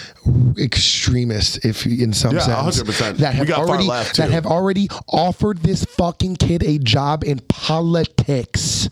Speaker 3: extremists, if you- in some
Speaker 1: Yeah,
Speaker 3: sense,
Speaker 1: 100%.
Speaker 3: that
Speaker 1: We
Speaker 3: have
Speaker 1: got far
Speaker 3: already
Speaker 1: left,
Speaker 3: that
Speaker 1: too.
Speaker 3: have already offered this fucking kid a job in politics.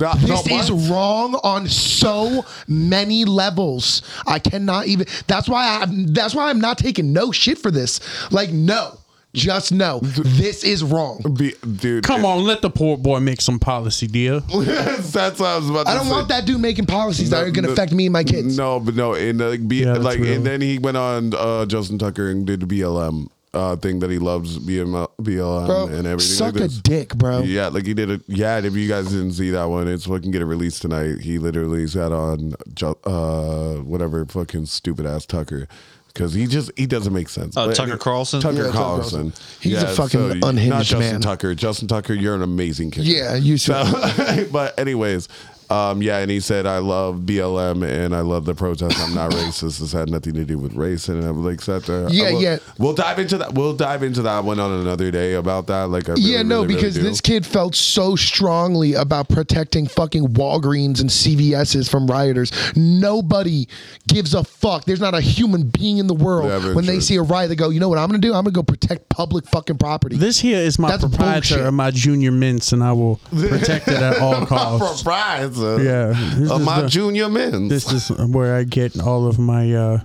Speaker 1: No,
Speaker 3: This
Speaker 1: no,
Speaker 3: is
Speaker 1: what?
Speaker 3: wrong on so many levels. I cannot even. That's why I. That's why I'm not taking no shit for this. Like no, just no. This is wrong.
Speaker 1: Be- dude.
Speaker 2: Come on, let the poor boy make some policy, dear.
Speaker 1: (laughs)
Speaker 3: Oh,
Speaker 1: that's what I was about to
Speaker 3: I don't
Speaker 1: say.
Speaker 3: want that dude making policies that
Speaker 1: No,
Speaker 3: are going to
Speaker 1: no,
Speaker 3: affect me and my kids.
Speaker 1: No, but no, and like, be,
Speaker 2: Yeah, that's
Speaker 1: like,
Speaker 2: real.
Speaker 1: and then he went on uh, Justin Tucker and did the BLM uh, thing that he loves BM, BLM
Speaker 3: bro,
Speaker 1: and everything.
Speaker 3: suck
Speaker 1: like
Speaker 3: a
Speaker 1: this.
Speaker 3: dick, bro.
Speaker 1: Yeah, like he did it. Yeah, and if you guys didn't see that one, it's fucking get it released tonight. He literally sat on Ju- uh whatever fucking stupid ass Tucker because he just he doesn't make sense.
Speaker 5: Uh,
Speaker 1: But-
Speaker 5: Tucker Carlson?
Speaker 1: Tucker
Speaker 3: Yeah, Tucker
Speaker 1: Carlson.
Speaker 3: Carlson. He's a fucking
Speaker 1: you-
Speaker 3: unhinged
Speaker 1: not Justin
Speaker 3: man.
Speaker 1: Tucker, Justin Tucker, you're an amazing kicker.
Speaker 3: Yeah, you should.
Speaker 1: So, (laughs) but anyways, um, yeah, and he said, "I love BLM and I love the protest. I'm not racist. This had nothing to do with race." And I'm like, "Sat there." I
Speaker 3: Yeah,
Speaker 1: will-
Speaker 3: yeah.
Speaker 1: We'll dive into that. We'll dive into that one on another day about that. Like, I really,
Speaker 3: yeah, no,
Speaker 1: really, really
Speaker 3: because
Speaker 1: do.
Speaker 3: this kid felt so strongly about protecting fucking Walgreens and CVS's from rioters. Nobody gives a fuck. There's not a human being in the world
Speaker 1: Never
Speaker 3: when they
Speaker 1: true.
Speaker 3: see a riot, they go, you know what I'm going to do? I'm going to go protect public fucking property.
Speaker 2: This here is my
Speaker 3: That's
Speaker 2: proprietor
Speaker 3: bullshit.
Speaker 2: of my junior mints, and I will
Speaker 3: (laughs)
Speaker 2: protect it
Speaker 1: (laughs)
Speaker 2: at all costs.
Speaker 1: Proprietor
Speaker 2: Yeah, this
Speaker 1: uh, of
Speaker 2: is
Speaker 1: my
Speaker 2: the-
Speaker 1: junior men.
Speaker 2: This is where I get all of my uh,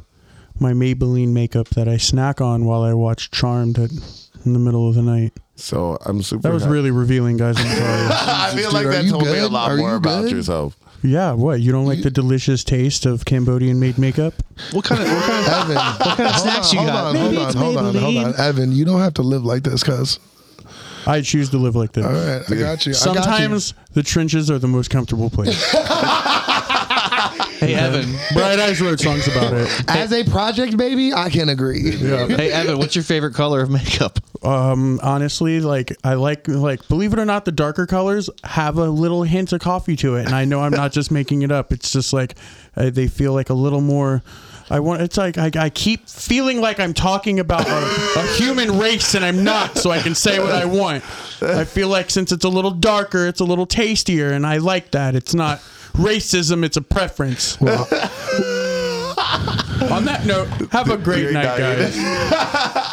Speaker 2: my Maybelline makeup that I snack on while I watch Charmed at, in the middle of the night.
Speaker 1: so I'm super.
Speaker 2: That was
Speaker 1: happy.
Speaker 2: really revealing, guys. I'm sorry.
Speaker 3: (laughs)
Speaker 1: (laughs) I feel like
Speaker 3: Dude, are
Speaker 1: that
Speaker 3: you
Speaker 1: told me a
Speaker 3: good?
Speaker 1: lot
Speaker 3: Are
Speaker 1: more
Speaker 3: you
Speaker 1: about
Speaker 3: good?
Speaker 1: yourself.
Speaker 2: yeah, what? You don't like the delicious taste of Cambodian made makeup?
Speaker 5: What kind of (laughs) what kind of
Speaker 3: Evan, what kind of
Speaker 5: snacks you
Speaker 3: hold
Speaker 5: got?
Speaker 3: On, hold
Speaker 2: Maybe
Speaker 3: on,
Speaker 2: it's
Speaker 3: hold on, hold on,
Speaker 2: Maybelline.
Speaker 3: Evan. You don't have to live like this, cuz.
Speaker 2: I choose to live like this.
Speaker 3: All right, I got you. I got you.
Speaker 2: Sometimes the trenches are the most comfortable place.
Speaker 3: (laughs)
Speaker 5: Hey Evan.
Speaker 2: Bright Eyes wrote songs about it.
Speaker 3: As a project baby, I can agree. (laughs)
Speaker 5: hey Evan, what's your favorite color of makeup?
Speaker 2: Um, honestly, like I like like believe it or not, the darker colors have a little hint of coffee to it, and I know I'm not just making it up. It's just like uh, they feel like a little more. I want. It's like I, I keep feeling like I'm talking about a, a human race, and I'm not, so I can say what I want. I feel like since it's a little darker, it's a little tastier, and I like that. It's not racism; it's a preference. On that note, have a great night,
Speaker 1: night.
Speaker 2: guys.